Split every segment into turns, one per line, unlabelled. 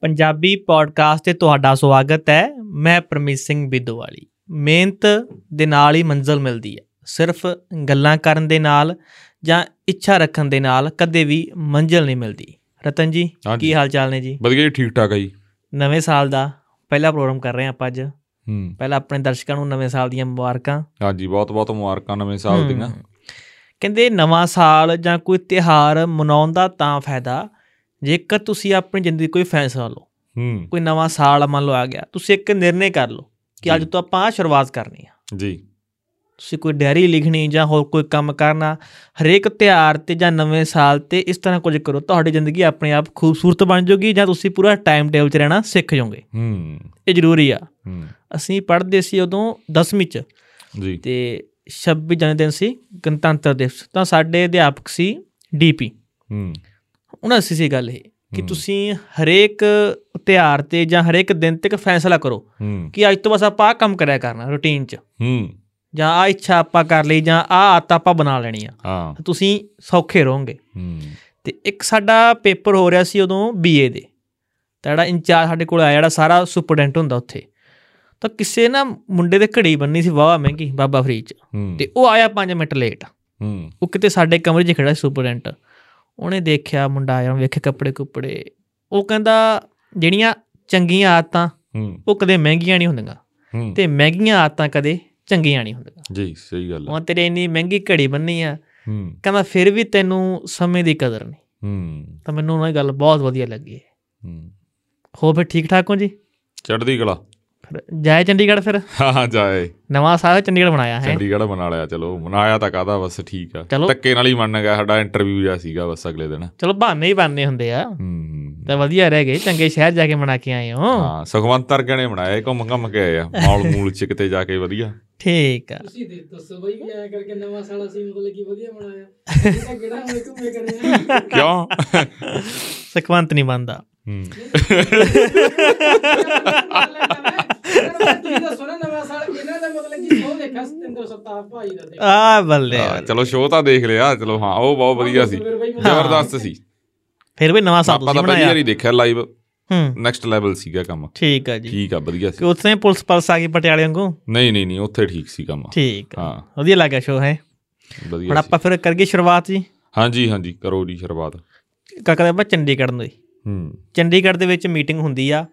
Punjabi podcast ਤੇ ਤੁਹਾਡਾ ਸਵਾਗਤ ਹੈ ਮੈਂ ਪਰਮੇਸ਼ ਸਿੰਘ ਬਿੱਦੋਵਾਲੀ ਮਿਹਨਤ ਦੇ ਨਾਲ ਹੀ ਮੰਜ਼ਲ ਮਿਲਦੀ ਹੈ ਸਿਰਫ ਗੱਲਾਂ ਕਰਨ ਦੇ ਨਾਲ ਜਾਂ ਇੱਛਾ ਰੱਖਣ ਦੇ ਨਾਲ ਕਦੇ ਵੀ ਮੰਜ਼ਲ ਨਹੀਂ ਮਿਲਦੀ ਰਤਨ ਜੀ
ਹਾਂਜੀ।
ਕੀ ਹਾਲ ਚਾਲ ਨੇ ਜੀ
ਵਧੀਆ ਜੀ ਠੀਕ ਠਾਕ ਆ ਜੀ
ਨਵੇਂ ਸਾਲ ਦਾ ਪਹਿਲਾ ਪ੍ਰੋਗਰਾਮ ਕਰ ਰਹੇ ਹਾਂ ਆਪਾਂ ਅੱਜ
ਹੂੰ
ਪਹਿਲਾਂ ਆਪਣੇ ਦਰਸ਼ਕਾਂ ਨੂੰ ਨਵੇਂ ਸਾਲ ਦੀਆਂ ਮੁਬਾਰਕਾਂ
ਹਾਂਜੀ ਬਹੁਤ ਬਹੁਤ ਮੁਬਾਰਕਾਂ ਨਵੇਂ ਸਾਲ ਦੀਆਂ
ਹਮ। ਕਹਿੰਦੇ ਨਵਾਂ ਸਾਲ ਜਾਂ ਕੋਈ ਤਿਹਾਰ ਮਨਾਉਣ ਦਾ ਤਾਂ ਫਾਇਦਾ ਜੇਕਰ ਤੁਸੀਂ ਆਪਣੀ ਜ਼ਿੰਦਗੀ ਕੋਈ ਫੈਸਲਾ ਲਓ
ਹੂੰ
ਕੋਈ ਨਵਾਂ ਸਾਲ ਮੰਨ ਲਓ ਆ ਗਿਆ ਤੁਸੀਂ ਇੱਕ ਨਿਰਣੇ ਕਰ ਲਓ ਕਿ ਅੱਜ
ਜੀ।
ਤੋਂ ਆਪਾਂ ਆਹ ਸ਼ੁਰੂਆਤ ਕਰਨੀ ਆ
ਜੀ
ਤੁਸੀਂ ਕੋਈ ਡਾਇਰੀ ਲਿਖਣੀ ਜਾਂ ਹੋਰ ਕੋਈ ਕੰਮ ਕਰਨਾ ਹਰੇਕ ਤਿਹਾਰ ਤੇ ਜਾਂ ਨਵੇਂ ਸਾਲ ਤੇ ਇਸ ਤਰ੍ਹਾਂ ਕੁਝ ਕਰੋ ਤੁਹਾਡੀ ਜ਼ਿੰਦਗੀ ਆਪਣੇ ਆਪ ਖੂਬਸੂਰਤ ਬਣ ਜਾਊਗੀ ਜਾਂ ਤੁਸੀਂ ਪੂਰਾ ਟਾਈਮ ਟੇਬਲ 'ਚ ਰਹਿਣਾ ਸਿੱਖ ਜਾਓਗੇ
ਹੂੰ
ਇਹ ਜ਼ਰੂਰੀ ਆ
ਹੂੰ
ਅਸੀਂ ਪੜ੍ਹਦੇ ਸੀ ਉਦੋਂ 10ਵੀਂ 'ਚ
ਜੀ
ਤੇ 26 ਜਨਵਰੀ ਦਿਨ ਸੀ ਗਣਤੰਤਰ ਦਿਵਸ ਤਾਂ ਸਾਡੇ ਅਧਿਆਪਕ ਸੀ ਡੀਪੀ
ਹੂੰ
ਉਹਨਾਂ ਦੱਸੀ ਸੀ ਗੱਲ ਇਹ ਕਿ
ਹੂੰ।
ਤੁਸੀਂ ਹਰੇਕ ਤਿਉਹਾਰ ਤੇ ਜਾਂ ਹਰੇਕ ਦਿਨ ਤੇ ਇੱਕ ਫੈਸਲਾ ਕਰੋ
ਹੂੰ
ਕਿ ਅੱਜ ਤੋਂ ਬਸ ਆਪਾਂ ਆਹ ਕੰਮ ਕਰਿਆ ਕਰਨਾ ਰੁਟੀਨ 'ਚ
ਹੂੰ
ਜਾਂ ਆ ਇੱਛਾ ਆਪਾਂ ਕਰ ਲਈ ਜਾਂ ਆ ਆਦਤ ਆਪਾਂ ਬਣਾ ਲੈਣੀ ਆ
ਹਾਂ
ਤਾਂ ਤੁਸੀਂ ਸੌਖੇ ਰਹੋਗੇ
ਹੂੰ
ਤੇ ਇੱਕ ਸਾਡਾ ਪੇਪਰ ਹੋ ਰਿਹਾ ਸੀ ਉਦੋਂ ਬੀਏ ਦੇ ਤਾਂ ਜਿਹੜਾ ਇੰਚਾਰਜ ਸਾਡੇ ਕੋਲ ਆਇਆ ਜਿਹੜਾ ਸਾਰਾ ਸੁਪਰਡੈਂਟ ਹੁੰਦਾ ਉੱਥੇ ਤਾਂ ਕਿਸੇ ਨਾ ਮੁੰਡੇ ਦੇ ਘੜੀ ਬੰਨੀ ਸੀ ਵਾਵਾ ਮਹਿੰਗੀ ਬਾਬਾ ਫਰੀਦ 'ਚ
ਹੂੰ
ਤੇ ਉਹ ਆਇਆ 5 ਮਿੰਟ ਲੇਟ
ਹੂੰ
ਉਹ ਕਿਤੇ ਸਾਡੇ ਕਮਰੇ 'ਚ ਖੜਾ ਸੀ ਸੁਪਰਡੈਂਟ ਉਹਨੇ ਦੇਖਿਆ ਮੁੰਡਾ ਆਇਆ ਉਹਨੇ ਵੇਖੇ ਕੱਪੜੇ ਕੁੱਪੜੇ ਉਹ ਕਹਿੰਦਾ ਜਿਹੜੀਆਂ ਚੰਗੀਆਂ ਆਦਤਾਂ
ਹੂੰ
ਉਹ ਕਦੇ ਮਹਿੰਗੀਆਂ ਨਹੀਂ ਹੁੰਦੀਆਂ
ਹੂੰ
ਤੇ ਮਹਿੰਗੀਆਂ ਆਦਤਾਂ ਕਦੇ ਚੰਗੀਆਂ ਨਹੀਂ ਹੁੰਦੀਆਂ
ਜੀ ਸਹੀ ਗੱਲ ਆ।
ਹੁਣ ਤੇਰੇ ਇੰਨੀ ਮਹਿੰਗੀ ਘੜੀ ਬੰਨੀ ਆ
ਹੂੰ
ਕਹਿੰਦਾ ਫਿਰ ਵੀ ਤੈਨੂੰ ਸਮੇਂ ਦੀ ਕਦਰ ਨਹੀਂ
ਹੂੰ
ਤਾਂ ਮੈਨੂੰ ਉਹਨਾਂ ਦੀ ਗੱਲ ਬਹੁਤ ਵਧੀਆ ਲੱਗੀ
ਹੂੰ
ਹੋ ਫਿਰ ਠੀਕ ਠਾਕ ਹੋ ਜੀ
ਚੜ੍ਹਦੀ ਕਲਾ
ਫਿਰ ਜਾਏ ਚੰਡੀਗੜ੍ਹ ਫਿਰ
ਹਾਂ ਹਾਂ ਜਾਏ
ਨਵਾਂ ਸਾਲ ਚੰਡੀਗੜ੍ਹ ਬਣਾਇਆ ਹੈ
ਚੰਡੀਗੜ੍ਹ ਬਣਾ ਲਿਆ ਚਲੋ ਮਨਾਇਆ ਤਾਂ ਕਾਦਾ ਬਸ ਠੀਕ ਆ
ਚਲੋ।
ਧੱਕੇ ਨਾਲ ਹੀ ਮੰਨ ਗਿਆ ਸਾਡਾ ਇੰਟਰਵਿਊ ਜਿਹਾ ਸੀਗਾ ਬਸ ਅਗਲੇ ਦਿਨ
ਚਲੋ ਬਹਾਨੇ ਹੀ ਬਣਨੇ ਹੁੰਦੇ ਆ
ਹੂੰ
ਤਾਂ ਵਧੀਆ ਰਹਿ ਗਏ ਚੰਗੇ ਸ਼ਹਿਰ ਜਾ ਕੇ ਮਨਾ ਕੇ ਆਏ ਹੋ
ਹਾਂ ਸੁਖਵੰਤ ਵਰਗਿਆਂ ਨੇ ਬਣਾਇਆ ਇਹ, ਘੁੰਮ ਘੁੰਮ ਕੇ ਆਏ ਆ ਮੌਲ ਮੂਲ ਚ ਕਿਤੇ ਜਾ ਕੇ ਵਧੀਆ
ਠੀਕ ਆ
ਤੁਸੀਂ ਦੇ ਦੱਸੋ ਬਈ ਕਿ ਐਂ ਕਰਕੇ ਨਵਾਂ ਸਾਲ ਅਸੀਂ ਮਤਲਬ ਕਿ ਵਧੀਆ ਬਣਾਇਆ ਇਹ ਤਾਂ ਕਿਹੜਾ ਹੋਏ ਘੁੰਮੇ ਕਰੇ ਆ
ਕਿਉਂ
ਸੁਖਵੰਤ ਨਹੀਂ ਬੰਦਾ
ਹੂੰ
ਤੁਸੀਂ ਦੱਸੋ ਨਾ ਨਵਾਂ ਸਾਲ ਇਹਨਾਂ ਦਾ ਮਤਲਬ ਕਿ ਉਹ ਦੇਖਿਆ ਸਤਿੰਦਰ ਸਤਾਪ ਭਾਈ ਦਾ ਦੇਖਿਆ।
ਆ ਬੱਲੇ
ਹਾਂ, ਚਲੋ ਸ਼ੋਅ ਤਾਂ ਦੇਖ ਲਿਆ ਚਲੋ ਹਾਂ ਉਹ ਬਹੁਤ ਵਧੀਆ ਸੀ
ਫਿਰ ਬਈ ਮੈਂ-
ਜ਼ਬਰਦਸਤ ਸੀ
ਫਿਰ ਵੀ ਨਵਾਂ ਸਾਲ
ਆਪਾਂ
ਤੁਸੀਂ
ਤਾਂ ਪਹਿਲੀ
ਬਣਾਇਆ
ਵਾਰੀ ਦੇਖਿਆ ਲਾਈਵ
ਹੂੰ
ਨੈਕਸਟ ਲੈਵਲ ਸੀਗਾ ਕੰਮ
ਠੀਕ ਆ ਜੀ
ਠੀਕ ਆ ਵਧੀਆ
ਕਿ
ਸੀ
ਉੱਥੇ ਪੁਲਿਸ ਪਲਸ ਆ ਗਈ ਪਟਿਆਲੇ ਵਾਂਗੂ
ਨਹੀਂ ਨਹੀਂ ਨਹੀਂ ਉੱਥੇ ਠੀਕ ਸੀ ਕੰਮ
ਠੀਕ ਆ
ਹਾਂ
ਵਧੀਆ ਲੱਗਿਆ ਸ਼ੋਅ ਹੈ ਹੁਣ
ਵਧੀਆ ਸੀ
ਆਪਾਂ ਫਿਰ ਕਰੀਏ ਸ਼ੁਰੂਆਤ ਜੀ
ਹਾਂਜੀ ਹਾਂਜੀ ਕਰੋ ਜੀ ਸ਼ੁਰੂਆਤ
ਕਾਕਾ ਆਪਾਂ ਚੰਡੀਗੜ੍ਹ ਨੂੰ ਜੀ।
ਹੂੰ
ਚੰਡੀਗੜ੍ਹ ਦੇ ਵਿੱਚ ਮੀਟਿੰਗ ਹੁੰਦੀ ਆ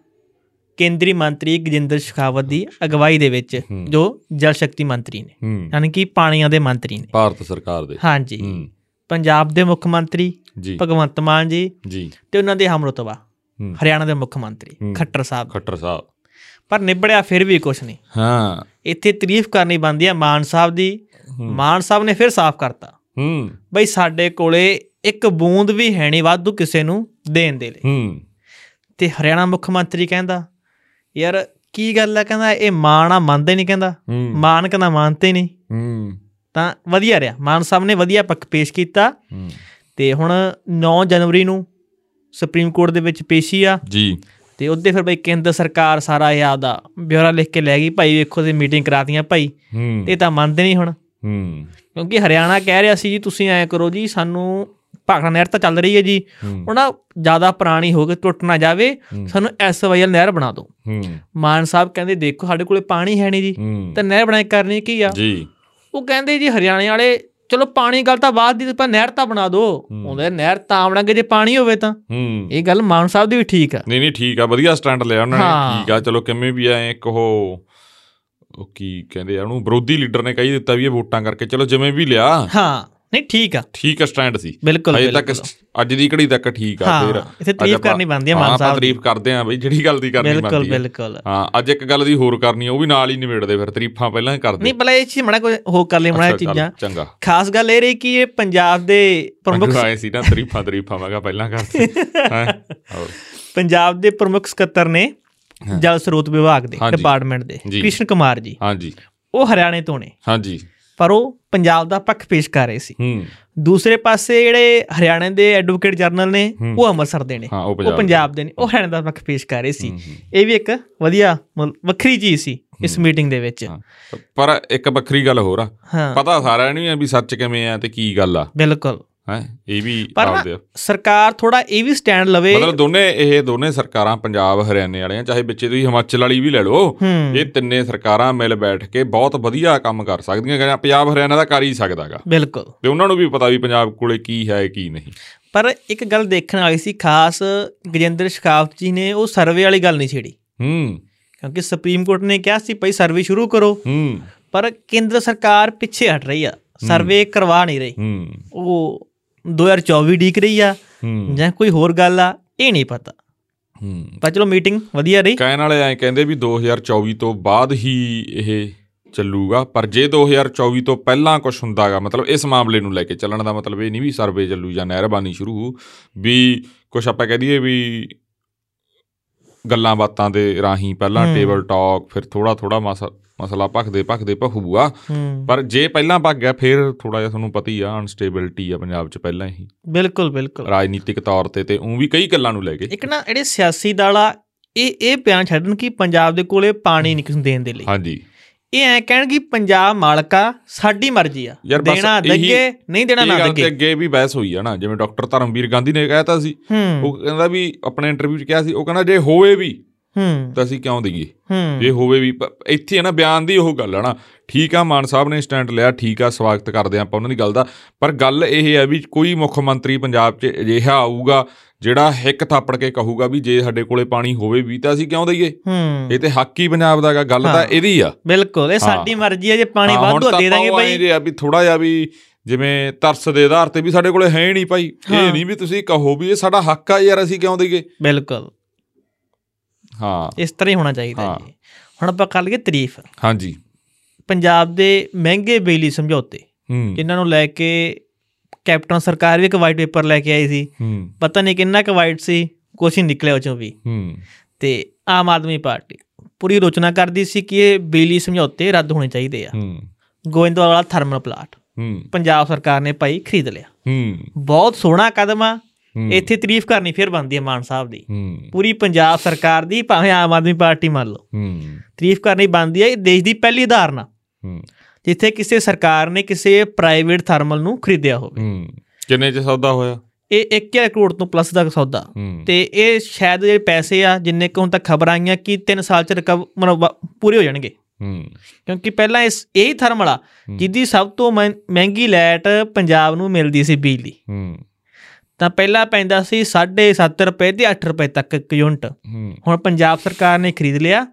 ਕੇਂਦਰੀ ਮੰਤਰੀ ਗਜਿੰਦਰ ਸ਼ੇਖਾਵਤ ਦੀ ਅਗਵਾਈ ਦੇ ਵਿੱਚ
ਹੂੰ।
ਜੋ ਜਲ ਸ਼ਕਤੀ ਮੰਤਰੀ ਨੇ
ਹੂੰ
ਯਾਨੀ ਕਿ ਪਾਣੀਆਂ ਦੇ ਮੰਤਰੀ ਨੇ
ਭਾਰਤ ਸਰਕਾਰ ਦੇ
ਹਾਂਜੀ
ਹੂੰ
ਪੰਜਾਬ ਦੇ ਮੁੱਖ ਮੰਤਰੀ
ਜੀ
ਭਗਵੰਤ ਮਾਨ ਜੀ
ਜੀ
ਤੇ ਉਹਨਾਂ ਦੇ ਹਮਰਤਬਾ
ਹੂੰ।
ਹਰਿਆਣਾ ਦੇ ਮੁੱਖ ਮੰਤਰੀ
ਹੂੰ।
ਖੱਟਰ ਸਾਹਿਬ
ਖੱਟਰ ਸਾਹਿਬ
ਪਰ ਨਿਬੜਿਆ ਫਿਰ ਵੀ ਕੁਝ ਨਹੀਂ
ਹਾਂ
ਇੱਥੇ ਤਾਰੀਫ ਕਰਨੀ ਬਣਦੀ ਆ ਮਾਨ ਸਾਹਿਬ ਦੀ
ਹੂੰ।
ਮਾਨ ਸਾਹਿਬ ਨੇ ਫਿਰ ਸਾਫ਼ ਕਰਤਾ
ਹੂੰ
ਬਈ ਸਾਡੇ ਕੋਲੇ ਇੱਕ ਬੂੰਦ ਵੀ ਹੈ ਨਹੀਂ ਵਾਧੂ ਕਿਸੇ ਨੂੰ ਦੇਣ ਦੇ ਲਈ
ਹੂੰ
ਤੇ ਹਰਿਆਣਾ ਮੁੱਖ ਮੰਤਰੀ ਕਹਿੰਦਾ ਯਾਰ ਕੀ ਗੱਲ ਆ ਕਹਿੰਦਾ ਇਹ ਮਾਨ ਆ ਮੰਨਦੇ ਨਹੀਂ ਕਹਿੰਦਾ
ਹੂੰ
ਮਾਨ ਕਹਿੰਦਾ ਮੰਨਦੇ ਨਹੀਂ
ਹੂੰ
ਤਾਂ ਵਧੀਆ ਰਿਹਾ ਮਾਨ ਸਾਹਿਬ ਨੇ ਵਧੀਆ ਪੱਖ ਪੇਸ਼ ਕੀਤਾ
ਹੂੰ।
ਤੇ ਹੁਣ 9 ਜਨਵਰੀ ਨੂੰ ਸੁਪਰੀਮ ਕੋਰਟ ਦੇ ਵਿੱਚ ਪੇਸ਼ੀ ਆ
ਜੀ
ਤੇ ਉਹਦੇ ਫਿਰ ਬਈ ਕੇਂਦਰ ਸਰਕਾਰ ਸਾਰਾ ਇਹ ਆਪਦਾ ਬਿਓਰਾ ਲਿਖ ਕੇ ਲੈ ਗਈ ਭਾਈ ਵੇਖੋ ਤੇ ਮੀਟਿੰਗ ਕਰਾਤੀਆਂ ਭਾਈ
ਹੂੰ
ਇਹ ਤਾਂ ਮੰਨਦੇ ਨਹੀਂ ਹੁਣ
ਹੂੰ
ਕਿਉਂਕਿ ਹਰਿਆਣਾ ਕਹਿ ਰਿਹਾ ਸੀ ਜੀ ਤੁਸੀਂ ਐਂ ਕਰੋ ਜੀ ਸਾਨੂੰ ਭਾਖੜਾ ਨਹਿਰ ਤਾਂ ਚੱਲ ਰਹੀ ਹੈ ਜੀ
ਹੂੰ
ਉਹ ਨਾ ਜ਼ਿਆਦਾ ਪੁਰਾਣੀ ਹੋ ਕੇ ਟੁੱਟ ਨਾ ਜਾਵੇ
ਹੂੰ।
ਸਾਨੂੰ ਐਸਵਾਈਐਲ ਨਹਿਰ ਬਣਾ ਦਿਓ
ਹੂੰ
ਮਾਨ ਸਾਹਿਬ ਕਹਿੰਦੇ ਦੇਖੋ ਸਾਡੇ ਕੋਲੇ ਪਾਣੀ ਹੈ ਨਹੀਂ ਜੀ
ਹੂੰ
ਤਾਂ ਨਹਿਰ ਬਣਾਈ ਕਰਨੀ ਕੀ ਆ
ਜੀ
ਉਹ ਕਹਿੰਦੇ ਜੀ ਹਰਿਆਣੇ ਵਾਲੇ ਚਲੋ ਪਾਣੀ ਗੱਲ ਤਾਂ ਬਾਅਦ ਦੀ ਪਰ ਨਹਿਰ ਤਾਂ ਬਣਾ ਦਿਓ
ਹੂੰ।
ਉਹਦੇ ਨਹਿਰ ਤਾਂ ਬਣਾਂਗੇ ਜੇ ਪਾਣੀ ਹੋਵੇ ਤਾਂ
ਹੂੰ
ਇਹ ਗੱਲ ਮਾਨ ਸਾਹਿਬ ਦੀ ਵੀ ਠੀਕ ਆ
ਨਹੀਂ ਨਹੀਂ ਠੀਕ ਆ ਵਧੀਆ ਸਟੈਂਡ ਲਿਆ ਉਹਨਾਂ
ਹਾਂ।
ਨੇ ਠੀਕ ਆ ਚਲੋ ਕਿਵੇਂ ਵੀ ਐ ਇੱਕ ਉਹ ਉਹ ਕੀ ਕਹਿੰਦੇ ਆ ਉਹਨੂੰ ਵਿਰੋਧੀ ਲੀਡਰ ਨੇ ਕਹੀ ਦਿੱਤਾ ਵੀ ਇਹ ਵੋਟਾਂ ਕਰਕੇ ਚਲੋ ਜਿਵੇਂ ਵੀ ਲਿਆ
ਹਾਂ ਨਹੀਂ ਠੀਕ ਆ
ਠੀਕ ਆ ਸਟੈਂਡ ਸੀ
ਬਿਲਕੁਲ
ਅਜੇ ਤੱਕ
ਬਿਲਕੁਲ
ਅੱਜ ਦੀ ਘੜੀ ਤੱਕ ਠੀਕ ਆ
ਹਾਂ,
ਫਿਰ
ਇੱਥੇ
ਅੱਜ
ਤਾਰੀਫ
ਆਪਾਂ-
ਕਰਨੀ ਬਣਦੀ ਆ ਮਾਨ
ਹਾਂ, ਆਪਾਂ
ਸਾਹਿਬ ਦੀ।
ਤਾਰੀਫ ਕਰਦੇ ਆ ਬਈ ਜਿਹੜੀ ਗੱਲ ਦੀ ਕਰਨੀ
ਬਿਲਕੁਲ
ਬਣਦੀ ਆ
ਬਿਲਕੁਲ
ਹਾਂ ਅੱਜ ਇੱਕ ਗੱਲ ਦੀ ਹੋਰ ਕਰਨੀ ਆ, ਉਹ ਵੀ ਨਾਲ ਹੀ ਨਿਬੇੜਦੇ ਫਿਰ ਤਾਰੀਫਾਂ ਪਹਿਲਾਂ ਹੀ ਕਰਦੇ
ਨਹੀਂ ਭਲਾ ਇਹ ਚੀਜ਼ ਮੜਾ ਕੋਈ ਹੋ ਕਰ ਲਈ ਮੜਾ
ਅੱਛਾ, ਗੱਲ-
ਚੀਜ਼ਾਂ
ਚੰਗਾ
ਖਾਸ ਗੱਲ ਇਹ ਰਹੀ ਕਿ ਇਹ ਪੰਜਾਬ ਦੇ ਪ੍ਰਮੁੱਖ
ਪ੍ਰਮੁੱਖ ਆਏ ਸੀ ਨਾ ਤਾਰੀਫਾਂ ਤਾਰੀਫਾਂ ਮੈਂ ਕਿਹਾ ਪਹਿਲਾਂ ਕਰਦੇ ਹੈ
ਪੰਜਾਬ ਦੇ ਪ੍ਰਮੁੱਖ ਸਕੱਤਰ ਨੇ ਜਲ ਸਰੋਤ ਵਿਭਾਗ ਦੇ
ਹਾਂਜੀ।
ਡਿਪਾਰਟਮੈਂਟ ਦੇ
ਜੀ।
ਕ੍ਰਿਸ਼ਨ ਕੁਮਾਰ ਜੀ
ਹਾਂਜੀ
ਉਹ ਹਰਿਆਣੇ ਤੋਂ ਨੇ
ਹਾਂਜੀ
ਪਰ ਉਹ ਪੰਜਾਬ ਦਾ ਪੱਖ ਪੇਸ਼ ਕਰ ਰਹੇ ਸੀ
ਹੂੰ
ਦੂਸਰੇ ਪਾਸੇ ਜਿਹੜੇ ਹਰਿਆਣੇ ਦੇ ਐਡਵੋਕੇਟ ਜਨਰਲ ਨੇ
ਹੂੰ।
ਉਹ ਅੰਮ੍ਰਿਤਸਰ ਦੇ ਨੇ
ਹਾਂ, ਉਹ
ਉਹ
ਪੰਜਾਬ
ਪੰਜਾਬ ਦੇ ਨੇ ਉਹ ਹਰਿਆਣੇ ਦਾ ਪੱਖ ਪੇਸ਼ ਕਰ ਰਹੇ ਸੀ
ਹੂੰ, ਹੂੰ।
ਇਹ ਵੀ ਇੱਕ ਵਧੀਆ ਮਤਲਬ ਵੱਖਰੀ ਚੀਜ਼ ਸੀ ਇਸ ਮੀਟਿੰਗ ਦੇ ਵਿੱਚ
ਹਾਂ। ਪਰ ਇੱਕ ਵੱਖਰੀ ਗੱਲ ਹੋਰ ਆ
ਹਾਂ
ਪਤਾ ਸਾਰਿਆਂ ਨੂੰ ਹੀ ਆ ਵੀ ਸੱਚ ਕਿਵੇਂ ਆ ਤੇ ਕੀ ਗੱਲ ਆ
ਬਿਲਕੁਲ
ਹੈ ਇਹ ਵੀ
ਪਰ ਨਾ-
ਆਪਦੇ ਆ।
ਸਰਕਾਰ ਥੋੜਾ ਇਹ ਵੀ ਸਟੈਂਡ ਲਵੇ
ਮਤਲਬ ਦੋਨੇ ਇਹ ਦੋਨੇ ਸਰਕਾਰਾਂ ਪੰਜਾਬ ਹਰਿਆਣੇ ਵਾਲੀਆਂ ਚਾਹੇ ਵਿੱਚੇ ਤੁਸੀਂ ਹਿਮਾਚਲ ਵਾਲੀ ਵੀ ਲੈ ਲਓ
ਹੂੰ
ਇਹ ਤਿੰਨੇ ਸਰਕਾਰਾਂ ਮਿਲ ਬੈਠ ਕੇ ਬਹੁਤ ਵਧੀਆ ਕੰਮ ਕਰ ਸਕਦੀਆਂ ਕਹਿੰਦੇ ਪੰਜਾਬ ਹਰਿਆਣਾ ਦਾ ਕਰ ਹੀ ਸਕਦਾਗਾ
ਬਿਲਕੁਲ
ਤੇ ਉਹਨਾਂ ਨੂੰ ਵੀ ਪਤਾ ਵੀ ਪੰਜਾਬ ਕੋਲੇ ਕੀ ਹੈ ਕੀ ਨਹੀਂ
ਪਰ ਇੱਕ ਗੱਲ ਦੇਖਣ ਵਾਲੀ ਸੀ ਖਾਸ ਗਜੇਂਦਰ ਸ਼ਖਾਵਤ ਜੀ ਨੇ ਉਹ ਸਰਵੇ ਵਾਲੀ ਗੱਲ ਨਹੀਂ ਛੇੜੀ
ਹੂੰ
ਕਿਉਂਕਿ ਸੁਪਰੀਮ ਕੋਰਟ ਨੇ ਕਿਹਾ ਸੀ ਭਈ ਸਰਵੇ ਸ਼ੁਰੂ ਕਰੋ
ਹੂੰ
ਪਰ ਕੇਂਦਰ ਸਰਕਾਰ ਪਿੱਛੇ ਹਟ ਰਹੀ ਆ ਸਰਵੇ ਕਰਵਾ ਨਹੀਂ ਰਹੀ
ਹੂੰ
ਉਹ 2024 ਡੀਕ ਰਹੀ ਆ
ਹੂੰ
ਜਾਂ ਕੋਈ ਹੋਰ ਗੱਲ ਆ ਇਹ ਨਹੀਂ ਪਤਾ
ਹੂੰ
ਪਰ ਚਲੋ ਮੀਟਿੰਗ ਵਧੀਆ ਰਹੀ
ਕਹਿਣ ਵਾਲੇ ਐ ਕਹਿੰਦੇ ਵੀ 2024 ਤੋਂ ਬਾਅਦ ਹੀ ਇਹ ਚੱਲੂਗਾ ਪਰ ਜੇ 2024 ਤੋਂ ਪਹਿਲਾਂ ਕੁਝ ਹੁੰਦਾਗਾ ਮਤਲਬ ਇਸ ਮਾਮਲੇ ਨੂੰ ਲੈ ਕੇ ਚੱਲਣ ਦਾ ਮਤਲਬ ਇਹ ਨਹੀਂ ਵੀ ਸਰਵੇ ਚੱਲੂ ਜਾਂ ਨਹਿਰਬਾਨੀ ਸ਼ੁਰੂ ਹੋਊ, ਵੀ ਕੁਝ ਆਪਾਂ ਕਹਿ ਦਈਏ ਵੀ ਗੱਲਾਂ ਬਾਤਾਂ ਦੇ ਰਾਹੀਂ ਪਹਿਲਾਂ
ਹੂੰ।
ਟੇਬਲ ਟਾਕ ਫਿਰ ਥੋੜਾ ਥੋੜਾ ਮਸਲਾ ਭਖਦੇ ਭਖਦੇ ਭਖੂਗਾ
ਹੂੰ
ਪਰ ਜੇ ਪਹਿਲਾਂ ਭੱਗ ਗਿਆ ਫਿਰ ਥੋੜਾ ਜਿਹਾ ਤੁਹਾਨੂੰ ਪਤਾ ਹੀ ਆ ਅਨਸਟੇਬਿਲਟੀ ਆ ਪੰਜਾਬ 'ਚ ਪਹਿਲਾਂ ਹੀ
ਬਿਲਕੁਲ ਬਿਲਕੁਲ
ਰਾਜਨੀਤਿਕ ਤੌਰ ਤੇ ਤੇ ਉਹ ਵੀ ਕਈ ਗੱਲਾਂ ਨੂੰ ਲੈ ਕੇ
ਇੱਕ ਨਾ ਜਿਹੜੇ ਸਿਆਸੀ ਦਲ ਆ ਇਹ ਇਹ ਬਿਆਨ ਛੱਡਣ ਕਿ ਪੰਜਾਬ ਦੇ ਕੋਲੇ ਪਾਣੀ ਨਹੀਂ ਕਿਸੇ ਨੂੰ ਦੇਣ ਦੇ ਲਈ
ਹਾਂਜੀ
ਇਹ ਐ ਕਹਿਣ ਕਿ ਪੰਜਾਬ ਮਾਲਕਾ ਸਾਡੀ ਮਰਜ਼ੀ ਆ
ਯਾਰ ਬਸ
ਦੇਣਾ
ਇਹੀ-
ਦੱਗੇ ਨਹੀਂ ਦੇਣਾ
ਇਹ
ਨਾ
ਗੱਲ ਤੇ
ਦੱਗੇ
ਅੱਗੇ ਵੀ ਬਹਿਸ ਹੋਈ ਆ ਨਾ ਜਿਵੇਂ ਡਾਕਟਰ ਧਰਮਵੀਰ ਗਾਂਧੀ ਨੇ ਕਹਿਤਾ ਸੀ
ਹੂੰ
ਉਹ ਕਹਿੰਦਾ ਵੀ ਆਪਣੇ ਇੰਟਰਵਿਊ 'ਚ ਕਿਹਾ ਸੀ ਉਹ ਕਹਿੰਦਾ ਜੇ ਹੋਵੇ ਵੀ
ਹੂੰ
ਤਾਂ ਅਸੀਂ ਕਿਉਂ ਦਈਏ
ਹੂੰ
ਜੇ ਹੋਵੇ ਵੀ ਪ- ਇੱਥੇ ਹੈ ਨਾ ਬਿਆਨ ਦੀ ਉਹ ਗੱਲ ਹੈ ਨਾ ਠੀਕ ਆ ਮਾਨ ਸਾਹਿਬ ਨੇ ਸਟੈਂਡ ਲਿਆ ਠੀਕ ਆ ਸਵਾਗਤ ਕਰਦੇ ਆ ਆਪਾਂ ਉਹਨਾਂ ਦੀ ਗੱਲ ਦਾ ਪਰ ਗੱਲ ਇਹ ਹੈ ਵੀ ਕੋਈ ਮੁੱਖ ਮੰਤਰੀ ਪੰਜਾਬ 'ਚ ਅਜਿਹਾ ਆਊਗਾ ਜਿਹੜਾ ਹਿੱਕ ਥਾਪੜ ਕੇ ਕਹੂਗਾ ਵੀ ਜੇ ਸਾਡੇ ਕੋਲੇ ਪਾਣੀ ਹੋਵੇ ਵੀ ਤਾਂ ਅਸੀਂ ਕਿਉਂ ਦਈਏ
ਹੂੰ
ਇਹ ਤੇ ਹੱਕ ਹੀ ਪੰਜਾਬ ਦਾ ਗਾ ਗੱਲ ਤਾਂ
ਹਾਂ।
ਇਹਦੀ ਆ
ਬਿਲਕੁਲ ਇਹ ਸਾਡੀ ਮਰਜ਼ੀ ਹੈ ਜੇ ਪਾਣੀ
ਹਾਂ, ਹੁਣ
ਵਾਧੂ
ਤਾਂ
ਦੇ ਦਾਂਗੇ
ਆਪਾਂ ਉਹ ਐਂ
ਭਾਈ
ਜੇ ਆ ਵੀ ਥੋੜਾ ਜਿਹਾ ਵੀ ਜਿਵੇਂ ਤਰਸ ਦੇ ਆਧਾਰ ਤੇ ਵੀ ਸਾਡੇ ਕੋਲੇ ਹੈ ਹੀ ਨਹੀਂ ਭਾਈ
ਹਾਂ।
ਇਹ ਨਹੀਂ ਵੀ ਤੁਸੀਂ ਕਹੋ ਵੀ ਇਹ ਸਾਡਾ ਹੱਕ ਆ ਯਾਰ ਅਸੀਂ ਕਿਉਂ ਦੇਈਏ
ਬਿਲਕੁਲ
ਹਾਂ
ਇਸ ਤਰ੍ਹਾਂ ਹੀ ਹੋਣਾ ਚਾਹੀਦਾ
ਹਾਂ।
ਜੀ ਹੁਣ ਆਪਾਂ ਕਰ ਲਈਏ ਤਾਰੀਫ
ਹਾਂਜੀ
ਪੰਜਾਬ ਦੇ ਮਹਿੰਗੇ ਬਿਜਲੀ ਸਮਝੌਤੇ
ਹੂੰ
ਜਿਨ੍ਹਾਂ ਨੂੰ ਲੈ ਕੇ ਕੈਪਟਨ ਸਰਕਾਰ ਵੀ ਇੱਕ ਵਾਈਟ ਪੇਪਰ ਲੈ ਕੇ ਆਈ ਸੀ
ਹੂੰ
ਪਤਾ ਨਹੀਂ ਕਿੰਨਾ ਕੁ ਵਾਈਟ ਸੀ ਕੁਛ ਹੀ ਨਿਕਲਿਆ ਉਹ ਚੋਂ ਵੀ
ਹੂੰ
ਤੇ ਆਮ ਆਦਮੀ ਪਾਰਟੀ ਪੂਰੀ ਰੋਚਨਾ ਕਰਦੀ ਸੀ ਕਿ ਇਹ ਬਿਜਲੀ ਸਮਝੌਤੇ ਰੱਦ ਹੋਣੇ ਚਾਹੀਦੇ ਆ
ਹੂੰ
ਗੋਇੰਦਵਾਲ ਵਾਲਾ ਥਰਮਲ ਪਲਾਟ
ਹੂੰ
ਪੰਜਾਬ ਸਰਕਾਰ ਨੇ ਭਾਈ ਖਰੀਦ ਲਿਆ
ਹੂੰ
ਬਹੁਤ ਸੋਹਣਾ ਕਦਮ ਆ
ਹੂੰ,
ਇੱਥੇ ਤਾਰੀਫ ਕਰਨੀ ਫਿਰ ਬਣਦੀ ਹੈ ਮਾਨ ਸਾਹਿਬ ਦੀ
ਹੂੰ
ਪੂਰੀ ਪੰਜਾਬ ਸਰਕਾਰ ਦੀ ਭਾਵੇਂ ਆਮ ਆਦਮੀ ਪਾਰਟੀ ਮੰਨ ਲਓ
ਹੂੰ
ਤਾਰੀਫ ਕਰਨੀ ਬਣਦੀ ਹੈ ਇਹ ਦੇਸ਼ ਦੀ ਪਹਿਲੀ ਧਾਰਨਾ
ਹੂੰ,
ਜਿੱਥੇ ਕਿਸੇ ਸਰਕਾਰ ਨੇ ਕਿਸੇ ਪ੍ਰਾਈਵੇਟ ਥਰਮਲ ਨੂੰ ਖਰੀਦਿਆ ਹੋਵੇ
ਹੂੰ ਕਿੰਨੇ ਚ ਸੌਦਾ ਹੋਇਆ
ਇਹ 1000 ਕਰੋੜ ਤੋਂ ਪਲੱਸ ਦਾ ਸੌਦਾ
ਹੂੰ
ਤੇ ਇਹ ਸ਼ਾਇਦ ਜਿਹੜੇ ਪੈਸੇ ਆ ਜਿੰਨੇ ਕੁ ਹੁਣ ਤੱਕ ਖਬਰਾਂ ਆਈਆਂ ਕਿ 3 ਸਾਲ ਚ ਰਿਕਵ ਮਤਲਬ ਵਾ- ਪੂਰੇ ਹੋ ਜਾਣਗੇ
ਹੂੰ
ਕਿਉਂਕਿ ਪਹਿਲਾਂ ਇਸ ਇਹ ਹੀ ਥਰਮਲ ਆ ਜਿਹਦੀ ਸਭ ਤੋਂ ਮਹਿੰ- ਮਹਿੰਗੀ ਲਾਈਟ ਪੰਜਾਬ ਨੂੰ ਮਿਲਦੀ ਸੀ ਬਿਜਲੀ
ਹੂੰ
ਤਾਂ ਪਹਿਲਾਂ ਪੈਂਦਾ ਸੀ 7.5 ਰੁਪਏ ਤੇ 8 ਰੁਪਏ ਤੱਕ ਇੱਕ ਯੂਨਿਟ
ਹੂੰ
ਹੁਣ ਪੰਜਾਬ ਸਰਕਾਰ ਨੇ ਖਰੀਦ ਲਿਆ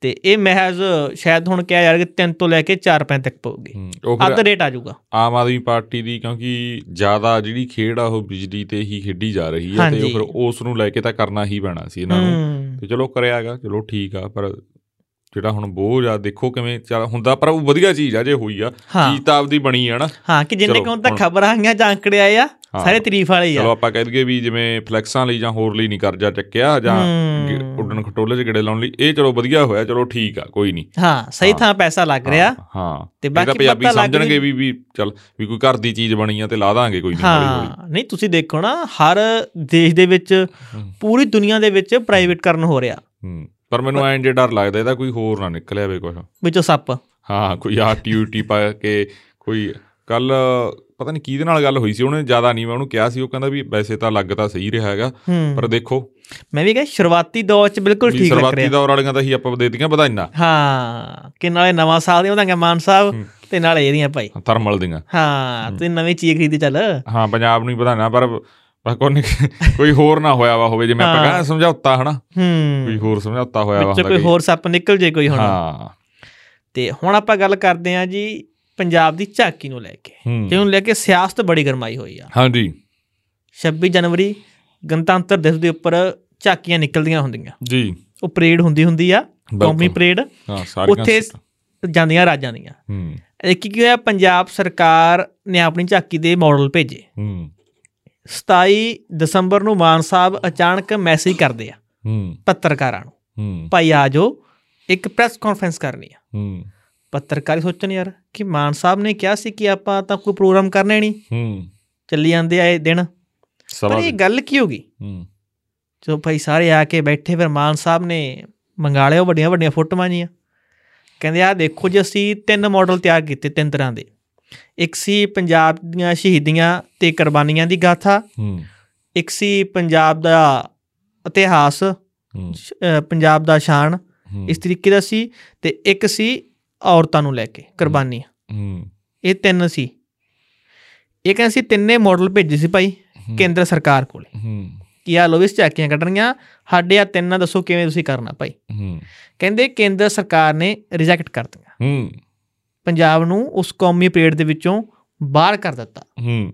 ਤੇ ਇਹ ਮਹਿਜ਼ ਸ਼ਾਇਦ ਹੁਣ ਕਿਹਾ ਯਾਰ ਕਿ 3 ਤੋਂ ਲੈ ਕੇ 4 ਰੁਪਏ ਤੱਕ ਪਊਗੀ
ਹੂੰ। ਉਹ ਫਿਰ
ਅੱਧ ਰੇਟ ਆ ਜਾਊਗਾ
ਆਮ ਆਦਮੀ ਪਾਰਟੀ ਦੀ ਕਿਉਂਕਿ ਜ਼ਿਆਦਾ ਜਿਹੜੀ ਖੇਡ ਆ ਉਹ ਬਿਜਲੀ ਤੇ ਹੀ ਖੇਡੀ ਜਾ ਰਹੀ ਹੈ ਤੇ
ਹਾਂਜੀ।
ਉਹ ਫਿਰ ਉਸ ਨੂੰ ਲੈ ਕੇ ਤਾਂ ਕਰਨਾ ਹੀ ਪੈਣਾ ਸੀ ਇਹਨਾਂ ਨੂੰ
ਹੂੰ
ਤੇ ਚਲੋ ਕਰਿਆਗਾ ਚਲੋ ਠੀਕ ਆ ਪਰ ਜਿਹੜਾ ਹੁਣ ਬੋਝ ਆ ਦੇਖੋ ਕਿਵੇਂ ਚੱਲ ਹੁੰਦਾ ਪਰ ਉਹ ਵਧੀਆ ਚੀਜ਼ ਆ ਜੇ ਹੋਈ ਆ
ਹਾਂ
ਚੀਜ਼ ਤਾਂ ਆਪਦੀ ਬਣੀ ਆ ਨਾ
ਹਾਂ ਕਿ ਜਿੰਨੇ
ਚਲੋ,
ਕੋਲ ਤਾਂ
ਹੁਣ-
ਖਬਰਾਂ ਆਈਆਂ ਜਾਂ ਅੰਕੜੇ ਆਏ ਆ
ਹਾਂ।
ਸਾਰੇ ਤਾਰੀਫ ਵਾਲੇ ਹੀ
ਚਲੋ
ਆ
ਆਪਾਂ ਕਹਿ ਦਈਏ ਵੀ ਜਿਵੇਂ ਫਲੈਕਸਾਂ ਲਈ ਜਾਂ ਹੋਰ ਲਈ ਨਹੀਂ ਕਰਜ਼ਾ ਚੱਕਿਆ ਜਾਂ
ਹੂੰ।
ਗਿ- ਉੱਡਣ ਖਟੋਲੇ 'ਚ ਗੇੜੇ ਲਾਉਣ ਲਈ ਇਹ ਚਲੋ ਵਧੀਆ ਹੋਇਆ ਚਲੋ ਠੀਕ ਆ ਕੋਈ ਨਹੀਂ
ਹਾਂ ਸਹੀ
ਹਾਂ।
ਥਾਂ ਪੈਸਾ ਲੱਗ ਰਿਹਾ
ਹਾਂ
ਤੇ
ਇਹਦਾ
ਬਾਕੀ
ਪੰਜਾਬੀ
ਪਤਾ ਲੱਗ
ਸਮਝਣਗੇ ਵੀ ਵੀ ਚਲ ਵੀ ਕੋਈ ਘਰ ਦੀ ਚੀਜ਼ ਬਣੀ ਆ ਤੇ ਲਾ ਦਾਂਗੇ ਕੋਈ ਨਹੀਂ ਹੌਲੀ-ਹੌਲੀ।
ਹਾਂ ਨਹੀਂ ਤੁਸੀਂ ਦੇਖੋ ਨਾ ਹਰ ਦੇਸ਼ ਦੇ ਵਿੱਚ
ਹੂੰ।
ਪੂਰੀ ਦੁਨੀਆ ਦੇ ਵਿੱਚ ਪ੍ਰਾਈਵੇਟ ਕਰਨ ਹੋ ਰਿਹਾ
ਹੂੰ ਪਰ ਮੈਨੂੰ ਐਂ ਜੇ ਡਰ ਲੱਗਦਾ ਇਹਦਾ ਕੋਈ ਹੋਰ ਨਾ ਨਿਕਲਿਆ ਵੇ ਕੁਝ
ਵਿੱਚੋਂ ਸੱਪ
ਹਾਂ ਕੋਈ ਆ ਟਿਊਟੀ ਪਾ ਕੇ ਕੋਈ ਕੱਲ ਪਤਾ ਨਹੀਂ ਕਿਹਦੇ ਨਾਲ ਗੱਲ ਹੋਈ ਸੀ ਉਹਨੇ ਜ਼ਿਆਦਾ ਨਹੀਂ ਮੈਂ ਉਹਨੂੰ ਕਿਹਾ ਸੀ ਉਹ ਕਹਿੰਦਾ ਵੀ ਵੈਸੇ ਤਾਂ ਲੱਗ ਤਾਂ ਸਹੀ ਰਿਹਾ ਹੈਗਾ
ਹੂੰ
ਪਰ ਦੇਖੋ
ਮੈਂ ਵੀ ਕਿਹਾ ਸ਼ੁਰੂਆਤੀ ਦੌਰ 'ਚ ਬਿਲਕੁਲ
ਵੀ
ਠੀਕ ਲੱਗ
ਸ਼ੁਰੂਆਤੀ
ਰਿਹਾ
ਦੌਰ ਵਾਲੀਆਂ ਤਾਂ ਹੀ ਆਪਾਂ ਦੇ ਦਿੱਤੀਆਂ ਵਧਾਈਆਂ
ਹਾਂ ਕਿ ਨਾਲੇ ਨਵਾਂ ਸਾਲ ਦੀਆਂ ਉਹਦਾਂਗੇ ਮਾਨ ਸਾਹਿਬ
ਹੂੰ।
ਤੇ ਨਾਲੇ ਇਹਦੀਆਂ ਭਾਈ
ਥਰਮਲ ਦੀਆਂ
ਹਾਂ ਤੇ ਨਵੀਂ ਚੀਜ਼ ਖਰੀਦੀ ਚੱਲ
ਹਾਂ ਪੰਜਾਬ ਨੂੰ ਹੀ ਵਧਾਈਆਂ ਪਰ ਪਰ ਕੋਈ ਕੋਈ ਹੋਰ ਨਾ ਹੋਇਆ ਵਾ ਹੋਵੇ ਜਿਵੇਂ ਆਪਾਂ
ਹਾਂ।
ਕਹਿੰਦੇ ਸਮਝੌਤਾ ਹਨਾ ਕੋਈ
ਹੂੰ
ਹੋਰ ਸਮਝੌਤਾ ਹੋਇਆ ਵਾ
ਵਿੱਚੋਂ ਕੋਈ ਹੋਰ ਸੱਪ ਨਿਕਲ ਜੇ ਕੋਈ ਹੁਣ
ਹਾਂ
ਤੇ ਹੁਣ ਆਪਾਂ ਗੱਲ ਕਰਦੇ ਹਾਂ ਜੀ ਪੰਜਾਬ ਦੀ ਝਾਕੀ ਨੂੰ ਲੈ ਕੇ
ਹੂੰ।
ਜਿਹਨੂੰ ਲੈ ਕੇ ਸਿਆਸਤ ਬੜੀ ਗਰਮਾਈ ਹੋਈ ਆ
ਹਾਂਜੀ
26 ਜਨਵਰੀ ਗਣਤੰਤਰ ਦਿਵਸ ਦੇ ਉੱਪਰ ਝਾਕੀਆਂ ਨਿਕਲਦੀਆਂ ਹੁੰਦੀਆਂ
ਜੀ
ਉਹ ਪਰੇਡ ਹੁੰਦੀ ਹੁੰਦੀ ਆ ਕੌਮੀ ਪਰੇਡ
ਹਾਂ ਸਾਰੀਆਂ
ਉੱਥੇ
ਸੀਟਾਂ।
ਜਾਂਦੀਆਂ ਰਾਜਾਂ ਦੀਆਂ
ਹੂੰ
ਇੱਕ ਕੀ ਹੋਇਆ ਪੰਜਾਬ ਸਰਕਾਰ ਨੇ ਆਪਣੀ ਝਾਕੀ ਦੇ ਮਾਡਲ ਭੇਜੇ
ਹੂੰ
27 ਦਸੰਬਰ ਨੂੰ ਮਾਨ ਸਾਹਿਬ ਅਚਾਨਕ ਮੈਸੇਜ ਕਰਦੇ ਆ
ਹੂੰ
ਪੱਤਰਕਾਰਾਂ ਨੂੰ
ਹੂੰ
ਭਾਈ ਆ ਜਾਓ ਇੱਕ ਪ੍ਰੈਸ ਕਾਨਫਰੰਸ ਕਰਨੀ ਆ
ਹੂੰ
ਪੱਤਰਕਾਰੀ ਸੋਚਣ ਯਾਰ ਕਿ ਮਾਨ ਸਾਹਿਬ ਨੇ ਕਿਹਾ ਸੀ ਕਿ ਆਪਾਂ ਤਾਂ ਕੋਈ ਪ੍ਰੋਗਰਾਮ ਕਰਨਾ ਨਹੀਂ
ਹੂੰ
ਚੱਲੀ ਜਾਂਦੇ ਆਏ ਦਿਨ ਪਰ
ਸਵਾਲ
ਇਹ ਗੱਲ ਕੀ ਹੋ ਗਈ
ਹੂੰ
ਜੋ ਭਾਈ ਸਾਰੇ ਆ ਕੇ ਬੈਠੇ ਫਿਰ ਮਾਨ ਸਾਹਿਬ ਨੇ ਮੰਗਾ ਲਿਆ ਵੱਡੀਆਂ ਵੱਡੀਆਂ ਫੋਟੋਆਂ ਜੀਆਂ ਕਹਿੰਦੇ ਆ ਦੇਖੋ ਜੀ ਅਸੀਂ ਤਿੰਨ ਮਾਡਲ ਤਿਆਰ ਕੀਤੇ ਤਿੰਨ ਤਰ੍ਹਾਂ ਦੇ ਇੱਕ ਸੀ ਪੰਜਾਬ ਦੀਆਂ ਸ਼ਹੀਦੀਆਂ ਤੇ ਕੁਰਬਾਨੀਆਂ ਦੀ ਗਾਥਾ
ਹੂੰ
ਇੱਕ ਸੀ ਪੰਜਾਬ ਦਾ ਇਤਿਹਾਸ
ਹੂੰ,
ਸ਼- ਅ, ਪੰਜਾਬ ਦਾ ਸ਼ਾਨ
ਹੂੰ,
ਇਸ ਤਰੀਕੇ ਦਾ ਸੀ ਤੇ ਇੱਕ ਸੀ ਔਰਤਾਂ ਨੂੰ ਲੈ ਕੇ ਕੁਰਬਾਨੀ
ਹੂੰ,
ਇਹ ਤਿੰਨ ਸੀ ਇਹ ਕਹਿੰਦੇ ਸੀ ਤਿੰਨੇ ਮਾਡਲ ਭੇਜੇ ਸੀ ਭਾਈ
ਹੂੰ,
ਕੇਂਦਰ ਸਰਕਾਰ ਕੋਲੇ
ਹੂੰ,
ਕੀ ਆ ਲੋ ਵੀ ਝਾਕੀਆਂ ਕੱਢਣੀਆਂ ਸਾਡੇ ਆ ਤਿੰਨਾਂ ਦੱਸੋ ਕਿਵੇਂ ਤੁਸੀਂ ਕਰਨਾ ਭਾਈ
ਹੂੰ,
ਕਹਿੰਦੇ ਕੇਂਦਰ ਸਰਕਾਰ ਨੇ ਰਿਜੈਕਟ ਕਰ ਦਿੱਤੀਆਂ
ਹੂੰ,
ਪੰਜਾਬ ਨੂੰ ਉਸ ਕੌਮੀ ਪਰੇਡ ਦੇ ਵਿੱਚੋਂ ਬਾਹਰ ਕਰ ਦਿੱਤਾ
ਹੂੰ,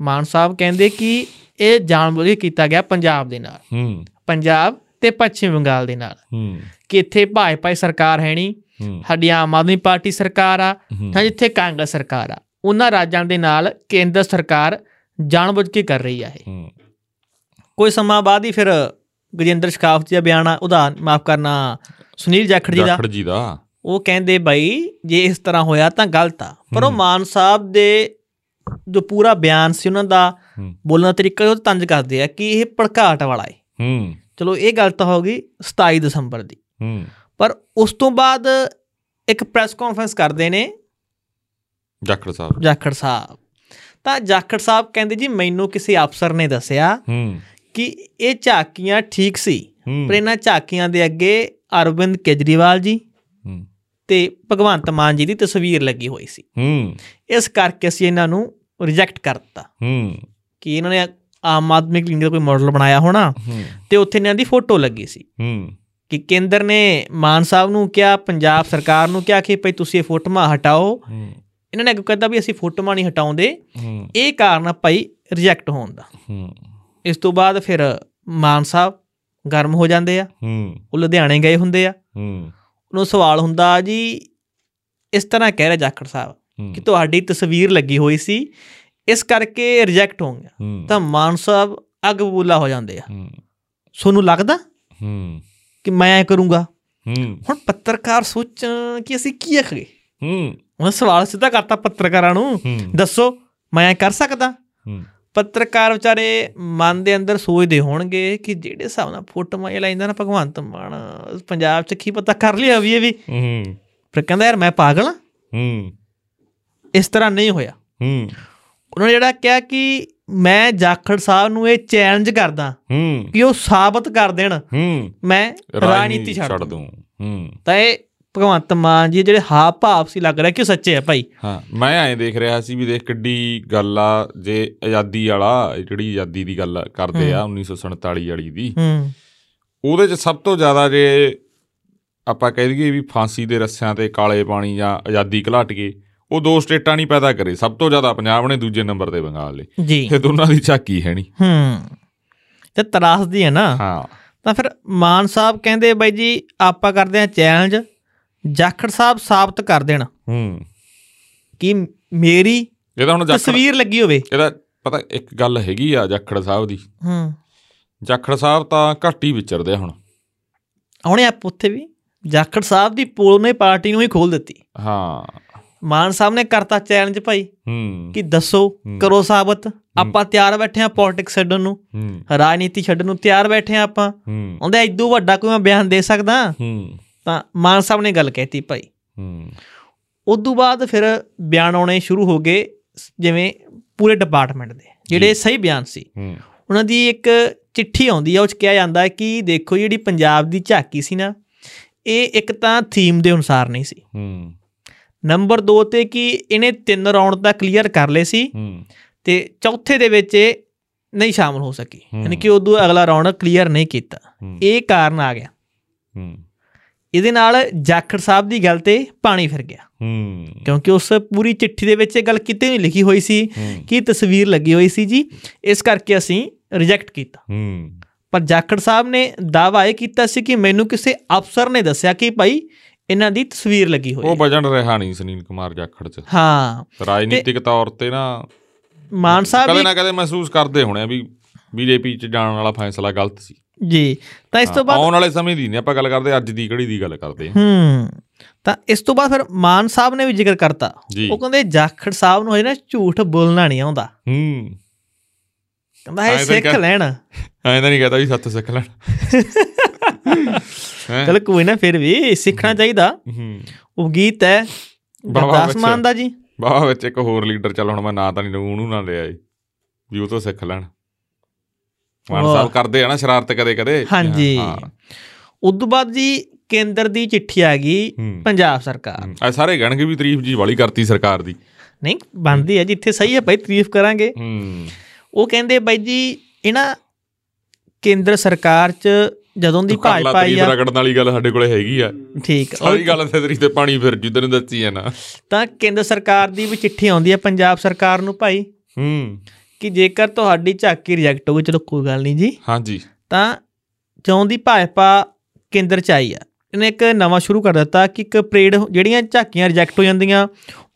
ਮਾਨ ਸਾਹਿਬ ਕਹਿੰਦੇ ਕਿ ਇਹ ਜਾਣਬੁੱਝ ਕੇ ਕੀਤਾ ਗਿਆ ਪੰਜਾਬ ਦੇ ਨਾਲ
ਹੂੰ,
ਪੰਜਾਬ ਤੇ ਪੱਛਮ ਬੰਗਾਲ ਦੇ ਨਾਲ
ਹੂੰ,
ਕਿ ਇੱਥੇ ਭਾਜਪਾ ਸਰਕਾਰ ਹੈ ਨਹੀਂ
ਹੂੰ,
ਸਾਡੀ ਆਮ ਆਦਮੀ ਪਾਰਟੀ ਸਰਕਾਰ ਆ
ਹੂੰ,
ਤਾਂ ਜਿੱਥੇ ਕਾਂਗਰਸ ਸਰਕਾਰ ਆ ਉਹਨਾਂ ਰਾਜਾਂ ਦੇ ਨਾਲ ਕੇਂਦਰ ਸਰਕਾਰ ਜਾਣਬੁੱਝ ਕੇ ਕਰ ਰਹੀ ਆ ਇਹ
ਹੂੰ,
ਕੋਈ ਸਮਾਂ ਬਾਅਦ ਹੀ ਫਿਰ ਗਜੇਂਦਰ ਸ਼ਕਾਫਤ ਜੀ ਦਾ ਬਿਆਨ ਆ ਉਹਦਾ ਮਾਫ ਕਰਨਾ ਸੁਨੀਲ ਜਾਖੜ ਜੀ ਦਾ
ਜਾਖੜ ਜੀ ਦਾ
ਉਹ ਕਹਿੰਦੇ ਬਾਈ ਜੇ ਇਸ ਤਰ੍ਹਾਂ ਹੋਇਆ ਤਾਂ ਗਲਤ ਆ ਪਰ ਉਹ
ਹੂੰ।
ਮਾਨ ਸਾਹਿਬ ਦੇ ਜੋ ਪੂਰਾ ਬਿਆਨ ਸੀ ਉਹਨਾਂ ਦਾ
ਹੂੰ।
ਬੋਲਣ ਦਾ ਤਰੀਕਾ ਉਹ ਤੰਜ ਕਰਦੇ ਆ ਕਿ ਇਹ ਭੜਕਾਟ ਵਾਲਾ ਏ
ਹੂੰ
ਚਲੋ ਇਹ ਗੱਲ ਤਾਂ ਹੋ ਗਈ 27 ਦਸੰਬਰ ਦੀ
ਹੂੰ
ਪਰ ਉਸ ਤੋਂ ਬਾਅਦ ਇੱਕ ਪ੍ਰੈਸ ਕਾਨਫਰੰਸ ਕਰਦੇ ਨੇ
ਜਾਖੜ ਸਾਹਿਬ
ਜਾਖੜ ਸਾਹਿਬ ਤਾਂ ਜਾਖੜ ਸਾਹਿਬ ਕਹਿੰਦੇ ਜੀ ਮੈਨੂੰ ਕਿਸੇ ਅਫਸਰ ਨੇ ਦੱਸਿਆ
ਹੂੰ
ਕਿ ਇਹ ਝਾਕੀਆਂ ਠੀਕ ਸੀ
ਹੂੰ
ਪਰ ਇਹਨਾਂ ਝਾਕੀਆਂ ਦੇ ਅੱਗੇ ਅਰਵਿੰਦ ਕੇਜਰੀਵਾਲ ਜੀ
ਹੂੰ,
ਤੇ ਭਗਵੰਤ ਮਾਨ ਜੀ ਦੀ ਤਸਵੀਰ ਲੱਗੀ ਹੋਈ ਸੀ
ਹੂੰ
ਇਸ ਕਰਕੇ ਅਸੀਂ ਇਹਨਾਂ ਨੂੰ ਰਿਜੈਕਟ ਕਰਤਾ
ਹੂੰ
ਕਿ ਇਹਨਾਂ ਨੇ ਆਮ ਆਦਮੀ ਕਲੀਨਿਕ ਦਾ ਕੋਈ ਮਾਡਲ ਬਣਾਇਆ ਹੋਣਾ
ਹੂੰ
ਤੇ ਉੱਥੇ ਇਹਨਾਂ ਦੀ ਫੋਟੋ ਲੱਗੀ ਸੀ
ਹੂੰ
ਕਿ ਕੇਂਦਰ ਨੇ ਮਾਨ ਸਾਹਿਬ ਨੂੰ ਕਿਹਾ ਪੰਜਾਬ ਸਰਕਾਰ ਨੂੰ ਕਿਹਾ ਕਿ ਭਈ ਤੁਸੀਂ ਇਹ ਫੋਟੋਆਂ ਹਟਾਓ
ਹੂੰ
ਇਹਨਾਂ ਨੇ ਅੱਗੇ ਕਹਿੰਦਾ ਵੀ ਅਸੀਂ ਫੋਟੋਆਂ ਨਹੀਂ ਹਟਾਉਂਦੇ
ਹੂੰ
ਇਹ ਕਾਰਨ ਆ ਭਾਈ ਰਿਜੈਕਟ ਹੋਣ ਦਾ
ਹੂੰ
ਇਸ ਤੋਂ ਬਾਅਦ ਫਿਰ ਮਾਨ ਸਾਹਿਬ ਗਰਮ ਹੋ ਜਾਂਦੇ ਆ
ਹੂੰ
ਉਹ ਲੁਧਿਆਣੇ ਗਏ ਹੁੰਦੇ ਆ
ਹੂੰ
ਉਹਨੂੰ ਸਵਾਲ ਹੁੰਦਾ ਜੀ ਇਸ ਤਰ੍ਹਾਂ ਕਹਿ ਰਿਹਾ ਜਾਖੜ ਸਾਹਿਬ
ਹੂੰ,
ਕਿ ਤੁਹਾਡੀ ਤਸਵੀਰ ਲੱਗੀ ਹੋਈ ਸੀ ਇਸ ਕਰਕੇ ਰਿਜੈਕਟ ਹੋ ਗਿਆ
ਹੂੰ,
ਤਾਂ ਮਾਨ ਸਾਹਿਬ ਅੱਗ ਬਬੂਲਾ ਹੋ ਜਾਂਦੇ ਆ
ਹੂੰ
ਤੁਹਾਨੂੰ ਲੱਗਦਾ
ਹੂੰ
ਕਿ ਮੈਂ ਐ ਕਰੂੰਗਾ
ਹੂੰ
ਹੁਣ ਪੱਤਰਕਾਰ ਸੋਚਣ ਕਿ ਅਸੀਂ ਕੀ ਆਖਗੇ
ਹੂੰ
ਉਹ ਸਵਾਲ ਸਿੱਧਾ ਕਰਤਾ ਪੱਤਰਕਾਰਾਂ ਨੂੰ
ਹੂੰ
ਦੱਸੋ ਮੈਂ ਐ ਕਰ ਸਕਦਾ
ਹੂੰ,
ਪੱਤਰਕਾਰ ਵਿਚਾਰੇ ਮਨ ਦੇ ਅੰਦਰ ਸੋਚਦੇ ਹੋਣਗੇ ਕਿ ਜਿਹੜੇ ਹਿਸਾਬ ਨਾਲ ਫੋਟੋਆਂ ਇਹ ਲੈਂਦਾ ਨਾ ਭਗਵੰਤ ਮਾਨ ਪੰਜਾਬ 'ਚ ਕੀ ਪਤਾ ਕਰ ਲਿਆ ਵੀ ਇਹ ਵੀ
ਹੂੰ
ਫਿਰ ਕਹਿੰਦਾ ਯਾਰ ਮੈਂ ਪਾਗਲ ਹਾਂ
ਹੂੰ
ਇਸ ਤਰ੍ਹਾਂ ਨਹੀਂ ਹੋਇਆ
ਹੂੰ
ਉਹਨਾਂ ਨੇ ਜਿਹੜਾ ਕਿਹਾ ਕਿ ਮੈਂ ਜਾਖੜ ਸਾਹਿਬ ਨੂੰ ਇਹ ਚੈਲੰਜ ਕਰਦਾ
ਹੂੰ
ਕਿ ਉਹ ਸਾਬਤ ਕਰ ਦੇਣ
ਹੂੰ
ਮੈਂ ਰਾਜਨੀਤੀ ਛੱਡ
ਛੱਡ
ਦੂੰ
ਦੂੰ ਹੂੰ
ਤਾਂ ਇਹ ਭਗਵੰਤ ਮਾਨ ਜੀ ਜਿਹੜੇ ਹਾ ਭਾਵ ਸੀ ਲੱਗ ਰਿਹਾ ਕਿ ਉਹ ਸੱਚੇ ਆ ਭਾਈ
ਹਾਂ ਮੈਂ ਐਂ ਦੇਖ ਰਿਹਾ ਸੀ ਵੀ ਦੇਖ ਕਿੱਡੀ ਗੱਲ ਆ ਜੇ ਆਜ਼ਾਦੀ ਵਾਲਾ ਜਿਹੜੀ ਆਜ਼ਾਦੀ ਦੀ ਗੱਲ ਕਰਦੇ ਆ 1947 ਵਾਲੀ ਦੀ
ਹੂੰ
ਉਹਦੇ ਚ ਸਭ ਤੋਂ ਜ਼ਿਆਦਾ ਜੇ ਆਪਾਂ ਕਹਿ ਦਈਏ ਵੀ ਫਾਂਸੀ ਦੇ ਰੱਸਿਆਂ ਤੇ ਕਾਲੇ ਪਾਣੀ ਜਾਂ ਆਜ਼ਾਦੀ ਘਲਾਟ ਕੇ ਉਹ ਦੋ ਸਟੇਟਾਂ ਨਹੀਂ ਪੈਦਾ ਕਰੇ ਸਭ ਤੋਂ ਜ਼ਿਆਦਾ ਪੰਜਾਬ ਨੇ ਦੂਜੇ ਨੰਬਰ ਤੇ ਬੰਗਾਲ ਨੇ
ਜੀ
ਤੇ ਦੋਨਾਂ ਦੀ ਝਾਕੀ ਹੈ ਨਹੀਂ
ਹੂੰ ਤੇ ਤਰਾਸਦੀ ਹੈ ਨਾ
ਹਾਂ
ਤਾਂ ਫਿਰ ਮਾਨ ਸਾਹਿਬ ਕਹਿੰਦੇ ਬਾਈ ਜੀ ਆਪਾਂ ਕਰਦੇ ਆ ਚੈਲੰਜ ਜਾਖੜ ਸਾਹਿਬ ਸਾਬਤ ਕਰ ਦੇਣ
ਹੂੰ
ਕਿ ਮੇਰੀ
ਇਹਦਾ ਹੁਣ ਜਾਖੜ
ਤਸਵੀਰ ਲੱਗੀ ਹੋਵੇ
ਇਹਦਾ ਪਤਾ ਇੱਕ ਗੱਲ ਹੈਗੀ ਆ ਜਾਖੜ ਸਾਹਿਬ ਦੀ
ਹੂੰ
ਜਾਖੜ ਸਾਹਿਬ ਤਾਂ ਘੱਟ ਹੀ ਵਿਚਰਦੇ ਆ ਹੁਣ
ਆਉਣੇ ਆਪ ਉੱਥੇ ਵੀ ਜਾਖੜ ਸਾਹਿਬ ਦੀ ਪੋਲ ਨੇ ਪਾਰਟੀ ਨੂੰ ਹੀ ਖੋਲ ਦਿੱਤੀ
ਹਾਂ
ਮਾਨ ਸਾਹਿਬ ਨੇ ਕਰਤਾ ਚੈਲੰਜ ਭਾਈ
ਹੂੰ
ਕਿ ਦੱਸੋ
ਹੂੰ।
ਕਰੋ ਸਾਬਤ ਆਪਾਂ ਤਿਆਰ ਬੈਠੇ ਆ ਪੋਲਿਟਿਕਸ ਛੱਡਣ ਨੂੰ
ਹੂੰ
ਰਾਜਨੀਤੀ ਛੱਡਣ ਨੂੰ ਤਿਆਰ ਬੈਠੇ ਆ ਆਪਾਂ
ਹੂੰ
ਉਹਦਾ ਇਦੋਂ ਵੱਡਾ ਕੋਈ ਮੈਂ ਬਿਆਨ ਦੇ ਸਕਦਾ
ਹੂੰ
ਤਾਂ ਮਾਨ ਸਾਹਿਬ ਨੇ ਗੱਲ ਕਹਿਤੀ ਭਾਈ
ਹੂੰ
ਉਦੋਂ ਬਾਅਦ ਫਿਰ ਬਿਆਨ ਆਉਣੇ ਸ਼ੁਰੂ ਹੋ ਗਏ ਸ- ਜਿਵੇਂ ਪੂਰੇ ਡਿਪਾਰਟਮੈਂਟ ਦੇ ਜਿਹੜੇ ਸਹੀ ਬਿਆਨ ਸੀ
ਹੂੰ
ਉਹਨਾਂ ਦੀ ਇੱਕ ਚਿੱਠੀ ਆਉਂਦੀ ਆ ਉਹ ਚ ਕਿਹਾ ਜਾਂਦਾ ਹੈ ਕਿ ਦੇਖੋ ਜਿਹੜੀ ਪੰਜਾਬ ਦੀ ਝਾਕੀ ਸੀ ਨਾ ਇਹ ਇੱਕ ਤਾਂ ਥੀਮ ਦੇ ਅਨੁਸਾਰ ਨਹੀਂ ਸੀ
ਹੂੰ
ਨੰਬਰ 2 ਤੇ ਕਿ ਇਹਨੇ ਤਿੰਨ ਰਾਉਂਡ ਤਾਂ ਕਲੀਅਰ ਕਰ ਲਏ ਸੀ
ਹੂੰ
ਤੇ ਚੌਥੇ ਦੇ ਵਿੱਚ ਇਹ ਨਹੀਂ ਸ਼ਾਮਲ ਹੋ ਸਕੀ
ਹੂੰ।
ਯਾਨੀ ਕਿ ਉਦੋਂ ਅਗਲਾ ਰਾਉਂਡ ਕਲੀਅਰ ਨਹੀਂ ਕੀਤਾ
ਹੂੰ।
ਇਹ ਕਾਰਨ ਆ ਗਿਆ
ਹੂੰ
ਇਹਦੇ ਨਾਲ ਜਾਖੜ ਸਾਹਿਬ ਦੀ ਗੱਲ ਤੇ ਪਾਣੀ ਫਿਰ ਗਿਆ
ਹੂੰ
ਕਿਉਂਕਿ ਉਸ ਪੂਰੀ ਚਿੱਠੀ ਦੇ ਵਿੱਚ ਇਹ ਗੱਲ ਕਿਤੇ ਨਹੀਂ ਲਿਖੀ ਹੋਈ ਸੀ
ਹੂੰ
ਕਿ ਤਸਵੀਰ ਲੱਗੀ ਹੋਈ ਸੀ ਜੀ ਇਸ ਕਰਕੇ ਅਸੀਂ ਰਿਜੈਕਟ ਕੀਤਾ
ਹੂੰ
ਪਰ ਜਾਖੜ ਸਾਹਿਬ ਨੇ ਦਾਅਵਾ ਇਹ ਕੀਤਾ ਸੀ ਕਿ ਮੈਨੂੰ ਕਿਸੇ ਅਫਸਰ ਨੇ ਦੱਸਿਆ ਕਿ ਭਾਈ ਇਹਨਾਂ ਦੀ ਤਸਵੀਰ ਲੱਗੀ ਹੋਈ
ਉਹ
ਹੈ
ਵਜਨ ਰਿਹਾ ਨਹੀਂ ਸੁਨੀਲ ਕੁਮਾਰ ਜਾਖੜ ਚ
ਹਾਂ
ਰਾਜਨੀਤਿਕ ਤੌਰ ਤੇ ਨਾ
ਮਾਨ ਸਾਹਿਬ
ਕਦੇ
ਵੀ-
ਨਾ ਕਦੇ ਮਹਿਸੂਸ ਕਰਦੇ ਹੋਣੇ ਆ ਵੀ ਬੀਜੇਪੀ ਚ ਜਾਣ ਵਾਲਾ ਫੈਸਲਾ ਗਲਤ ਸੀ
ਜੀ ਤਾਂ ਇਸ ਤੋਂ
ਹਾਂ,
ਬਾਅਦ
ਆਉਣ ਵਾਲੇ ਸਮੇਂ ਦੀ ਨਹੀਂ ਆਪਾਂ ਗੱਲ ਕਰਦੇ ਅੱਜ ਦੀ ਕਿਹੜੀ ਦੀ ਗੱਲ ਕਰਦੇ ਹਾਂ।
ਹੂੰ ਤਾਂ ਇਸ ਤੋਂ ਬਾਅਦ ਫਿਰ ਮਾਨ ਸਾਹਿਬ ਨੇ ਵੀ ਜ਼ਿਕਰ ਕਰਤਾ
ਜੀ
ਉਹ ਕਹਿੰਦੇ ਜਾਖੜ ਸਾਹਿਬ ਨੂੰ ਹਜੇ ਨਾ ਝੂਠ ਬੋਲਣਾ ਨਹੀਂ ਆਉਂਦਾ
ਹੂੰ
ਕਹਿੰਦਾ ਇਹ
ਐਂ ਤਾਂ
ਸਿੱਖ
ਕਹਿ-
ਲੈਣ
ਐਂ ਤਾਂ ਨਹੀਂ ਕਹਤਾ ਵੀ ਸੱਤ ਸਿੱਖ ਲੈਣ ਹੈਂ?
ਚਲ ਕੋਈ ਨਾ ਫਿਰ ਵੀ ਸਿੱਖਣਾ ਚਾਹੀਦਾ
ਹੂੰ
ਉਹ ਗੀਤ ਹੈ
ਵਾਹ, ਵਾਹ,
ਗੁਰਦਾਸ ਮਾਨ ਦਾ ਜੀ
ਬਾਅਦ ਵਿੱਚ ਇੱਕ ਹੋਰ ਲੀਡਰ ਚੱਲ ਹੁਣ ਮੈਂ ਨਾਂ ਤਾਂ ਨਹੀਂ ਲਊ ਉਹਨੂੰ ਨਾ ਲਿਆ ਏ ਵੀ ਉਹ ਤੋਂ ਸਿੱਖ ਲੈਣ ਮਾਨ
ਵਾਹ।
ਸਾਹਿਬ ਕਰਦੇ ਆ ਨਾ ਸ਼ਰਾਰਤ ਕਦੇ ਕਦੇ
ਹਾਂਜੀ ਉਦੋਂ ਬਾਅਦ ਜੀ ਕੇਂਦਰ ਦੀ ਚਿੱਠੀ ਆ ਗਈ
ਹੂੰ।
ਪੰਜਾਬ ਸਰਕਾਰ
ਆ ਸਾਰੇ ਕਹਿਣਗੇ ਵੀ ਤਾਰੀਫ ਜੀ ਵਾਲੀ ਕਰਤੀ ਸਰਕਾਰ ਦੀ
ਨਹੀਂ ਬੰਦੀ ਹੈ ਜਿੱਥੇ ਸਹੀ ਹੈ ਭਾਈ ਤਾਰੀਫ ਕਰਾਂਗੇ
ਹੂੰ
ਉਹ ਕਹਿੰਦੇ ਬਾਈ ਜੀ ਇਹਨਾਂ ਕੇਂਦਰ ਸਰਕਾਰ ਚ ਜਦੋਂ ਦੀ
ਤੂੰ ਕਰ ਲਾ
ਭਾਜਪਾ ਆਈ
ਤਾਰੀਫ
ਆ
ਰਗੜਨ ਵਾਲੀ ਗੱਲ ਸਾਡੇ ਕੋਲੇ ਹੈਗੀ ਆ
ਠੀਕ ਉਹ
ਸਾਰੀ ਗੱਲ ਤੇ ਤੇਰੀ ਤੇ ਪਾਣੀ ਫਿਰ ਜਿੱਦਣ ਦੱਸੀ ਆ ਨਾ
ਤਾਂ ਕੇਂਦਰ ਸਰਕਾਰ ਦੀ ਵੀ ਚਿੱਠੀ ਆਉਂਦੀ ਹੈ ਪੰਜਾਬ ਸਰਕਾਰ ਨੂੰ ਭਾਈ
ਹੂੰ
ਕਿ ਜੇਕਰ ਤੁਹਾਡੀ ਝਾਕੀ ਰਿਜੈਕਟ ਹੋ ਗਈ ਚਲੋ ਕੋਈ ਗੱਲ ਨਹੀਂ ਜੀ
ਹਾਂਜੀ
ਤਾਂ ਜਿਉਂ ਦੀ ਭਾਜਪਾ ਕੇਂਦਰ ਚ ਆਈ ਆ ਇਹਨੇ ਇੱਕ ਨਵਾਂ ਸ਼ੁਰੂ ਕਰ ਦਿੱਤਾ ਕਿ ਇੱਕ ਪਰੇਡ ਜਿਹੜੀਆਂ ਝਾਕੀਆਂ ਰਿਜੈਕਟ ਹੋ ਜਾਂਦੀਆਂ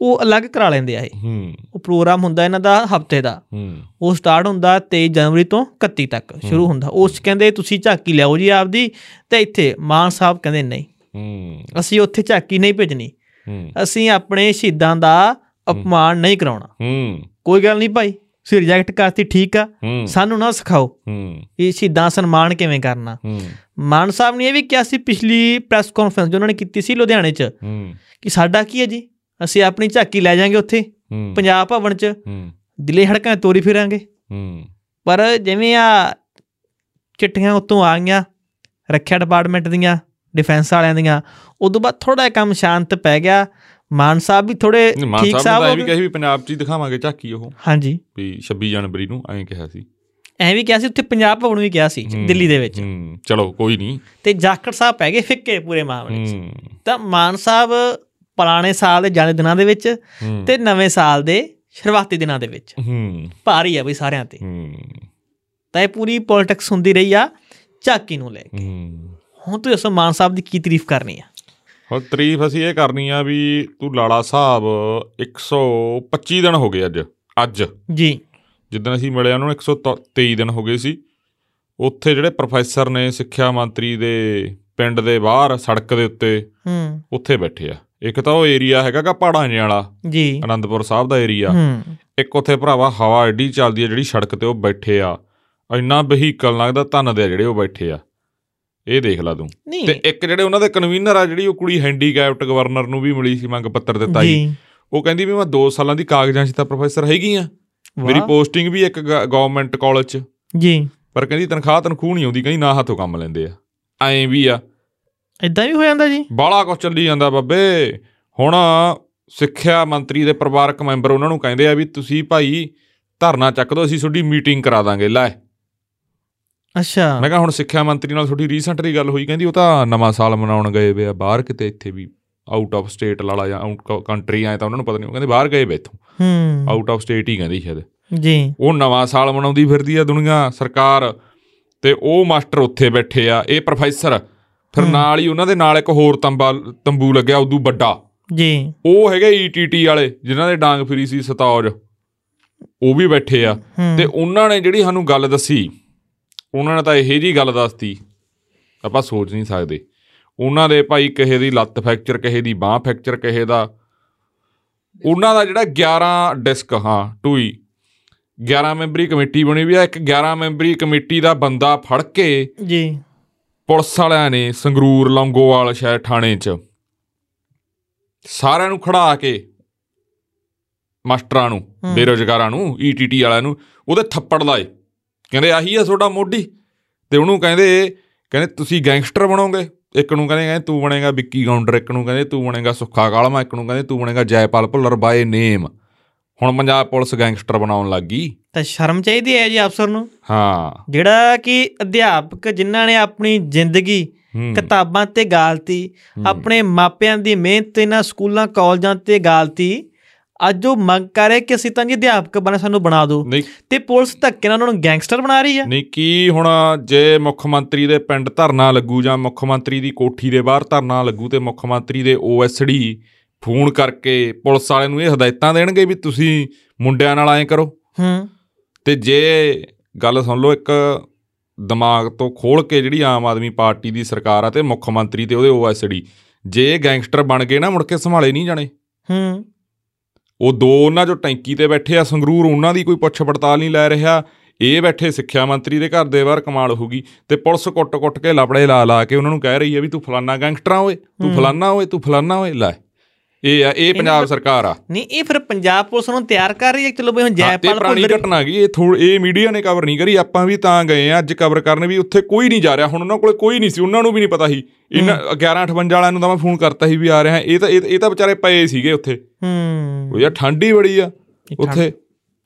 ਉਹ ਅਲੱਗ ਕਰਾ ਲੈਂਦੇ ਆ ਇਹ
ਹੂੰ
ਉਹ ਪ੍ਰੋਗਰਾਮ ਹੁੰਦਾ ਇਹਨਾਂ ਦਾ ਹਫਤੇ ਦਾ
ਹੂੰ
ਉਹ ਸਟਾਰਟ ਹੁੰਦਾ 23 ਜਨਵਰੀ ਤੋਂ 31 ਤੱਕ ਸ਼ੁਰੂ ਹੁੰਦਾ ਉਸ 'ਚ ਕਹਿੰਦੇ ਤੁਸੀਂ ਝਾਕੀ ਲਿਆਓ ਜੀ ਆਪਦੀ ਤੇ ਇੱਥੇ ਮਾਨ ਸਾਹਿਬ ਕਹਿੰਦੇ ਨਹੀਂ
ਹੂੰ
ਅਸੀਂ ਉੱਥੇ ਝਾਕੀ ਨਹੀਂ ਭੇਜਣੀ
ਹੂੰ
ਅਸੀਂ ਆਪਣੇ ਸ਼ਹੀਦਾਂ ਦਾ ਅਪਮਾਨ ਨਹੀਂ ਕਰਾਉਣਾ
ਹੂੰ
ਕੋਈ ਗੱਲ ਨਹੀਂ ਭਾਈ ਤੁਸੀਂ ਰਿਜੈਕਟ ਕਰਤੀ ਠੀਕ ਆ
ਹੂੰ
ਸਾਨੂੰ ਨਾ ਸਿਖਾਓ
ਹੂੰ
ਇਹ ਸ਼ਹੀਦਾਂ ਸਨਮਾਨ ਕਿਵੇਂ ਕਰਨਾ
ਹੂੰ
ਮਾਨ ਸਾਹਿਬ ਨੇ ਇਹ ਵੀ ਕਿਹਾ ਸੀ ਪਿਛਲੀ ਪ੍ਰੈਸ ਕਾਨਫਰੰਸ ਜੋ ਉਹਨਾਂ ਨੇ ਕੀਤੀ ਸੀ ਲੁਧਿਆਣੇ 'ਚ
ਹੂੰ
ਕਿ ਸਾਡਾ ਕੀ ਹੈ ਜੀ ਅਸੀਂ ਆਪਣੀ ਝਾਕੀ ਲੈ ਜਾਾਂਗੇ ਉੱਥੇ
ਹੂੰ
ਪੰਜਾਬ ਭਵਨ 'ਚ
ਹੂੰ
ਦਿਲੇ ਹੜਕਾਂ 'ਚ ਤੋਰੀ ਫਿਰਾਂਗੇ
ਹੂੰ
ਪਰ ਜਿਵੇਂ ਆ ਚਿੱਠੀਆਂ ਉੱਤੋਂ ਆ ਗਈਆਂ ਰੱਖਿਆ ਡਿਪਾਰਟਮੈਂਟ ਦੀਆਂ ਡਿਫੈਂਸ ਵਾਲਿਆਂ ਦੀਆਂ ਉਦੋਂ ਬਾਅਦ ਥੋੜਾ ਕੰਮ ਸ਼ਾਂਤ ਪੈ ਗਿਆ ਮਾਨ ਸਾਹਿਬ ਵੀ ਥੋੜੇ
ਨਹੀਂ, ਮਾਨ
ਠੀਕ
ਸਾਹਿਬ ਨੇ ਤਾਂ ਇਹ
ਸਾਹਿਬ
ਵੀ
ਹੋ ਗਏ
ਕਹੇ ਵੀ ਪੰਜਾਬ 'ਚ ਹੀ ਦਿਖਾਵਾਂਗੇ ਝਾਕੀ ਉਹ
ਹਾਂਜੀ
ਵੀ 26 ਜਨਵਰੀ ਨੂੰ ਐਂ ਕਿਹਾ ਸੀ
ਐਂ ਵੀ ਕਿਹਾ ਸੀ ਉੱਥੇ ਪੰਜਾਬ ਭਵਨ ਵੀ ਕਿਹਾ ਸੀ
ਹੂੰ,
ਦਿੱਲੀ ਦੇ ਵਿੱਚ
ਹੂੰ, ਚਲੋ ਕੋਈ ਨਹੀਂ
ਤੇ ਜਾਖੜ ਸਾਹਿਬ ਪੈ ਗਏ ਫਿੱਕੇ ਪੂਰੇ ਮਾਮਲੇ 'ਚ
ਹੂੰ,
ਤਾਂ ਮਾਨ ਸਾਹਿਬ ਪੁਰਾਣੇ ਸਾਲ ਦੇ ਜਾਣੇ ਦਿਨਾਂ ਦੇ ਵਿੱਚ
ਹੂੰ,
ਤੇ ਨਵੇਂ ਸਾਲ ਦੇ ਸ਼ੁਰੂਆਤੀ ਦਿਨਾਂ ਦੇ ਵਿੱਚ
ਹੂੰ
ਭਾਰੀ ਆ ਬਈ ਸਾਰਿਆਂ ਤੇ
ਹੂੰ,
ਤਾਂ ਇਹ ਪੂਰੀ ਪੋਲਿਟਿਕਸ ਹੁੰਦੀ ਰਹੀ ਆ ਝਾਕੀ ਨੂੰ ਲੈ ਕੇ
ਹੂੰ
ਹੁਣ ਤੁਸੀਂ ਦੱਸੋ ਮਾਨ ਸਾਹਿਬ ਦੀ ਕੀ ਤਾਰੀਫ ਕਰਨੀ ਆ
ਹੁਣ ਤਾਰੀਫ ਅਸੀਂ ਇਹ ਕਰਨੀ ਆ ਵੀ ਤੂੰ ਲਾਲਾ ਸਾਹਿਬ 125 ਦਿਨ ਹੋ ਗਏ ਅੱਜ ਅੱਜ
ਜੀ
ਜਿੱਦਣ ਅਸੀਂ ਮਿਲੇ ਉਹਨਾਂ ਨੂੰ 123 ਦਿਨ ਹੋ ਗਏ ਸੀ ਉੱਥੇ ਜਿਹੜੇ ਪ੍ਰੋਫੈਸਰ ਨੇ ਸਿੱਖਿਆ ਮੰਤਰੀ ਦੇ ਪਿੰਡ ਦੇ ਬਾਹਰ ਸੜਕ ਦੇ ਉੱਤੇ
ਹੂੰ
ਉੱਥੇ ਬੈਠੇ ਆ ਇੱਕ ਤਾਂ ਉਹ ਏਰੀਆ ਹੈਗਾਗਾ ਪਹਾੜਾਂ ਜਿਹਾ ਵਾਲਾ
ਜੀ
ਅਨੰਦਪੁਰ ਸਾਹਿਬ ਦਾ ਏਰੀਆ
ਹੂੰ
ਇੱਕ ਉੱਥੇ ਭਰਾਵਾ ਹਵਾ ਐਡੀ ਚੱਲਦੀ ਹੈ ਜਿਹੜੀ ਸੜਕ ਤੇ ਉਹ ਬੈਠੇ ਆ ਇੰਨਾ ਵਹੀਕਲ ਲੱਗਦਾ ਧੰਨ ਦੇ ਆ ਜਿਹੜੇ ਉਹ ਬੈਠੇ ਆ ਇਹ ਦੇਖ ਲਾ ਤੂੰ
ਨਹੀਂ
ਤੇ ਇੱਕ ਜਿਹੜੇ ਉਹਨਾਂ ਦੇ ਕਨਵੀਨਰ ਆ ਜਿਹੜੀ ਉਹ ਕੁੜੀ ਹੈਂਡੀਕੈਪਟ ਗਵਰਨਰ ਨੂੰ ਵੀ ਮਿਲੀ ਸੀ ਮੰਗ ਪੱਤਰ ਦਿੱਤਾ ਸੀ
ਜੀ
ਉਹ ਕਹਿੰਦੀ ਵੀ ਮੈਂ 2 ਸਾਲਾਂ ਦੀ ਕਾਗਜ਼ਾਂ 'ਚ ਤਾਂ ਪ੍ਰੋਫੈਸਰ ਹੈਗੀ ਆ ਮੇਰੀ
ਵਾਹ।
ਪੋਸਟਿੰਗ ਵੀ ਇੱਕ ਗਵਰਨਮੈਂਟ ਕਾਲਜ 'ਚ
ਜੀ
ਪਰ ਕਹਿੰਦੀ ਤਨਖਾਹ ਤਨਖੂਹ ਨਹੀਂ ਆਉਂਦੀ ਕਹਿੰਦੀ ਨਾ ਹੱਥੋਂ ਕੰਮ ਲੈਂਦੇ ਆ ਐਂ ਵੀ ਆ
ਇਦਾਂ ਵੀ ਹੋ ਜਾਂਦਾ ਜੀ
ਬਾਲਾ ਕੁਛ ਚੱਲੀ ਜਾਂਦਾ ਬੱਬੇ ਹੁਣ ਸਿੱਖਿਆ ਮੰਤਰੀ ਦੇ ਪਰਿਵਾਰਕ ਮੈਂਬਰ ਉਹਨਾਂ ਨੂੰ ਕਹਿੰਦੇ ਆ ਵੀ ਤੁਸੀਂ ਭਾਈ ਧਰਨਾ ਚੱਕ ਦਿਓ ਅਸੀਂ ਤੁਹਾਡੀ ਮੀਟਿੰਗ ਕਰਾ ਦਾਂਗੇ ਲੈ
ਅੱਛਾ
ਮੈਂ ਕਿਹਾ ਹੁਣ ਸਿੱਖਿਆ ਮੰਤਰੀ ਨਾਲ ਤੁਹਾਡੀ ਰੀਸੈਂਟਲੀ ਗੱਲ ਹੋਈ ਕਹਿੰਦੀ ਉਹ ਤਾਂ ਨਵਾਂ ਸਾਲ ਮਨਾਉਣ ਗਏ ਵੇ ਆ ਬਾਹਰ ਕਿਤੇ ਇੱਥੇ ਵੀ ਆਊਟ ਆਫ ਸਟੇਟ ਲਾਲਾ ਜਾਂ ਆਊਟ ਕੰਟਰੀ ਆਏ ਤਾਂ ਉਹਨਾਂ ਨੂੰ ਪਤਾ ਨਹੀਂ ਉਹ ਕਹਿੰਦੇ ਬਾਹਰ ਗਏ ਵੇ ਇੱਥੋਂ
ਹੂੰ
ਆਊਟ ਆਫ ਸਟੇਟ ਹੀ ਕਹਿੰਦੀ ਸ਼ਾਇਦ
ਜੀ
ਉਹ ਨਵਾਂ ਸਾਲ ਮਨਾਉਂਦੀ ਫਿਰਦੀ ਆ ਦੁਨੀਆ ਸਰਕਾਰ ਤੇ ਉਹ ਮਾਸਟਰ ਉੱਥੇ ਬੈਠੇ ਆ ਇਹ ਪ੍ਰੋਫੈਸਰ ਫਿਰ
ਹਮ।
ਨਾਲ ਹੀ ਉਹਨਾਂ ਦੇ ਨਾਲ ਇੱਕ ਹੋਰ ਤੰਬਾ ਤੰਬੂ ਲੱਗਿਆ ਉਦੋਂ ਵੱਡਾ
ਜੀ
ਉਹ ਹੈਗੇ ਈਟੀਟੀ ਵਾਲੇ ਜਿਨ੍ਹਾਂ ਦੇ ਡਾਂਗ ਫਰੀ ਸੀ ਸਤੌਜ ਉਹ ਵੀ ਬੈਠੇ ਆ
ਹੂੰ
ਤੇ ਉਹਨਾਂ ਨੇ ਜਿਹੜੀ ਸਾਨੂੰ ਗੱਲ ਦੱਸੀ ਉਹਨਾਂ ਨੇ ਤਾਂ ਇਹੋ ਜੀ ਗੱਲ ਦੱਸਤੀ ਆਪਾਂ ਸੋਚ ਨਹੀਂ ਸਕਦੇ ਉਹਨਾਂ ਦੇ ਭਾਈ ਕਹੇ ਦੀ ਲੱਤ ਫ੍ਰੈਕਚਰ ਕਹੇ ਦੀ ਬਾਹ ਫ੍ਰੈਕਚਰ ਕਹੇ ਦਾ ਉਹਨਾਂ ਦਾ ਜਿਹੜਾ 11 ਡਿਸਕ ਹਾਂ ਟੂਈ 11 ਮੈਂਬਰੀ ਕਮੇਟੀ ਬਣੀ ਵੀ ਆ ਇੱਕ 11 ਮੈਂਬਰੀ ਕਮੇਟੀ ਦਾ ਬੰਦਾ ਫੜ ਕੇ
ਜੀ
ਪੁਲਿਸ ਵਾਲਿਆਂ ਨੇ ਸੰਗਰੂਰ ਲੌਂਗੋਵਾਲ ਸ਼ਹਿਰ ਥਾਣੇ 'ਚ ਸਾਰਿਆਂ ਨੂੰ ਖੜਾ ਕੇ ਮਾਸਟਰਾਂ ਨੂੰ
ਹਮ।
ਬੇਰੋਜ਼ਗਾਰਾਂ ਨੂੰ ਈਟੀਟੀ ਵਾਲਿਆਂ ਨੂੰ ਉਹਦੇ ਥੱਪੜ ਲਾਏ ਕਹਿੰਦੇ ਆਹੀ ਆ ਤੁਹਾਡਾ ਮੋਢੀ ਤੇ ਉਹਨੂੰ ਕਹਿੰਦੇ ਕਹਿੰਦੇ ਤੁਸੀਂ ਗੈਂਗਸਟਰ ਬਣੋਗੇ ਇੱਕ ਨੂੰ ਕਹਿੰਦੇ ਕਹਿੰਦੇ ਤੂੰ ਬਣੇਗਾ ਵਿੱਕੀ ਗਾਉਂਡਰ ਇੱਕ ਨੂੰ ਕਹਿੰਦੇ ਤੂੰ ਬਣੇਗਾ ਸੁੱਖਾ ਕਾਲਮਾ ਇੱਕ ਨੂੰ ਕਹਿੰਦੇ ਤੂੰ ਬਣੇਗਾ ਜੈਪਾਲ ਭੁੱਲਰ ਬਾਏ ਨੇਮ ਹੁਣ ਪੰਜਾਬ ਪੁਲਿਸ ਗੈਂਗਸਟਰ ਬਣਾਉਣ ਲੱਗ ਗਈ
ਤਾਂ ਸ਼ਰਮ ਚਾਹੀਦੀ ਹੈ ਜੀ ਅਫਸਰ ਨੂੰ
ਹਾਂ
ਜਿਹੜਾ ਕਿ ਅਧਿਆਪਕ ਜਿਨ੍ਹਾਂ ਨੇ ਆਪਣੀ ਜ਼ਿੰਦਗੀ
ਹਮ,
ਕਿਤਾਬਾਂ ਤੇ ਗਾਲਤੀ
ਹਮ,
ਆਪਣੇ ਮਾਪਿਆਂ ਦੀ ਮਿਹਨਤ ਇਹਨਾਂ ਸਕੂਲਾਂ ਕਾਲਜਾਂ ਤੇ ਗਾਲਤੀ ਅੱਜ ਉਹ ਮੰਗ ਕਰ ਰਿਹਾ ਕਿ ਅਸੀਂ ਤਾਂ ਜੀ ਅਧਿਆਪਕ ਬਣੇ ਸਾਨੂੰ ਬਣਾ ਦਿਓ
ਨਹੀਂ
ਤੇ ਪੁਲਿਸ ਧੱਕੇ ਨਾਲ ਉਹਨਾਂ ਨੂੰ ਗੈਂਗਸਟਰ ਬਣਾ ਰਹੀ ਆ
ਨਹੀਂ ਕੀ ਹੁਣ ਜੇ ਮੁੱਖ ਮੰਤਰੀ ਦੇ ਪਿੰਡ ਧਰਨਾ ਲੱਗੂ ਜਾਂ ਮੁੱਖ ਮੰਤਰੀ ਦੀ ਕੋਠੀ ਦੇ ਬਾਹਰ ਧਰਨਾ ਲੱਗੂ ਤੇ ਮੁੱਖ ਮੰਤਰੀ ਦੇ ਓਐਸਡੀ ਫੋਨ ਕਰਕੇ ਪੁਲਿਸ ਵਾਲਿਆਂ ਨੂੰ ਇਹ ਹਦਾਇਤਾਂ ਦੇਣਗੇ ਵੀ ਤੁਸੀਂ ਮੁੰਡਿਆਂ ਨਾਲ ਐਂ ਕਰੋ
ਹੂੰ
ਤੇ ਜੇ ਗੱਲ ਸੁਣ ਲਓ ਇੱਕ ਦਿਮਾਗ ਤੋਂ ਖੋਲ ਕੇ ਜਿਹੜੀ ਆਮ ਆਦਮੀ ਪਾਰਟੀ ਦੀ ਸਰਕਾਰ ਆ ਤੇ ਮੁੱਖ ਮੰਤਰੀ ਤੇ ਉਹਦੇ ਓਐਸਡੀ ਜੇ ਇਹ ਗੈਂਗਸਟਰ ਬਣ ਗਏ ਨਾ ਮੁੜ ਕੇ ਸੰਭਾਲੇ ਨਹੀਂ ਜਾਣੇ
ਹੂੰ
ਉਹ ਦੋ ਉਹਨਾਂ ਜੋ ਟੈਂਕੀ ਤੇ ਬੈਠੇ ਆ ਸੰਗਰੂਰ ਉਹਨਾਂ ਦੀ ਕੋਈ ਪੁੱਛ ਪੜਤਾਲ ਨਹੀਂ ਲੈ ਰਿਹਾ ਇਹ ਬੈਠੇ ਸਿੱਖਿਆ ਮੰਤਰੀ ਦੇ ਘਰ ਦੇ ਬਾਹਰ ਕਮਾਲ ਹੋਊਗੀ ਤੇ ਪੁਲਿਸ ਕੁੱਟ-ਕੁੱਟ ਕੇ ਲਪੜੇ ਲਾ ਲਾ ਕੇ ਉਹਨਾਂ ਨੂੰ ਕਹਿ ਰਹੀ ਹੈ ਵੀ ਤੂੰ ਫਲਾਨਾ ਗੈਂਗਸਟਰਾਂ ਓਏ ਤੂੰ
ਹੂੰ।
ਫਲਾਨਾ ਓਏ ਤੂੰ ਫਲਾਨਾ ਓਏ ਲੈ ਇਹ ਆ ਇਹ ਪੰਜਾਬ ਸਰਕਾਰ ਆ
ਨਹੀਂ ਇਹ ਫਿਰ ਪੰਜਾਬ ਪੁਲਿਸ ਨੂੰ ਤਿਆਰ ਕਰ ਰਹੀ ਹੈ ਕਿ ਚਲੋ ਬਈ ਹੁਣ
ਹਾਂ, ਇਹ
ਜੈਪਾਲ
ਪੁਰਾਣੀ
ਭੁੱਲਰ
ਘਟਨਾ ਗਈ ਇਹ ਥੋੜ ਇਹ ਮੀਡੀਆ ਨੇ ਕਵਰ ਨਹੀਂ ਕਰੀ ਆਪਾਂ ਵੀ ਤਾਂ ਗਏ ਆ ਅੱਜ ਕਵਰ ਕਰਨ ਵੀ ਉੱਥੇ ਕੋਈ ਨਹੀਂ ਜਾ ਰਿਹਾ ਹੁਣ ਉਹਨਾਂ ਕੋਲੇ ਕੋਈ ਨਹੀਂ ਸੀ ਉਹਨਾਂ ਨੂੰ ਵੀ ਨਹੀਂ ਪਤਾ ਸੀ ਇਹਨਾਂ 1158 ਵਾਲਿਆਂ ਨੂੰ ਤਾਂ ਮੈਂ ਫੋਨ ਕਰਤਾ ਸੀ ਵੀ ਆ ਰਿਹਾ ਇਹ ਤਾਂ ਇਹ ਇਹ ਤਾਂ ਵਿਚਾਰੇ ਪਏ ਸੀਗੇ ਉੱਥੇ
ਹੂੰ
ਉਹ ਯਾਰ ਠੰਡ ਹੀ ਬੜੀ ਆ ਉੱਥੇ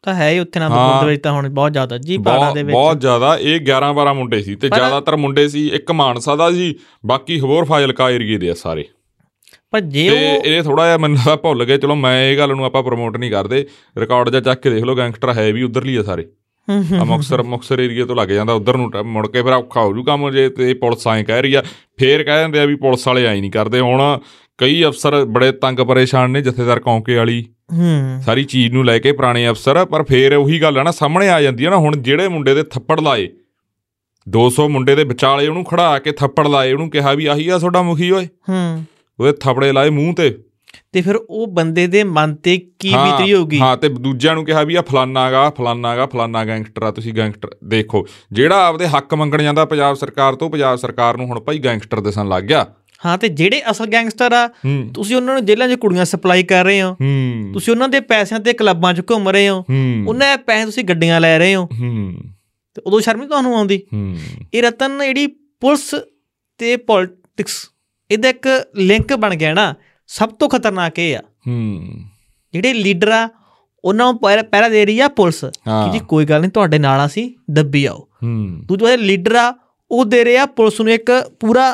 ਤਾਂ ਹੈ ਹੀ ਉੱਥੇ ਨਾ
ਹਾਂ।
ਬੰਦ ਵਿੱਚ ਤਾਂ ਹੁਣ ਬਹੁਤ ਜ਼ਿਆਦਾ ਜੀ ਪਹਾੜਾਂ
ਬਹੁਤ
ਦੇ ਵਿੱਚ
ਬਹੁਤ ਜ਼ਿਆਦਾ ਇਹ 11 12 ਮੁੰਡੇ ਸੀ ਤੇ
ਪਰ-
ਜ਼ਿਆਦਾਤਰ ਮੁੰਡੇ ਸੀ ਇੱਕ ਮਾਨਸਾ ਦਾ ਸੀ ਬਾਕੀ ਹੋਰ ਫਾਜ਼ਿਲਕਾ ਏਰੀਏ ਦੇ ਆ ਸਾਰੇ
ਪਰ ਜੇ
ਤੇ
ਉਹ
ਇਹ ਥੋੜਾ ਜਿਹਾ ਮੈਨੂੰ ਤਾਂ ਭੁੱਲ ਗਏ ਚਲੋ ਮੈਂ ਇਹ ਗੱਲ ਨੂੰ ਆਪਾਂ ਪ੍ਰਮੋਟ ਨਹੀਂ ਕਰਦੇ ਰਿਕਾਰਡ ਜਾਂ ਚੱਕ ਕੇ ਦੇਖ ਲਓ ਗੈਂਗਸਟਰ ਹੈ ਵੀ ਉਧਰਲੀ ਆ ਸਾਰੇ
ਹੂੰ, ਹੂੰ,
ਆ ਮੁਕਸਰ ਮੁਕਸਰ ਏਰੀਆ ਤੋਂ ਲੱਗ ਜਾਂਦਾ ਉਧਰ ਨੂੰ ਟ- ਮੁੜ ਕੇ ਫਿਰ ਔਖਾ ਹੋ ਜੂ ਕੰਮ ਜੇ ਤੇ ਪੁਲਿਸ ਐਂ ਕਹਿ ਰਹੀ ਆ ਫੇਰ ਕਹਿ ਦਿੰਦੇ ਆ ਵੀ ਪੁਲਿਸ ਵਾਲੇ ਆਈ ਨਹੀਂ ਕਰਦੇ ਹੁਣ ਕਈ ਅਫਸਰ ਬੜੇ ਤੰਗ ਪਰੇਸ਼ਾਨ ਨੇ ਜਥੇਦਾਰ ਕੌਂਕੇ ਵਾਲੀ
ਹੂੰ
ਸਾਰੀ ਚੀਜ਼ ਨੂੰ ਲੈ ਕੇ ਪੁਰਾਣੇ ਅਫਸਰ ਪਰ ਫੇਰ ਉਹੀ ਗੱਲ ਆ ਨਾ ਸਾਹਮਣੇ ਆ ਜਾਂਦੀ ਆ ਨਾ ਹੁਣ ਜਿਹੜੇ ਮੁੰਡੇ ਦੇ ਥੱਪੜ ਲਾਏ 200 ਮੁੰਡੇ ਦੇ ਵਿਚਾਲੇ ਉਹਨੂੰ ਖੜਾ ਕੇ ਥੱਪੜ ਲਾਏ ਉਹਨੂੰ ਕਿਹਾ ਵੀ ਆਹੀ ਆ ਤੁਹਾਡਾ ਮੁਖੀ ਓਏ
ਹੂੰ
ਉਹਦੇ ਥੱਪੜੇ ਲਾਏ ਮੂੰਹ ਤੇ
ਤੇ ਫਿਰ ਉਹ ਬੰਦੇ ਦੇ ਮਨ ਤੇ ਕੀ
ਹਾਂ,
ਬੀਤਰੀ ਹੋਊਗੀ
ਹਾਂ ਤੇ ਦੂਜਿਆਂ ਨੂੰ ਕਿਹਾ ਵੀ ਆ ਫਲਾਨਾਗਾ ਫਲਾਨਾਗਾ ਫਲਾਨਾ ਗੈਂਗਸਟਰ ਆ ਤੁਸੀਂ ਗੈਂਗਸਟਰ ਦੇਖੋ ਜਿਹੜਾ ਆਪਦੇ ਹੱਕ ਮੰਗਣ ਜਾਂਦਾ ਪੰਜਾਬ ਸਰਕਾਰ ਤੋਂ ਪੰਜਾਬ ਸਰਕਾਰ ਨੂੰ ਹੁਣ ਭਾਈ ਗੈਂਗਸਟਰ ਦਿਸਣ ਲੱਗ ਗਿਆ
ਹਾਂ ਤੇ ਜਿਹੜੇ ਅਸਲ ਗੈਂਗਸਟਰ ਆ
ਹੂੰ
ਤੁਸੀਂ ਉਹਨਾਂ ਨੂੰ ਜੇਲ੍ਹਾਂ 'ਚ ਕੁੜੀਆਂ ਸਪਲਾਈ ਕਰ ਰਹੇ ਹੋ
ਹੂੰ
ਤੁਸੀਂ ਉਹਨਾਂ ਦੇ ਪੈਸਿਆਂ ਤੇ ਕਲੱਬਾਂ 'ਚ ਘੁੰਮ ਰਹੇ ਹੋ
ਹੂੰ
ਉਹਨਾਂ ਦੇ ਪੈਸੇ ਤੁਸੀਂ ਗੱਡੀਆਂ ਲੈ ਰਹੇ ਹੋ
ਹੂੰ
ਤੇ ਉਦੋਂ ਸ਼ਰਮ ਨਹੀਂ ਤੁਹਾਨੂੰ ਆਉਂਦੀ
ਹੂੰ
ਇਹ ਰਤਨ ਜਿਹੜੀ ਪੁਲਿਸ ਤੇ ਪੋਲਿਟਿਕਸ ਇਹਦਾ ਇੱਕ ਲਿੰਕ ਬਣ ਗਿਆ ਨਾ ਸਭ ਤੋਂ ਖਤਰਨਾਕ ਇਹ ਆ
ਹੂੰ
ਜਿਹੜੇ ਲੀਡਰ ਆ ਉਹਨਾਂ ਨੂੰ ਪਹਿਰਾ ਪਹਿਰਾ ਦੇ ਰਹੀ ਆ ਪੁਲਿਸ ਕਿ
ਹਾਂ
ਜੀ ਕੋਈ ਗੱਲ ਨਹੀਂ ਤੁਹਾਡੇ ਨਾਲ ਅਸੀਂ ਦੱਬੀ ਆਓ
ਹੂੰ
ਦੂਜੇ ਪਾਸੇ ਲੀਡਰ ਆ ਉਹ ਦੇ ਰਿਹਾ ਪੁਲਿਸ ਨੂੰ ਇੱਕ ਪੂਰਾ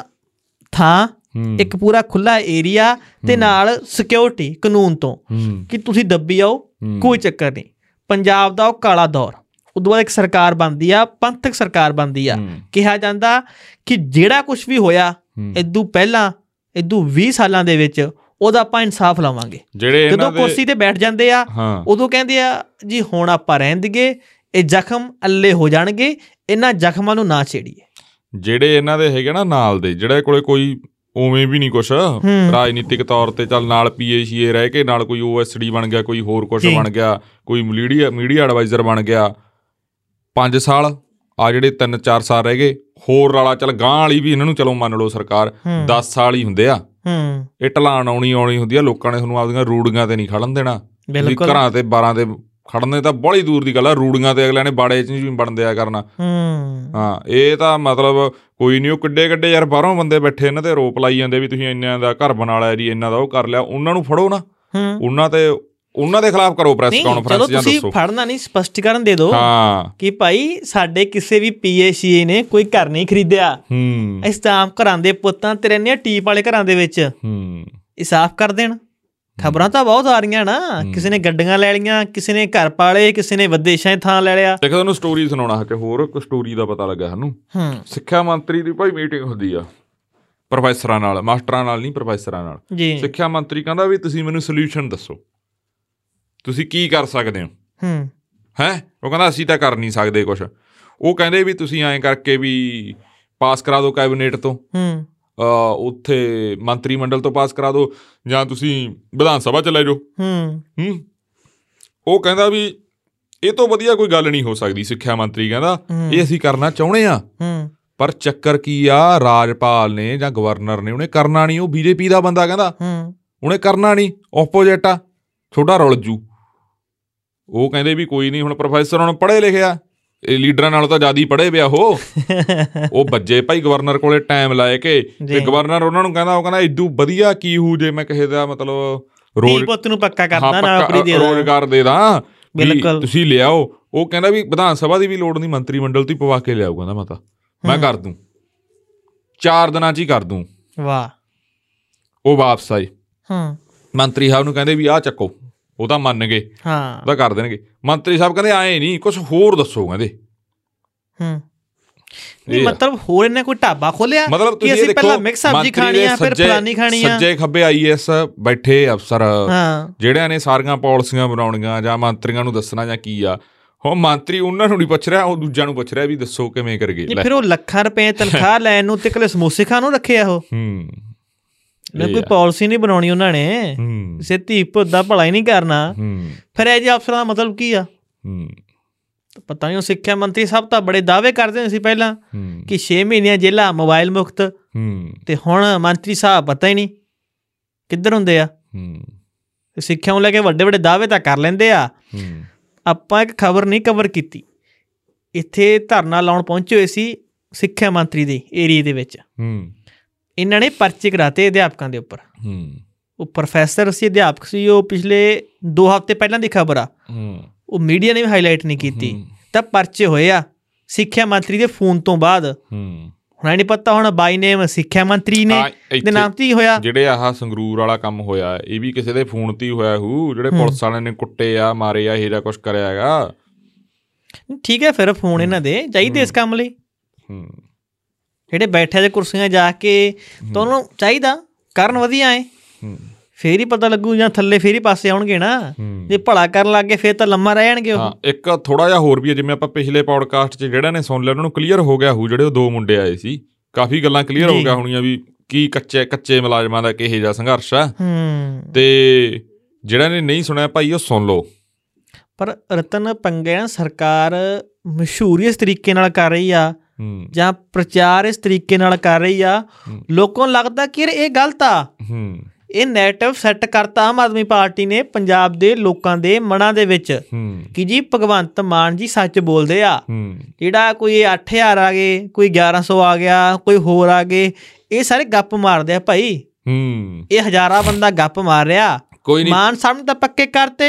ਥਾਂ
ਹੂੰ
ਇੱਕ ਪੂਰਾ ਖੁੱਲਾ ਏਰੀਆ ਤੇ ਨਾਲ ਸਿਕਿਉਰਿਟੀ ਕਾਨੂੰਨ ਤੋਂ
ਹੂੰ
ਕਿ ਤੁਸੀਂ ਦੱਬੀ ਆਓ
ਹੂੰ।
ਕੋਈ ਚੱਕਰ ਨਹੀਂ ਪੰਜਾਬ ਦਾ ਉਹ ਕਾਲਾ ਦੌਰ ਉਦੋਂ ਬਾਅਦ ਇੱਕ ਸਰਕਾਰ ਬਣਦੀ ਆ ਪੰਥਕ ਸਰਕਾਰ ਬਣਦੀ ਆ
ਹੂੰ।
ਕਿਹਾ ਜਾਂਦਾ ਕਿ ਜਿਹੜਾ ਕੁਝ ਵੀ ਹੋਇਆ
ਹੂੰ।
ਇਦੋਂ ਪਹਿਲਾਂ ਇਦੋਂ 20 ਸਾਲਾਂ ਦੇ ਵਿੱਚ ਉਹਦਾ ਆਪਾਂ ਇਨਸਾਫ ਲਵਾਂਗੇ
ਜਿਹੜੇ
ਜਦੋਂ
ਇਹਨਾਂ ਦੇ
ਕੁਰਸੀ ਤੇ ਬੈਠ ਜਾਂਦੇ ਆ
ਹਾਂ
ਉਦੋਂ ਕਹਿੰਦੇ ਆ ਜੀ ਹੁਣ ਆਪਾਂ ਰਹਿਣ ਦੀਏ ਇਹ ਜ਼ਖਮ ਅੱਲੇ ਹੋ ਜਾਣਗੇ ਇਹਨਾਂ ਜ਼ਖਮਾਂ ਨੂੰ ਨਾ ਛੇੜੀਏ
ਜਿਹੜੇ ਇਹਨਾਂ ਦੇ ਹੈਗੇ ਨਾ ਨਾਲ ਦੇ ਜਿਹੜੇ ਕੋਲੇ ਕੋਈ ਉਵੇਂ ਵੀ ਨਹੀਂ ਕੁਛ ਰਾਜਨੀਤਿਕ ਤੌਰ ਤੇ ਚੱਲ ਨਾਲ ਪੀਏਸੀਏ ਰਹਿ ਕੇ ਨਾਲ ਕੋਈ ਓਐਸਡੀ ਬਣ ਗਿਆ ਕੋਈ ਹੋਰ ਕੁਛ
ਜੀ।
ਬਣ ਗਿਆ ਕੋਈ ਮੀਡੀਆ ਮੀਡੀਆ ਐਡਵਾਈਜ਼ਰ ਬਣ ਗਿਆ 5 ਸਾਲ ਆ ਜਿਹੜੇ 3-4 ਸਾਲ ਰਹਿ ਗਏ ਹੋਰ ਵਾਲਾ ਚੱਲ ਗਾਂ ਵਾਲੀ ਵੀ ਇਹਨਾਂ ਨੂੰ ਚਲੋ ਮੰਨ ਲਓ ਸਰਕਾਰ 10 ਸਾਲ ਹੀ ਹੁੰਦੇ ਆ
ਹੂੰ
ਇਹ ਢਲਾਣ ਆਉਣੀ ਆਉਣੀ ਹੁੰਦੀ ਆ ਲੋਕਾਂ ਨੇ ਤੁਹਾਨੂੰ ਆਪਦੀਆਂ ਰੂੜੀਆਂ ਤੇ ਨਹੀਂ ਖੜਨ ਦੇਣਾ ਤੁਸੀਂ
ਬਿਲਕੁਲ
ਘਰਾਂ ਤੇ 12 ਦੇ ਖੜਨੇ ਤਾਂ ਬੜੀ ਦੂਰ ਦੀ ਗੱਲ ਆ ਰੂੜੀਆਂ ਤੇ ਅਗਲਿਆਂ ਨੇ ਬਾੜੇ 'ਚ ਵੀ ਬਣਦੇ ਆ ਕਰਨਾ
ਹੂੰ
ਹਾਂ ਇਹ ਤਾਂ ਮਤਲਬ ਕੋਈ ਨਹੀਂ ਉਹ ਕਿੱਡੇ ਕਿੱਡੇ ਯਾਰ ਬਾਹਰੋਂ ਬੰਦੇ ਬੈਠੇ ਇਹਨਾਂ ਤੇ ਰੋਪ ਲਾਈ ਜਾਂਦੇ ਵੀ ਤੁਸੀਂ ਇੰਨਿਆਂ ਦਾ ਘਰ ਬਣਾ ਲਿਆ ਜੀ ਇੰਨਾ ਦਾ ਉਹ ਕਰ ਲਿਆ ਉਹਨਾਂ ਨੂੰ ਫੜੋ ਨਾ
ਹੂੰ
ਉਹਨਾਂ ਤੇ ਉਹਨਾਂ ਦੇ ਖਿਲਾਫ ਕਰੋ ਪ੍ਰੈਸ
ਨਹੀਂ ਚਲੋ
ਕਾਨਫਰੰਸ ਜਾਂ
ਤੁਸੀਂ
ਦੱਸੋ
ਫੜਨਾ ਨਹੀਂ ਸਪਸ਼ਟੀਕਰਨ ਦੇ ਦਿਓ
ਹਾਂ
ਕਿ ਭਾਈ ਸਾਡੇ ਕਿਸੇ ਵੀ ਪੀਏਸੀਏ ਨੇ ਕੋਈ ਘਰ ਨਹੀਂ ਖਰੀਦਿਆ
ਹੂੰ
ਇਸ ਤਾਂ ਆਮ ਘਰਾਂ ਦੇ ਪੁੱਤਾਂ ਤੇ ਰਹਿੰਦੇ ਆ ਟੀਪ ਵਾਲੇ ਘਰਾਂ ਦੇ ਵਿੱਚ
ਹੂੰ
ਇਹ ਸਾਫ਼ ਕਰ ਦੇਣ ਖਬਰਾਂ ਤਾਂ ਬਹੁਤ ਆ ਰਹੀਆਂ ਨਾ ਕਿਸੇ ਨੇ ਗੱਡੀਆਂ ਲੈ ਲਈਆਂ ਕਿਸੇ ਨੇ ਘਰ ਪਾਲੇ ਕਿਸੇ ਨੇ ਵਿਦੇਸ਼ਾਂ 'ਚ ਥਾਂ ਲੈ ਲਿਆ
ਦੇਖੋ ਤੁਹਾਨੂੰ ਸਟੋਰੀ ਸੁਣਾਉਣਾ ਹੱਥੇ ਹੋਰ ਕੋਈ ਸਟੋਰੀ ਦਾ ਪਤਾ ਲੱਗਾ ਸਾਨੂੰ
ਹੂੰ
ਸਿੱਖਿਆ ਮੰਤਰੀ ਦੀ ਭਾਈ ਮੀਟਿੰਗ ਹੁੰਦੀ ਆ ਪ੍ਰੋਫੈਸਰਾਂ ਨਾਲ ਮਾਸਟਰਾਂ ਨਾਲ ਨਹੀਂ ਪ੍ਰੋਫੈਸਰਾਂ ਨਾਲ
ਜੀ
ਸਿੱਖਿਆ ਮੰਤਰੀ ਕਹਿੰਦਾ ਵੀ ਤੁਸੀਂ ਮੈਨੂੰ ਸੋਲੂਸ਼ਨ ਦੱਸੋ ਤੁਸੀਂ ਕੀ ਕਰ ਸਕਦੇ ਹੋ
ਹੂੰ
ਹੈ ਉਹ ਕਹਿੰਦਾ ਅਸੀਂ ਤਾਂ ਕਰ ਨਹੀਂ ਸਕਦੇ ਕੁਝ ਉਹ ਕਹਿੰਦੇ ਵੀ ਤੁਸੀਂ ਐਂ ਕਰਕੇ ਵੀ ਪਾਸ ਕਰਾ ਦਿਓ ਕੈਬਨਿਟ ਤੋਂ
ਹੂੰ
ਅ, ਉੱਥੇ ਮੰਤਰੀ ਮੰਡਲ ਤੋਂ ਪਾਸ ਕਰਾ ਦਿਓ ਜਾਂ ਤੁਸੀਂ ਵਿਧਾਨ ਸਭਾ ਚ ਲੈ ਜਾਓ
ਹੂੰ
ਹੂੰ ਉਹ ਕਹਿੰਦਾ ਵੀ ਇਹ ਤੋਂ ਵਧੀਆ ਕੋਈ ਗੱਲ ਨਹੀਂ ਹੋ ਸਕਦੀ ਸਿੱਖਿਆ ਮੰਤਰੀ ਕਹਿੰਦਾ
ਹੂੰ।
ਇਹ ਅਸੀਂ ਕਰਨਾ ਚਾਹੁੰਦੇ ਆ
ਹੂੰ
ਪਰ ਚੱਕਰ ਕੀ ਆ ਰਾਜਪਾਲ ਨੇ ਜਾਂ ਗਵਰਨਰ ਨੇ ਉਹਨੇ ਕਰਨਾ ਨਹੀਂ ਉਹ ਬੀਜੇਪੀ ਦਾ ਬੰਦਾ ਕਹਿੰਦਾ
ਹੂੰ
ਉਹਨੇ ਕਰਨਾ ਨਹੀਂ ਆਪੋਜੀਟ ਆ ਥੋੜਾ ਰੁਲ ਜੂ ਉਹ ਕਹਿੰਦੇ ਵੀ ਕੋਈ ਨਹੀਂ ਹੁਣ ਪ੍ਰੋਫੈਸਰ ਹੁਣ ਪੜ੍ਹੇ ਲਿਖਿਆ ਇਹ ਲੀਡਰਾਂ ਨਾਲੋਂ ਤਾਂ ਜ਼ਿਆਦਾ ਹੀ ਪੜ੍ਹੇ ਪਿਆ ਉਹ ਉਹ ਬੱਜੇ ਭਾਈ ਗਵਰਨਰ ਕੋਲੇ ਟਾਈਮ ਲਾਏ ਕੇ ਤੇ
ਜੀ।
ਗਵਰਨਰ ਉਹਨਾਂ ਨੂੰ ਕਹਿੰਦਾ ਉਹ ਕਹਿੰਦਾ ਇਦੋਂ ਵਧੀਆ ਕੀ ਹੂ ਜੇ ਮੈਂ ਕਿਸੇ ਦਾ ਮਤਲਬ
ਧੀ
ਰੋਜ਼
ਪੁੱਤ ਨੂੰ ਪੱਕਾ
ਹਾਂ,
ਕਰਦਾ
ਪੱਕਾ
ਨੌਕਰੀ ਦੇ ਦੇਣਾ।
ਰੋਜ਼ਗਾਰ ਦੇ ਦਾਂ ਵੀ
ਬਿਲਕੁਲ।
ਤੁਸੀਂ ਲਿਆਓ ਉਹ ਕਹਿੰਦਾ ਵੀ ਵਿਧਾਨ ਸਭਾ ਦੀ ਵੀ ਲੋੜ ਨਹੀਂ ਮੰਤਰੀ ਮੰਡਲ ਤੋਂ ਹੀ ਪਵਾ ਕੇ ਲਿਆਓ ਕਹਿੰਦਾ ਮੈਂ ਤਾਂ ਮੈਂ ਕਰ ਦੂੰ ਚਾਰ ਦਿਨਾਂ 'ਚ ਹੀ ਕਰ ਦੂੰ
ਵਾਹ
ਉਹ ਵਾਪਸ ਆਏ
ਹੂੰ
ਮੰਤਰੀ ਸਾਹਿਬ ਨੂੰ ਕਹਿੰਦੇ ਵੀ ਆਹ ਚੱਕੋ ਉਹ ਤਾਂ ਮੰਨ ਗਏ
ਹਾਂ
ਉਹਦਾ ਕਰ ਦੇਣਗੇ ਮੰਤਰੀ ਸਾਹਿਬ ਕਹਿੰਦੇ ਆਏ ਨਹੀਂ ਕੁਝ ਹੋਰ ਦੱਸੋ ਕਹਿੰਦੇ
ਹੂੰ
ਇਹ
ਨਹੀਂ
ਆ।
ਮਤਲਬ ਹੋਰ ਇਹਨੇ ਕੋਈ ਢਾਬਾ ਖੋਲਿਆ ਕਿ
ਮਤਲਬ ਤੁਸੀਂ ਇਹ
ਅਸੀਂ
ਦੇਖੋ
ਪਹਿਲਾਂ ਮਿਕਸ ਸਬਜ਼ੀ
ਮੰਤਰੀ
ਖਾਣੀ
ਦੇ
ਆ ਫਿਰ
ਸੱਜੇ-
ਫਲਾਨੀ ਖਾਣੀ ਆ
ਸੱਜੇ ਖੱਬੇ ਆਈਐਸ ਬੈਠੇ ਅਫਸਰ
ਹਾਂ
ਜਿਹੜਿਆਂ ਨੇ ਸਾਰੀਆਂ ਪਾਲਿਸੀਆਂ ਬਣਾਉਣੀਆਂ ਜਾਂ ਮੰਤਰੀਆਂ ਨੂੰ ਦੱਸਣਾ ਜਾਂ ਕੀ ਆ ਉਹ ਮੰਤਰੀ ਉਹਨਾਂ ਨੂੰ ਨਹੀਂ ਪੁੱਛ ਰਿਹਾ ਉਹ ਦੂਜਿਆਂ ਨੂੰ ਪੁੱਛ ਰਿਹਾ ਵੀ ਦੱਸੋ ਕਿਵੇਂ ਕਰਗੇ
ਨਹੀਂ ਫਿਰ ਉਹ ਲੱਖਾਂ ਰੁਪਏ ਤਨਖਾਹ ਲੈਣ ਨੂੰ ਤੇ ਕਲੇ ਸਮੋਸੇ ਖਾਣ ਨੂੰ ਰੱਖਿਆ ਉਹ
ਹੂੰ
ਨਾ
ਇਹ
ਕੋਈ
ਆ।
ਪਾਲਿਸੀ ਨਹੀਂ ਬਣਾਉਣੀ ਉਹਨਾਂ ਨੇ
ਹੂੰ
ਕਿਸੇ ਧੀ ਪੁੱਤ ਦਾ ਭਲਾ ਹੀ ਨਹੀਂ ਕਰਨਾ
ਹੂੰ
ਫਿਰ ਇਹ ਜੇ ਅਫਸਰਾਂ ਦਾ ਮਤਲਬ ਕੀ ਆ
ਹੂੰ
ਪਤਾ ਨਹੀਂ ਉਹ ਸਿੱਖਿਆ ਮੰਤਰੀ ਸਾਹਿਬ ਤਾਂ ਬੜੇ ਦਾਅਵੇ ਕਰਦੇ ਹੁੰਦੇ ਸੀ ਪਹਿਲਾਂ
ਹੂੰ
ਕਿ 6 ਮਹੀਨਿਆਂ ਜੇਲਾ ਮੋਬਾਈਲ ਮੁਕਤ
ਹੂੰ
ਤੇ ਹੁਣ ਮੰਤਰੀ ਸਾਹਿਬ ਪਤਾ ਹੀ ਨਹੀਂ ਕਿੱਧਰ ਹੁੰਦੇ ਆ
ਹੂੰ
ਸਿੱਖਿਆ ਨੂੰ ਲੈ ਕੇ ਵੱਡੇ ਵੱਡੇ ਦਾਅਵੇ ਤਾਂ ਕਰ ਲੈਂਦੇ ਆ
ਹੂੰ
ਆਪਾਂ ਇੱਕ ਖਬਰ ਨਹੀਂ ਕਵਰ ਕੀਤੀ ਇੱਥੇ ਧਰਨਾ ਲਾਉਣ ਪਹੁੰਚੇ ਹੋਏ ਸੀ ਸਿੱਖਿਆ ਮੰਤਰੀ ਦੇ ਏਰੀਏ ਦੇ ਵਿੱਚ
ਹੂੰ
ਇਹਨਾਂ ਨੇ ਪਰਚੇ ਕਰਾਤੇ ਅਧਿਆਪਕਾਂ ਦੇ ਉੱਪਰ
ਹੂੰ
ਉਹ ਪ੍ਰੋਫੈਸਰ ਸੀ ਅਧਿਆਪਕ ਸੀ ਉਹ ਪਿਛਲੇ 2 ਹਫ਼ਤੇ ਪਹਿਲਾਂ ਦੀ ਖਬਰ ਆ
ਹੂੰ
ਉਹ ਮੀਡੀਆ ਨੇ ਵੀ ਹਾਈਲਾਈਟ ਨਹੀਂ ਕੀਤੀ
ਹੂੰ।
ਤਾਂ ਪਰਚੇ ਹੋਏ ਆ ਸਿੱਖਿਆ ਮੰਤਰੀ ਦੇ ਫੋਨ ਤੋਂ ਬਾਅਦ
ਹੂੰ
ਹੁਣ ਇਹ ਨਹੀਂ ਪਤਾ ਹੁਣ ਬਾਈ ਨੇਮ ਸਿੱਖਿਆ ਮੰਤਰੀ ਨੇ
ਆ,
ਦੇ
ਇੱਥੇ
ਨਾਮ ਤੇ ਹੀ ਹੋਇਆ
ਜਿਹੜੇ ਆਹ ਸੰਗਰੂਰ ਵਾਲਾ ਕੰਮ ਹੋਇਆ ਇਹ ਵੀ ਕਿਸੇ ਦੇ ਫੋਨ ਤੇ ਹੀ ਹੋਇਆ ਹੂ ਜਿਹੜੇ ਪੁਲਿਸ ਵਾਲਿਆਂ ਨੇ ਕੁੱਟੇ ਆ ਮਾਰੇ ਆ ਇਹੋ ਜਿਹਾ ਕੁਝ ਕਰਿਆ ਹੈਗਾ
ਠੀਕ ਹੈ ਫਿਰ ਫੋਨ ਇਹਨਾਂ ਦੇ ਚਾਹੀਦੇ ਇਸ ਕੰਮ ਲਈ
ਹੂੰ
ਜਿਹੜੇ ਬੈਠੇ ਦੇ ਕੁਰਸੀਆਂ ਜਾ ਕੇ ਤਾਂ ਉਹਨਾਂ ਨੂੰ ਚਾਹੀਦਾ ਕਰਨ ਵਧੀਆ ਏ
ਹੂੰ
ਫੇਰ ਹੀ ਪਤਾ ਲੱਗੂ ਜਾਂ ਥੱਲੇ ਫੇਰ ਹੀ ਪਾਸੇ ਆਉਣਗੇ ਨਾ
ਹੂੰ।
ਜੇ ਭਲਾ ਕਰਨ ਲੱਗੇ ਫੇਰ ਤਾਂ ਲੰਮਾ ਰਹਿ ਜਾਣਗੇ ਉਹ
ਹਾਂ ਇੱਕ ਥੋੜਾ ਜਿਹਾ ਹੋਰ ਵੀ ਹੈ ਜਿਵੇਂ ਆਪਾਂ ਪਿਛਲੇ ਪੌਡਕਾਸਟ 'ਚ ਜਿਹੜਾ ਨੇ ਸੁਣ ਲਿਆ ਉਹਨਾਂ ਨੂੰ ਕਲੀਅਰ ਹੋ ਗਿਆ ਹੂ ਜਿਹੜੇ ਉਹ ਦੋ ਮੁੰਡੇ ਆਏ ਸੀ ਕਾਫੀ ਗੱਲਾਂ ਕਲੀਅਰ ਹੋ
ਜੀ।
ਗਿਆ ਹੋਣੀਆਂ ਵੀ ਕੀ ਕੱਚੇ ਕੱਚੇ ਮੁਲਾਜ਼ਮਾਂ ਦਾ ਕਿਹੇ ਜਿਹਾ ਸੰਘਰਸ਼ ਆ
ਹੂੰ
ਤੇ ਜਿਹੜਾ ਨੇ ਨਹੀਂ ਸੁਣਿਆ ਭਾਈ ਉਹ ਸੁਣ ਲਓ
ਪਰ ਰਤਨ ਪੰਗੇ ਨਾ ਸਰਕਾਰ ਮਸ਼ਹੂਰੀ ਇਸ ਤਰੀਕੇ ਨਾਲ ਕਰ ਰਹੀ ਆ
ਹੂੰ
ਜਾਂ ਪ੍ਰਚਾਰ ਇਸ ਤਰੀਕੇ ਨਾਲ ਕਰ ਰਹੀ ਆ
ਹੂੰ।
ਲੋਕਾਂ ਨੂੰ ਲੱਗਦਾ ਕਿ ਯਾਰ ਇਹ ਗਲਤ ਆ
ਹੂੰ
ਇਹ ਨੈਟਿਵ ਸੈੱਟ ਕਰਤਾ ਆਮ ਆਦਮੀ ਪਾਰਟੀ ਨੇ ਪੰਜਾਬ ਦੇ ਲੋਕਾਂ ਦੇ ਮਨਾਂ ਦੇ ਵਿੱਚ
ਹੂੰ
ਕਿ ਜੀ ਭਗਵੰਤ ਮਾਨ ਜੀ ਸੱਚ ਬੋਲਦੇ ਆ
ਹੂੰ
ਜਿਹੜਾ ਕੋਈ 8000 ਆ ਗਏ ਕੋਈ 1100 ਆ ਗਿਆ ਕੋਈ ਹੋਰ ਆ ਗਏ ਇਹ ਸਾਰੇ ਗੱਪ ਮਾਰਦੇ ਆ ਭਾਈ
ਹੂੰ
ਇਹ ਹਜ਼ਾਰਾਂ ਬੰਦਾ ਗੱਪ ਮਾਰ ਰਿਹਾ
ਕੋਈ ਨਹੀਂ
ਮਾਨ ਸਾਹਿਬ ਨੇ ਤਾਂ ਪੱਕੇ ਕਰਤੇ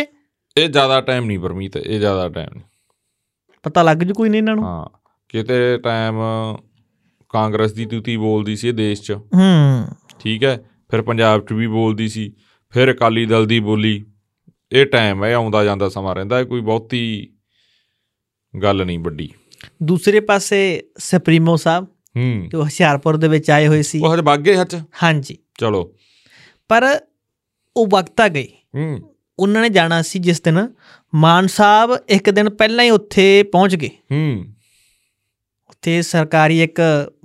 ਇਹ ਜ਼ਿਆਦਾ ਟਾਈਮ ਨਹੀਂ ਪਰਮੀਤ ਇਹ ਜ਼ਿਆਦਾ ਟਾਈਮ ਨਹੀਂ
ਪਤਾ ਲੱਗ ਜੂ ਕੋਈ ਨਹੀਂ ਇਹਨਾਂ ਨੂੰ
ਹਾਂ ਕਿਤੇ ਟਾਈਮ ਕਾਂਗਰਸ ਦੀ ਤੂਤੀ ਬੋਲਦੀ ਸੀ ਇਹ ਦੇਸ਼ 'ਚ
ਹੂੰ
ਠੀਕ ਹੈ ਫਿਰ ਪੰਜਾਬ 'ਚ ਵੀ ਬੋਲਦੀ ਸੀ ਫਿਰ ਅਕਾਲੀ ਦਲ ਦੀ ਬੋਲੀ ਇਹ ਟਾਈਮ ਹੈ ਆਉਂਦਾ ਜਾਂਦਾ ਸਮਾਂ ਰਹਿੰਦਾ ਹੈ ਕੋਈ ਬਹੁਤੀ ਗੱਲ ਨਹੀਂ ਵੱਡੀ
ਦੂਸਰੇ ਪਾਸੇ ਸੁਪਰੀਮੋ ਸਾਹਿਬ
ਹੂੰ
ਜੋ ਹਸ਼ਿਆਰਪੁਰ ਦੇ ਵਿੱਚ ਆਏ ਹੋਏ ਸੀ
ਉਹ ਹਜੇ ਬਾਗੇ ਹੱਚ
ਹਾਂਜੀ
ਚਲੋ
ਪਰ ਉਹ ਵਕਤ ਆ ਗਏ
ਹੂੰ
ਉਹਨਾਂ ਨੇ ਜਾਣਾ ਸੀ ਜਿਸ ਦਿਨ ਮਾਨ ਸਾਹਿਬ ਇੱਕ ਦਿਨ ਪਹਿਲਾਂ ਹੀ ਉੱਥੇ ਪਹੁੰਚ ਗਏ
ਹੂੰ
ਉੱਥੇ ਸਰਕਾਰੀ ਇੱਕ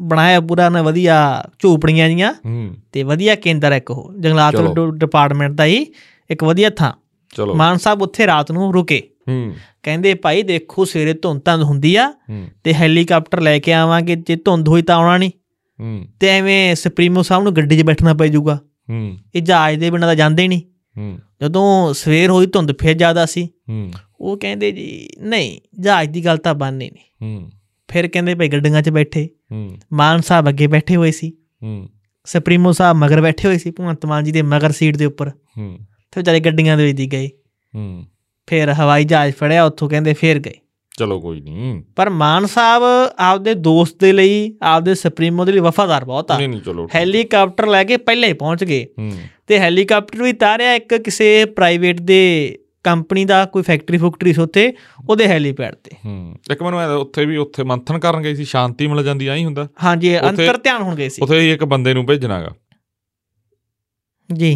ਬਣਾਇਆ ਪੂਰਾ ਨਾ ਵਧੀਆ ਝੋਪੜੀਆਂ ਜੀਆਂ
ਹੂੰ
ਤੇ ਵਧੀਆ ਕੇਂਦਰ ਹੈ ਇੱਕ ਉਹ ਜੰਗਲਾਤ
ਚਲੋ।
ਡਿ- ਡਿਪਾਰਟਮੈਂਟ ਦਾ ਹੀ ਇੱਕ ਵਧੀਆ ਥਾਂ
ਚਲੋ
ਮਾਨ ਸਾਹਿਬ ਉੱਥੇ ਰਾਤ ਨੂੰ ਰੁਕੇ
ਹੂੰ
ਕਹਿੰਦੇ ਭਾਈ ਦੇਖੋ ਸਵੇਰੇ ਧੁੰਦ ਤਾਂ ਹੁੰਦੀ ਆ
ਹੂੰ
ਤੇ ਹੈਲੀਕਾਪਟਰ ਲੈ ਕੇ ਆਵਾਂਗੇ ਜੇ ਧੁੰਦ ਹੋਈ ਤਾਂ ਆਉਣਾ ਨਹੀਂ
ਹੂੰ
ਤੇ ਐਵੇਂ ਸੁਪਰੀਮੋ ਸਾਹਿਬ ਨੂੰ ਗੱਡੀ 'ਚ ਬੈਠਣਾ ਪੈ ਜਾਊਗਾ
ਹੂੰ
ਇਹ ਜਹਾਜ਼ ਦੇ ਬਿਨਾਂ ਤਾਂ ਜਾਂਦੇ ਹੀ ਨਹੀਂ
ਹੂੰ
ਜਦੋਂ ਸਵੇਰ ਹੋਈ ਧੁੰਦ ਫਿਰ ਜ਼ਿਆਦਾ ਸੀ
ਹੂੰ
ਉਹ ਕਹਿੰਦੇ ਜੀ ਨਹੀਂ ਜਹਾਜ਼ ਦੀ ਗੱਲ ਤਾਂ ਬਣਨੀ ਨਹੀਂ
ਹੂੰ
ਫਿਰ ਕਹਿੰਦੇ ਭਾਈ ਗੱਡੀਆਂ 'ਚ ਬੈਠੇ
ਹੂੰ
ਮਾਨ ਸਾਹਿਬ ਅੱਗੇ ਬੈਠੇ ਹੋਏ ਸੀ
ਹੂੰ
ਸੁਪਰੀਮੋ ਸਾਹਿਬ ਮਗਰ ਬੈਠੇ ਹੋਏ ਸੀ ਭਗਵੰਤ ਮਾਨ ਜੀ ਦੇ ਮਗਰ ਸੀਟ ਦੇ ਉੱਪਰ
ਹੂੰ
ਤੇ ਵਿਚਾਰੇ ਗੱਡੀਆਂ ਦੇ ਵਿੱਚ ਦੀ ਗਏ
ਹੂੰ
ਫਿਰ ਹਵਾਈ ਜਹਾਜ਼ ਫੜਿਆ ਉੱਥੋਂ ਕਹਿੰਦੇ ਫੇਰ ਗਏ
ਚਲੋ ਕੋਈ ਨਹੀਂ
ਪਰ ਮਾਨ ਸਾਹਿਬ ਆਪਦੇ ਦੋਸਤ ਦੇ ਲਈ ਆਪਦੇ ਸੁਪਰੀਮੋ ਦੇ ਲਈ ਵਫਾਦਾਰ ਬਹੁਤ ਆ
ਨਹੀਂ ਨਹੀਂ ਚਲੋ ਠੀਕ।
ਹੈਲੀਕਾਪਟਰ ਲੈ ਕੇ ਪਹਿਲਾਂ ਹੀ ਪਹੁੰਚ ਗਏ
ਹੂੰ
ਤੇ ਹੈਲੀਕਾਪਟਰ ਵੀ ਤਾਰਿਆ ਇੱਕ ਕਿਸੇ ਪ੍ਰਾਈਵੇਟ ਦੇ ਕੰਪਨੀ ਦਾ ਕੋਈ ਫੈਕਟਰੀ ਫੁਕਟਰੀ ਸੀ ਉੱਥੇ ਉਹਦੇ ਹੈਲੀਪੈਡ ਤੇ
ਹੂੰ ਇੱਕ ਮੈਨੂੰ ਐਂ ਦੱਸ, ਉੱਥੇ ਵੀ ਉੱਥੇ ਮੰਥਨ ਕਰਨ ਗਈ ਸੀ ਸ਼ਾਂਤੀ ਮਿਲ ਜਾਂਦੀ ਐਂ ਹੀ ਹੁੰਦਾ
ਹਾਂਜੀ ਇਹ
ਉੱਥੇ-
ਅੰਤਰ ਧਿਆਨ ਹੋਣ ਗਏ ਸੀ
ਉੱਥੇ ਹੀ ਇੱਕ ਬੰਦੇ ਨੂੰ ਭੇਜਣਾਗਾ
ਜੀ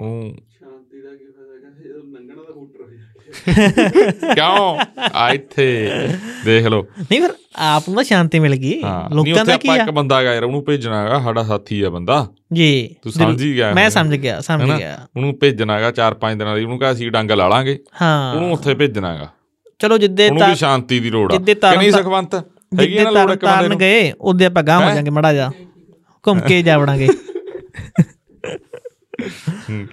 ਉਹ
ਸ਼ਾਂਤੀ ਦਾ ਕੀ ਫਾਇਦਾ ਕਹਿੰਦੇ ਜਦੋਂ ਲੰਘਣਾ ਦਾ ਹੂਟਰ ਹੋ ਜਾ
ਕਿਉਂ ਆ ਇੱਥੇ ਦੇਖ ਲਓ
ਨਹੀਂ ਫਿਰ ਆਪ ਨੂੰ ਤਾਂ ਸ਼ਾਂਤੀ ਮਿਲ ਗਈ
ਹਾਂ ਨਹੀਂ
ਲੋਕਾਂ
ਉੱਥੇ
ਦਾ ਕੀ
ਆਪਾਂ
ਆ
ਇੱਕ ਬੰਦਾ ਗਿਆ ਯਾਰ ਉਹਨੂੰ ਭੇਜਣਾਗਾ ਸਾਡਾ ਸਾਥੀ ਆ ਬੰਦਾ
ਜੀ
ਤੂੰ
ਜ਼ਰੂਰ।
ਸਮਝ ਹੀ ਗਿਆ
ਮੈਂ
ਹੁਣ।
ਸਮਝ ਗਿਆ ਸਮਝ
ਹੈਨਾ?
ਗਿਆ
ਉਹਨੂੰ ਭੇਜਣਾਗਾ ਚਾਰ ਪੰਜ ਦਿਨਾਂ ਲਈ ਉਹਨੂੰ ਕਹਾਂ ਅਸੀਂ ਡੰਗ ਲਾ ਲਾਂਗੇ ਉਹਨੂੰ
ਹਾਂ
ਉੱਥੇ ਭੇਜਣਾਗਾ
ਚਲੋ ਜਿੱਦੇ
ਉਹਨੂੰ
ਤਾਂ
ਵੀ ਸ਼ਾਂਤੀ ਦੀ ਲੋੜ ਆ
ਜਿੱਦੇ ਤਾਰਨ-
ਕਿ ਨਹੀਂ ਸੁਖਵੰਤ ਹੈਗੀ ਆ
ਜਿੱਦੇ
ਨਾ ਲੋੜ
ਤਰਨ
ਇੱਕ ਬੰਦੇ
ਤਾਰਨ
ਨੂੰ
ਗਏ ਉਹਦੇ ਆਪਾਂ ਗਾਂਹ ਹੋ
ਹੈਂ?
ਜਾਾਂਗੇ ਮੜਾ ਜਾ ਘੁੰਮ ਕੇ ਜਾ ਵੜਾਂਗੇ
ਹੂੰ,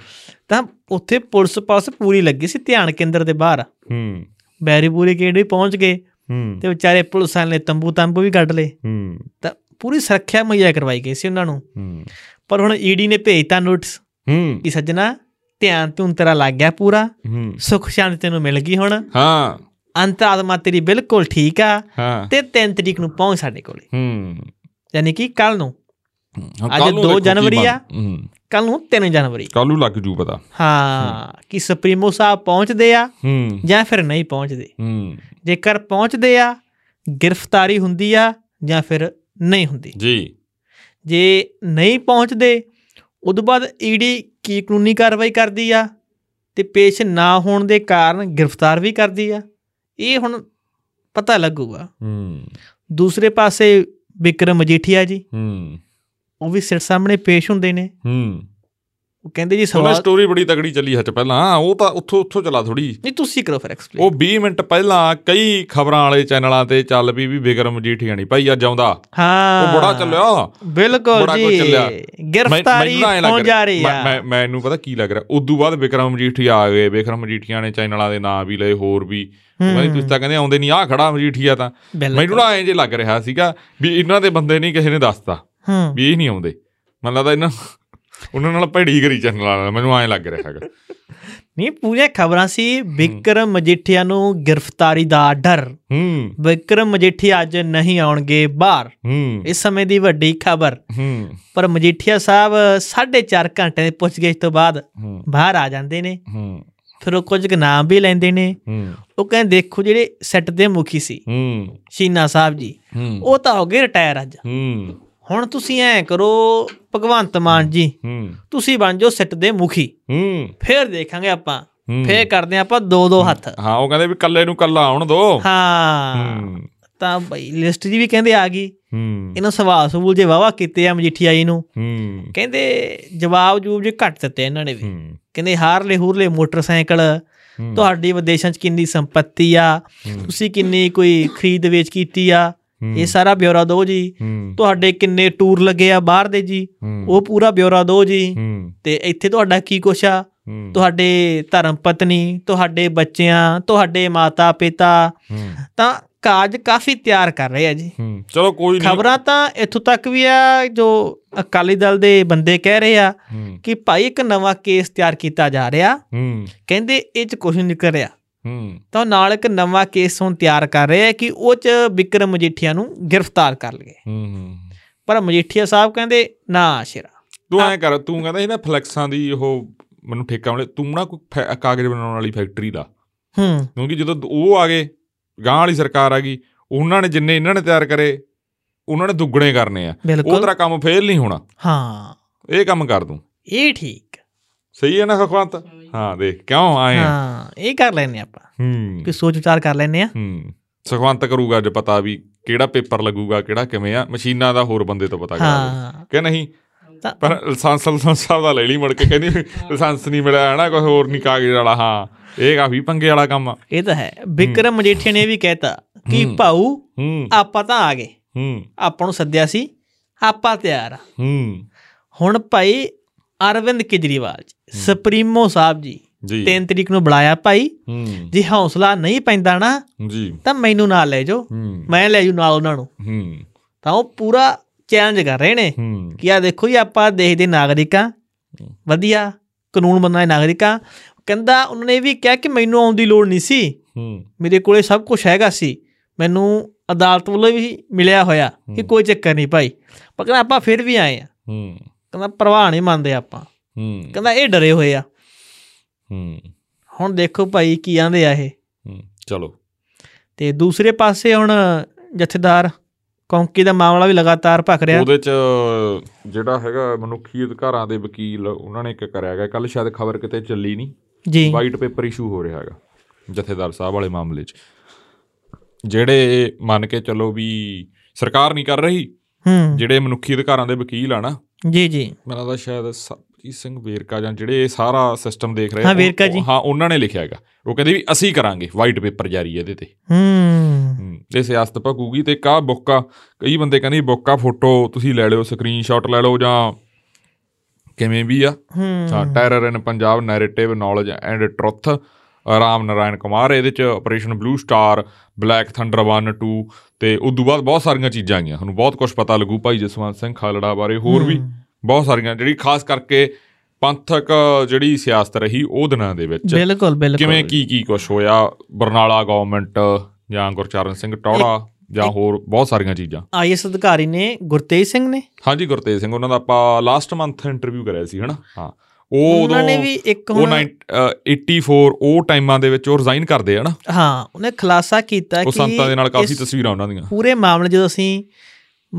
ਤਾਂ ਉੱਥੇ ਪੁਲਿਸ ਪਾਸ ਪੂਰੀ ਲੱਗੀ ਸੀ ਧਿਆਨ ਕੇਂਦਰ ਦੇ ਬਾਹਰ
ਹੂੰ
ਬੈਰੀਪੂਰੇ ਗੇਟ ਵੀ ਪਹੁੰਚ ਗਏ
ਹੂੰ
ਤੇ ਵਿਚਾਰੇ ਪੁਲਿਸ ਵਾਲਿਆਂ ਨੇ ਤੰਬੂ ਤੰਬੂ ਵੀ ਕੱਢ ਲਏ
ਹੂੰ
ਤਾਂ ਪੂਰੀ ਸੁਰੱਖਿਆ ਮੁਹੱਈਆ ਕਰਵਾਈ ਗਈ ਸੀ ਉਹਨਾਂ ਨੂੰ
ਹੂੰ
ਪਰ ਹੁਣ ਈਡੀ ਨੇ ਭੇਜਤਾ ਨੋਟਿਸ
ਹੂੰ
ਕਿ ਸੱਜਣਾ ਧਿਆਨ ਤੂੰ ਤੇਰਾ ਲੱਗ ਗਿਆ ਪੂਰਾ
ਹੂੰ
ਸੁੱਖ ਸ਼ਾਂਤੀ ਤੈਨੂੰ ਮਿਲ ਗਈ ਹੁਣ
ਹਾਂ
ਅੰਤਰਾਤਮਾ ਤੇਰੀ ਬਿਲਕੁਲ ਠੀਕ ਆ
ਹਾਂ
ਤੇ 3 ਤਰੀਕ ਨੂੰ ਪਹੁੰਚ ਸਾਡੇ ਕੋਲੇ
ਹੂੰ
ਯਾਨੀ ਕਿ ਕੱਲ ਨੂੰ
ਹਾਂ,
ਅੱਜ
ਕੱਲ੍ਹ ਨੂੰ
ਦੋ
ਦੇਖੋ ਕੀ
ਜਨਵਰੀ
ਬਣ-
ਆ।
ਹੂੰ
ਕੱਲ ਨੂੰ 3 ਜਨਵਰੀ
ਕੱਲ ਨੂੰ ਲੱਗ ਜੂ ਪਤਾ
ਹਾਂ ਕਿ ਸੁਪਰੀਮੋ ਸਾਹਿਬ ਪਹੁੰਚਦੇ ਆ
ਹੂੰ
ਜਾਂ ਫਿਰ ਨਹੀਂ ਪਹੁੰਚਦੇ
ਹੂੰ
ਜੇਕਰ ਪਹੁੰਚਦੇ ਆ ਗ੍ਰਿਫਤਾਰੀ ਹੁੰਦੀ ਆ ਜਾਂ ਫਿਰ ਨਹੀਂ ਹੁੰਦੀ
ਜੀ
ਜੇ ਨਹੀਂ ਪਹੁੰਚਦੇ ਉਦੋਂ ਬਾਅਦ ਈਡੀ ਕੀ ਕਾਨੂੰਨੀ ਕਾਰਵਾਈ ਕਰਦੀ ਆ ਤੇ ਪੇਸ਼ ਨਾ ਹੋਣ ਦੇ ਕਾਰਨ ਗ੍ਰਿਫਤਾਰ ਵੀ ਕਰਦੀ ਆ ਇਹ ਹੁਣ ਪਤਾ ਲੱਗੂਗਾ
ਹੂੰ
ਦੂਸਰੇ ਪਾਸੇ ਵਿਕਰਮ ਮਜੀਠੀਆ ਜੀ
ਹੂੰ
ਉਹ ਵੀ ਸਿਰ ਸਾਹਮਣੇ ਪੇਸ਼ ਹੁੰਦੇ ਨੇ
ਹੂੰ
ਉਹ ਕਹਿੰਦੇ ਜੀ
ਉਹਨਾਂ
ਸਵਾਲ
ਸਟੋਰੀ ਬੜੀ ਤਗੜੀ ਚੱਲੀ ਹੱਥ ਪਹਿਲਾਂ ਉਹ ਤਾਂ ਉੱਥੋਂ ਉੱਥੋਂ ਚਲਾ ਥੋੜੀ
ਨਹੀਂ ਤੁਸੀਂ ਕਰੋ ਫਿਰ ਐਕਸਪਲੇਨ
ਉਹ 20 ਮਿੰਟ ਪਹਿਲਾਂ ਕਈ ਖਬਰਾਂ ਵਾਲੇ ਚੈਨਲਾਂ ਤੇ ਚੱਲ ਪਈ ਵੀ ਵਿਕਰਮ ਜੀਠੀਆ ਨਹੀਂ ਭਾਈ ਅੱਜ ਆਉਂਦਾ
ਹਾਂ
ਉਹ ਬੜਾ ਚੱਲਿਆ
ਬਿਲਕੁਲ
ਬੜਾ ਕੁਝ
ਜੀ
ਚੱਲਿਆ। ਮੈਂ-
ਗ੍ਰਿਫਤਾਰੀ
ਮੈਨੂੰ ਤਾਂ ਐਂ ਲੱਗ
ਹੋ ਜਾ ਰਹੀ
ਮੈਂ-
ਆ
ਮੈਂ ਮੈਨੂੰ ਪਤਾ ਕੀ ਲੱਗ ਰਿਹਾ ਉਦੋਂ ਬਾਅਦ ਵਿਕਰਮ ਜੀਠੀਆ ਆ ਗਏ ਵਿਕਰਮ ਮਜੀਠੀਆ ਨੇ ਚੈਨਲਾਂ ਦੇ ਨਾਂ ਵੀ ਲਏ ਹੋਰ ਵੀ ਉਹ ਕਹਿੰਦੇ ਤੁਸੀਂ ਤਾਂ ਕਹਿੰਦੇ ਆਉਂਦੇ ਨਹੀਂ ਆ ਖੜਾ ਮਜੀਠੀਆ ਤਾਂ
ਬਿਲਕੁਲ।
ਮੈਨੂੰ ਨਾ ਐਂ ਜੇ ਲੱਗ ਰਿਹਾ ਸੀਗਾ ਵੀ ਇਹਨਾਂ ਦੇ ਬੰਦੇ ਨਹੀਂ ਕਿਸੇ ਨੇ ਦੱਸਤਾ
ਹੂੰ
ਵੀ ਇਹ ਨਹੀਂ ਆਉਂਦੇ ਮੈਨੂੰ ਲੱਗਦਾ ਇਹਨਾਂ ਉਹਨਾਂ ਨਾਲ ਭੈੜੀ ਕਰੀ ਚੈਨਲਾਂ ਨਾਲ ਮੈਨੂੰ ਐਂ ਲੱਗ ਰਿਹਾ ਹੈਗਾ
ਨਹੀਂ ਪੂਰੀਆਂ ਖਬਰਾਂ ਸੀ ਵਿਕਰਮ ਮਜੀਠੀਆ ਨੂੰ ਗ੍ਰਿਫਤਾਰੀ ਦਾ ਡਰ
ਹੂੰ
ਵਿਕਰਮ ਮਜੀਠੀਆ ਅੱਜ ਨਹੀਂ ਆਉਣਗੇ ਬਾਹਰ
ਹੂੰ
ਇਸ ਸਮੇਂ ਦੀ ਵੱਡੀ ਖਬਰ
ਹੂੰ
ਪਰ ਮਜੀਠੀਆ ਸਾਹਿਬ 4.5 ਘੰਟੇ ਦੇ ਪੁੱਛਗਿੱਛ ਤੋਂ ਬਾਅਦ
ਹੂੰ
ਬਾਹਰ ਆ ਜਾਂਦੇ ਨੇ
ਹੂੰ
ਫਿਰ ਉਹ ਕੁਝ ਕੁ ਨਾਮ ਵੀ ਲੈਂਦੇ ਨੇ
ਹੂੰ
ਉਹ ਕਹਿੰਦੇ ਦੇਖੋ ਜਿਹੜੇ ਸੈੱਟ ਦੇ ਮੁਖੀ ਸੀ
ਹੂੰ
ਸ਼ੀਨਾ ਸਾਹਿਬ ਜੀ
ਹੂੰ
ਉਹ ਤਾਂ ਹੋ ਗਏ ਰਿਟਾਇਰ ਅੱਜ
ਹੂੰ
ਹੁਣ ਤੁਸੀਂ ਐ ਕਰੋ ਭਗਵੰਤ ਮਾਨ ਜੀ
ਹੂੰ
ਤੁਸੀਂ ਬਣ ਜਾਓ ਸੈੱਟ ਦੇ ਮੁਖੀ
ਹੂੰ
ਫੇਰ ਦੇਖਾਂਗੇ ਆਪਾਂ
ਹੂੰ।
ਫੇਰ ਕਰਦੇ ਹਾਂ ਆਪਾਂ ਦੋ ਦੋ ਹੱਥ
ਹਾਂ ਉਹ ਕਹਿੰਦੇ ਵੀ ਕੱਲੇ ਨੂੰ ਕੱਲਾ ਆਉਣ ਦੋ
ਹਾਂ
ਹੂੰ
ਤਾਂ ਬਈ ਲਿਸਟ ਜੀ ਵੀ ਕਹਿੰਦੇ ਆ ਗਈ
ਹੂੰ
ਇਹਨਾਂ ਸਵਾਲ ਸਬੂਲ ਜੇ ਵਾਵਾ ਕੀਤੇ ਆ ਮਜੀਠੀਆ ਜੀ ਨੂੰ
ਹੂੰ
ਕਹਿੰਦੇ ਜਵਾਬ ਜੂਬ ਜੇ ਘੱਟ ਦਿੱਤੇ ਇਹਨਾਂ ਨੇ ਵੀ
ਹੂੰ
ਕਹਿੰਦੇ ਹਾਰਲੇ ਹੂਰਲੇ ਮੋਟਰਸਾਈਕਲ
ਹੂੰ।
ਤੁਹਾਡੀ ਵਿਦੇਸ਼ਾਂ 'ਚ ਕਿੰਨੀ ਸੰਪਤੀ ਆ
ਹੂੰ।
ਤੁਸੀਂ ਕਿੰਨੀ ਕੋਈ ਖਰੀਦ ਵੇਚ ਕੀਤੀ ਆ
ਹੂੰ।
ਇਹ ਸਾਰਾ ਬਿਊਰਾ ਦਿਓ ਜੀ
ਹੂੰ
ਤੁਹਾਡੇ ਕਿੰਨੇ ਟੂਰ ਲੱਗੇ ਆ ਬਾਹਰ ਦੇ ਜੀ
ਹੂੰ।
ਉਹ ਪੂਰਾ ਬਿਊਰਾ ਦਿਓ ਜੀ
ਹੂੰ
ਤੇ ਇੱਥੇ ਤੁਹਾਡਾ ਕੀ ਕੁਛ ਆ
ਹੂੰ।
ਤੁਹਾਡੇ ਧਰਮ ਪਤਨੀ ਤੁਹਾਡੇ ਬੱਚਿਆਂ ਤੁਹਾਡੇ ਮਾਤਾ ਪਿਤਾ
ਹੂੰ।
ਤਾਂ ਕਾਜ ਕਾਫੀ ਤਿਆਰ ਕਰ ਰਹੇ ਆ ਜੀ
ਹੂੰ ਚਲੋ ਕੋਈ ਨਹੀਂ
ਖਬਰਾਂ ਤਾਂ ਇੱਥੋਂ ਤੱਕ ਵੀ ਆ ਜੋ ਅਕਾਲੀ ਦਲ ਦੇ ਬੰਦੇ ਕਹਿ ਰਹੇ ਆ
ਹੂੰ
ਕਿ ਭਾਈ ਇੱਕ ਨਵਾਂ ਕੇਸ ਤਿਆਰ ਕੀਤਾ ਜਾ ਰਿਹਾ
ਹੂੰ
ਕਹਿੰਦੇ ਇਹ ਚ ਕੁਝ ਨਹੀਂ ਨਿਕਲ ਰਿਹਾ
ਹੂੰ
ਤਾਂ ਉਹ ਨਾਲ ਇੱਕ ਨਵਾਂ ਕੇਸ ਹੁਣ ਤਿਆਰ ਕਰ ਰਹੇ ਆ ਕਿ ਉਹ ਚ ਵਿਕਰਮ ਮਜੀਠੀਆ ਨੂੰ ਗ੍ਰਿਫਤਾਰ ਕਰ ਲਏ
ਹੂੰ
ਪਰ ਮਜੀਠੀਆ ਸਾਹਿਬ ਕਹਿੰਦੇ ਨਾ ਸ਼ੇਰਾ
ਤੂੰ ਐ ਕਰ ਤੂੰ ਕਹਿੰਦਾ ਸੀ ਨਾ ਫਲੈਕਸਾਂ ਦੀ ਉਹ ਮੈਨੂੰ ਠੇਕਾ ਮਿਲੇ ਤੂੰ ਨਾ ਕੋਈ ਫੈ- ਕਾਗਜ਼ ਬਣਾਉਣ ਵਾਲੀ ਫੈਕਟਰੀ ਲਾ
ਹੂੰ
ਕਿਉਂਕਿ ਜਦੋਂ ਉਹ ਆ ਗਏ ਗਾਂ ਵਾਲੀ ਸਰਕਾਰ ਆ ਗਈ ਉਹਨਾਂ ਨੇ ਜਿੰਨੇ ਇਹਨਾਂ ਨੇ ਤਿਆਰ ਕਰੇ ਉਹਨਾਂ ਨੇ ਦੁੱਗਣੇ ਕਰਨੇ ਆ ਉਹ
ਬਿਲਕੁਲ
ਤੇਰਾ ਕੰਮ ਫੇਲ ਨਹੀਂ ਹੋਣਾ
ਹਾਂ
ਇਹ ਕੰਮ ਕਰ ਦੂੰ
ਇਹ ਠੀਕ
ਸਹੀ ਹੈ ਨਾ ਸੁਖਵੰਤ ਹਾਂ ਦੇਖ ਕਿਉਂ ਆਏ ਆ?
ਹਾਂ ਇਹ ਕਰ ਲੈਨੇ ਆਪਾਂ
ਹੂੰ
ਕਿ ਸੋਚ ਵਿਚਾਰ ਕਰ ਲੈਨੇ ਆ
ਹੂੰ ਸੁਖਵੰਤ ਕਰੂਗਾ ਅੱਜ ਪਤਾ ਵੀ ਕਿਹੜਾ ਪੇਪਰ ਲੱਗੂਗਾ ਕਿਹੜਾ ਕਿਵੇਂ ਆ ਮਸ਼ੀਨਾਂ ਦਾ ਹੋਰ ਬੰਦੇ ਤੋਂ ਪਤਾ ਕਰਾ ਲਓ
ਹਾਂ
ਕਿ ਨਹੀਂ
ਤਾਂ
ਪਰ ਲਾਇਸੈਂਸ ਲਾਇਸੈਂਸ ਸਾਹਿਬ ਦਾ ਲੈ ਲਈ ਮੁੜ ਕੇ ਕਹਿੰਦੀ ਲਾਇਸੈਂਸ ਨਹੀਂ ਮਿਲਿਆ ਹੈ ਨਾ ਕੋਈ ਹੋਰ ਨਹੀਂ ਕਾਗਜ਼ ਵਾਲਾ ਹਾਂ ਇਹ ਕਾਫੀ ਪੰਗੇ ਵਾਲਾ ਕੰਮ ਆ
ਇਹ ਤਾਂ ਹੈ ਵਿਕਰਮ ਮਜੀਠੀਆ ਨੇ ਵੀ ਕਹਿਤਾ ਕਿ
ਹੂੰ।
ਭਾਊ
ਹੂੰ
ਆਪਾਂ ਤਾਂ ਆ ਗਏ
ਹੂੰ
ਆਪਾਂ ਨੂੰ ਸੱਦਿਆ ਸੀ ਆਪਾਂ ਤਿਆਰ ਆ
ਹੂੰ
ਹੁਣ ਭਾਈ ਅਰਵਿੰਦ ਕੇਜਰੀਵਾਲ ਜੀ ਸੁਪਰੀਮੋ ਸਾਹਿਬ ਜੀ
ਜੀ
3 ਤਰੀਕ ਨੂੰ ਬੁਲਾਇਆ ਭਾਈ
ਹੂੰ
ਜੇ ਹੌਸਲਾ ਨਹੀਂ ਪੈਂਦਾ ਨਾ
ਜੀ
ਤਾਂ ਮੈਨੂੰ ਨਾਲ ਲੈ ਜਾਓ
ਹੂੰ
ਮੈਂ ਲੈ ਜੂ ਨਾਲ ਉਹਨਾਂ ਨੂੰ
ਹੂੰ
ਤਾਂ ਉਹ ਪੂਰਾ ਚੈਲੰਜ ਕਰ ਰਹੇ ਨੇ
ਹੂੰ
ਕਿ ਆ ਦੇਖੋ ਜੀ ਆਪਾਂ ਦੇਸ਼ ਦੇ ਨਾਗਰਿਕਾਂ ਵਧੀਆ ਕਾਨੂੰਨ ਬਣਾਏ ਨਾਗਰਿਕਾਂ ਕਹਿੰਦਾ ਉਹਨਾਂ ਨੇ ਵੀ ਕਿਹਾ ਕਿ ਮੈਨੂੰ ਆਉਣ ਦੀ ਲੋੜ ਨਹੀਂ ਸੀ
ਹੂੰ
ਮੇਰੇ ਕੋਲੇ ਸਭ ਕੁਝ ਹੈਗਾ ਸੀ ਮੈਨੂੰ ਅਦਾਲਤ ਵੱਲੋਂ ਵੀ ਮਿਲਿਆ ਹੋਇਆ ਕਿ ਕੋਈ ਚੱਕਰ ਨਹੀਂ ਭਾਈ ਪਰ ਕਹਿੰਦਾ ਆਪਾਂ ਫਿਰ ਵੀ ਆਏ ਆ
ਹੂੰ
ਕਹਿੰਦਾ ਪ੍ਰਵਾਹ ਨਹੀਂ ਮੰਨਦੇ ਆਪਾਂ
ਹੂੰ
ਕਹਿੰਦਾ ਇਹ ਡਰੇ ਹੋਏ ਆ
ਹੂੰ
ਹੁਣ ਦੇਖੋ ਭਾਈ ਕੀ ਆਂਦੇ ਆ ਇਹ
ਹੂੰ ਚਲੋ
ਤੇ ਦੂਸਰੇ ਪਾਸੇ ਹੁਣ ਜਥੇਦਾਰ ਕੌਂਕੀ ਦਾ ਮਾਮਲਾ ਵੀ ਲਗਾਤਾਰ ਭਖ ਰਿਹਾ
ਉਹਦੇ ਚ ਜਿਹੜਾ ਹੈਗਾ ਮਨੁੱਖੀ ਅਧਿਕਾਰਾਂ ਦੇ ਵਕੀਲ ਉਹਨਾਂ ਨੇ ਇੱਕ ਕਰਿਆ ਹੈਗਾ ਕੱਲ ਸ਼ਾਇਦ ਖਬਰ ਕਿਤੇ ਚੱਲੀ ਨਹੀਂ
ਜੀ
ਵਾਈਟ ਪੇਪਰ ਇਸ਼ੂ ਹੋ ਰਿਹਾ ਹੈਗਾ ਜਥੇਦਾਰ ਸਾਹਿਬ ਵਾਲੇ ਮਾਮਲੇ 'ਚ ਜਿਹੜੇ ਮੰਨ ਕੇ ਚੱਲੋ ਵੀ ਸਰਕਾਰ ਨਹੀਂ ਕਰ ਰਹੀ
ਹੂੰ
ਜਿਹੜੇ ਮਨੁੱਖੀ ਅਧਿਕਾਰਾਂ ਦੇ ਵਕੀਲ ਆ ਨਾ
ਜੀ ਜੀ
ਮੈਨੂੰ ਲੱਗਦਾ ਸ਼ਾਇਦ ਸਰਜੀਤ ਸਿੰਘ ਵੇਰਕਾ ਜਾਂ ਜਿਹੜੇ ਇਹ ਸਾਰਾ ਸਿਸਟਮ ਦੇਖ ਰਹੇ
ਹਾਂ,
ਉਹ-
ਵੇਰਕਾ
ਉਹ-
ਜੀ।
ਹਾਂ ਉਹਨਾਂ ਨੇ ਲਿਖਿਆ ਹੈਗਾ ਉਹ ਕਹਿੰਦੇ ਵੀ ਅਸੀਂ ਕਰਾਂਗੇ ਵਾਈਟ ਪੇਪਰ ਜਾਰੀ ਹੈ ਇਹਦੇ ਤੇ
ਹੂੰ
ਹਮ, ਇਹ ਸਿਆਸਤ ਭਕੂਗੀ ਤੇ ਕਾ ਬੁੱਕਾ ਕਈ ਬੰਦੇ ਕਹਿੰਦੇ ਬੁੱਕਾ ਫੋਟੋ ਤੁਸੀਂ ਲੈ ਲਿਓ ਸਕਰੀਨਸ਼ਾਟ ਲੈ ਲਓ ਜਾਂ ਕਿਵੇਂ ਵੀ ਆ
ਹੂੰ
ਹਾਂ terror in Punjab narrative knowledge and truth Ram Narayan Kumar ਇਹਦੇ ਚ Operation Blue Star Black Thunder 1 2 ਤੇ ਉਸ ਤੋਂ ਬਾਅਦ ਬਹੁਤ ਸਾਰੀਆਂ ਚੀਜ਼ਾਂ ਆਈਆਂ ਤੁਹਾਨੂੰ ਬਹੁਤ ਕੁਝ ਪਤਾ ਲੱਗੂ ਭਾਈ ਜਸਵੰਤ ਸਿੰਘ ਖਾਲੜਾ ਬਾਰੇ ਹੋਰ ਵੀ ਬਹੁਤ ਸਾਰੀਆਂ ਜਿਹੜੀ ਖਾਸ ਕਰਕੇ ਪੰਥਕ ਜਿਹੜੀ ਸਿਆਸਤ ਰਹੀ ਉਹ ਦਿਨਾਂ ਦੇ ਵਿੱਚ
ਬਿਲਕੁਲ ਬਿਲਕੁਲ
ਕਿਵੇਂ ਕੀ ਕੀ ਕੁਝ ਹੋਇਆ ਬਰਨਾਲਾ ਗਵਰਨਮੈਂਟ ਜਾਂ ਗੁਰਚਰਨ ਸਿੰਘ ਟੌੜਾ ਜਾਂ ਹੋਰ ਬਹੁਤ ਸਾਰੀਆਂ ਚੀਜ਼ਾਂ
ਆਈਐਸ ਅਧਿਕਾਰੀ ਨੇ ਗੁਰਤੇਜ ਸਿੰਘ ਨੇ
ਹਾਂਜੀ ਗੁਰਤੇਜ ਸਿੰਘ ਉਹਨਾਂ ਦਾ ਆਪਾਂ ਲਾਸਟ ਮੰਥ ਇੰਟਰਵਿਊ ਕਰਿਆ ਸੀ ਹਨਾ ਹਾਂ ਉਹ
ਉਹਨਾਂ ਨੇ
ਉਦੋਂ-
ਵੀ ਇੱਕ
ਉਹ
ਹੁਣ
9 84 ਉਹ ਟਾਈਮਾਂ ਦੇ ਵਿੱਚ ਉਹ ਰਿਜ਼ਾਈਨ ਕਰਦੇ ਆ ਨਾ
ਹਾਂ ਉਹਨੇ ਖੁਲਾਸਾ ਕੀਤਾ ਕਿ
ਉਹ ਸੰਤਾਂ ਦੇ ਨਾਲ ਕਾਫੀ
ਇਸ
ਤਸਵੀਰਾਂ ਉਹਨਾਂ ਦੀਆਂ
ਪੂਰੇ ਮਾਮਲੇ ਜਦੋਂ ਅਸੀਂ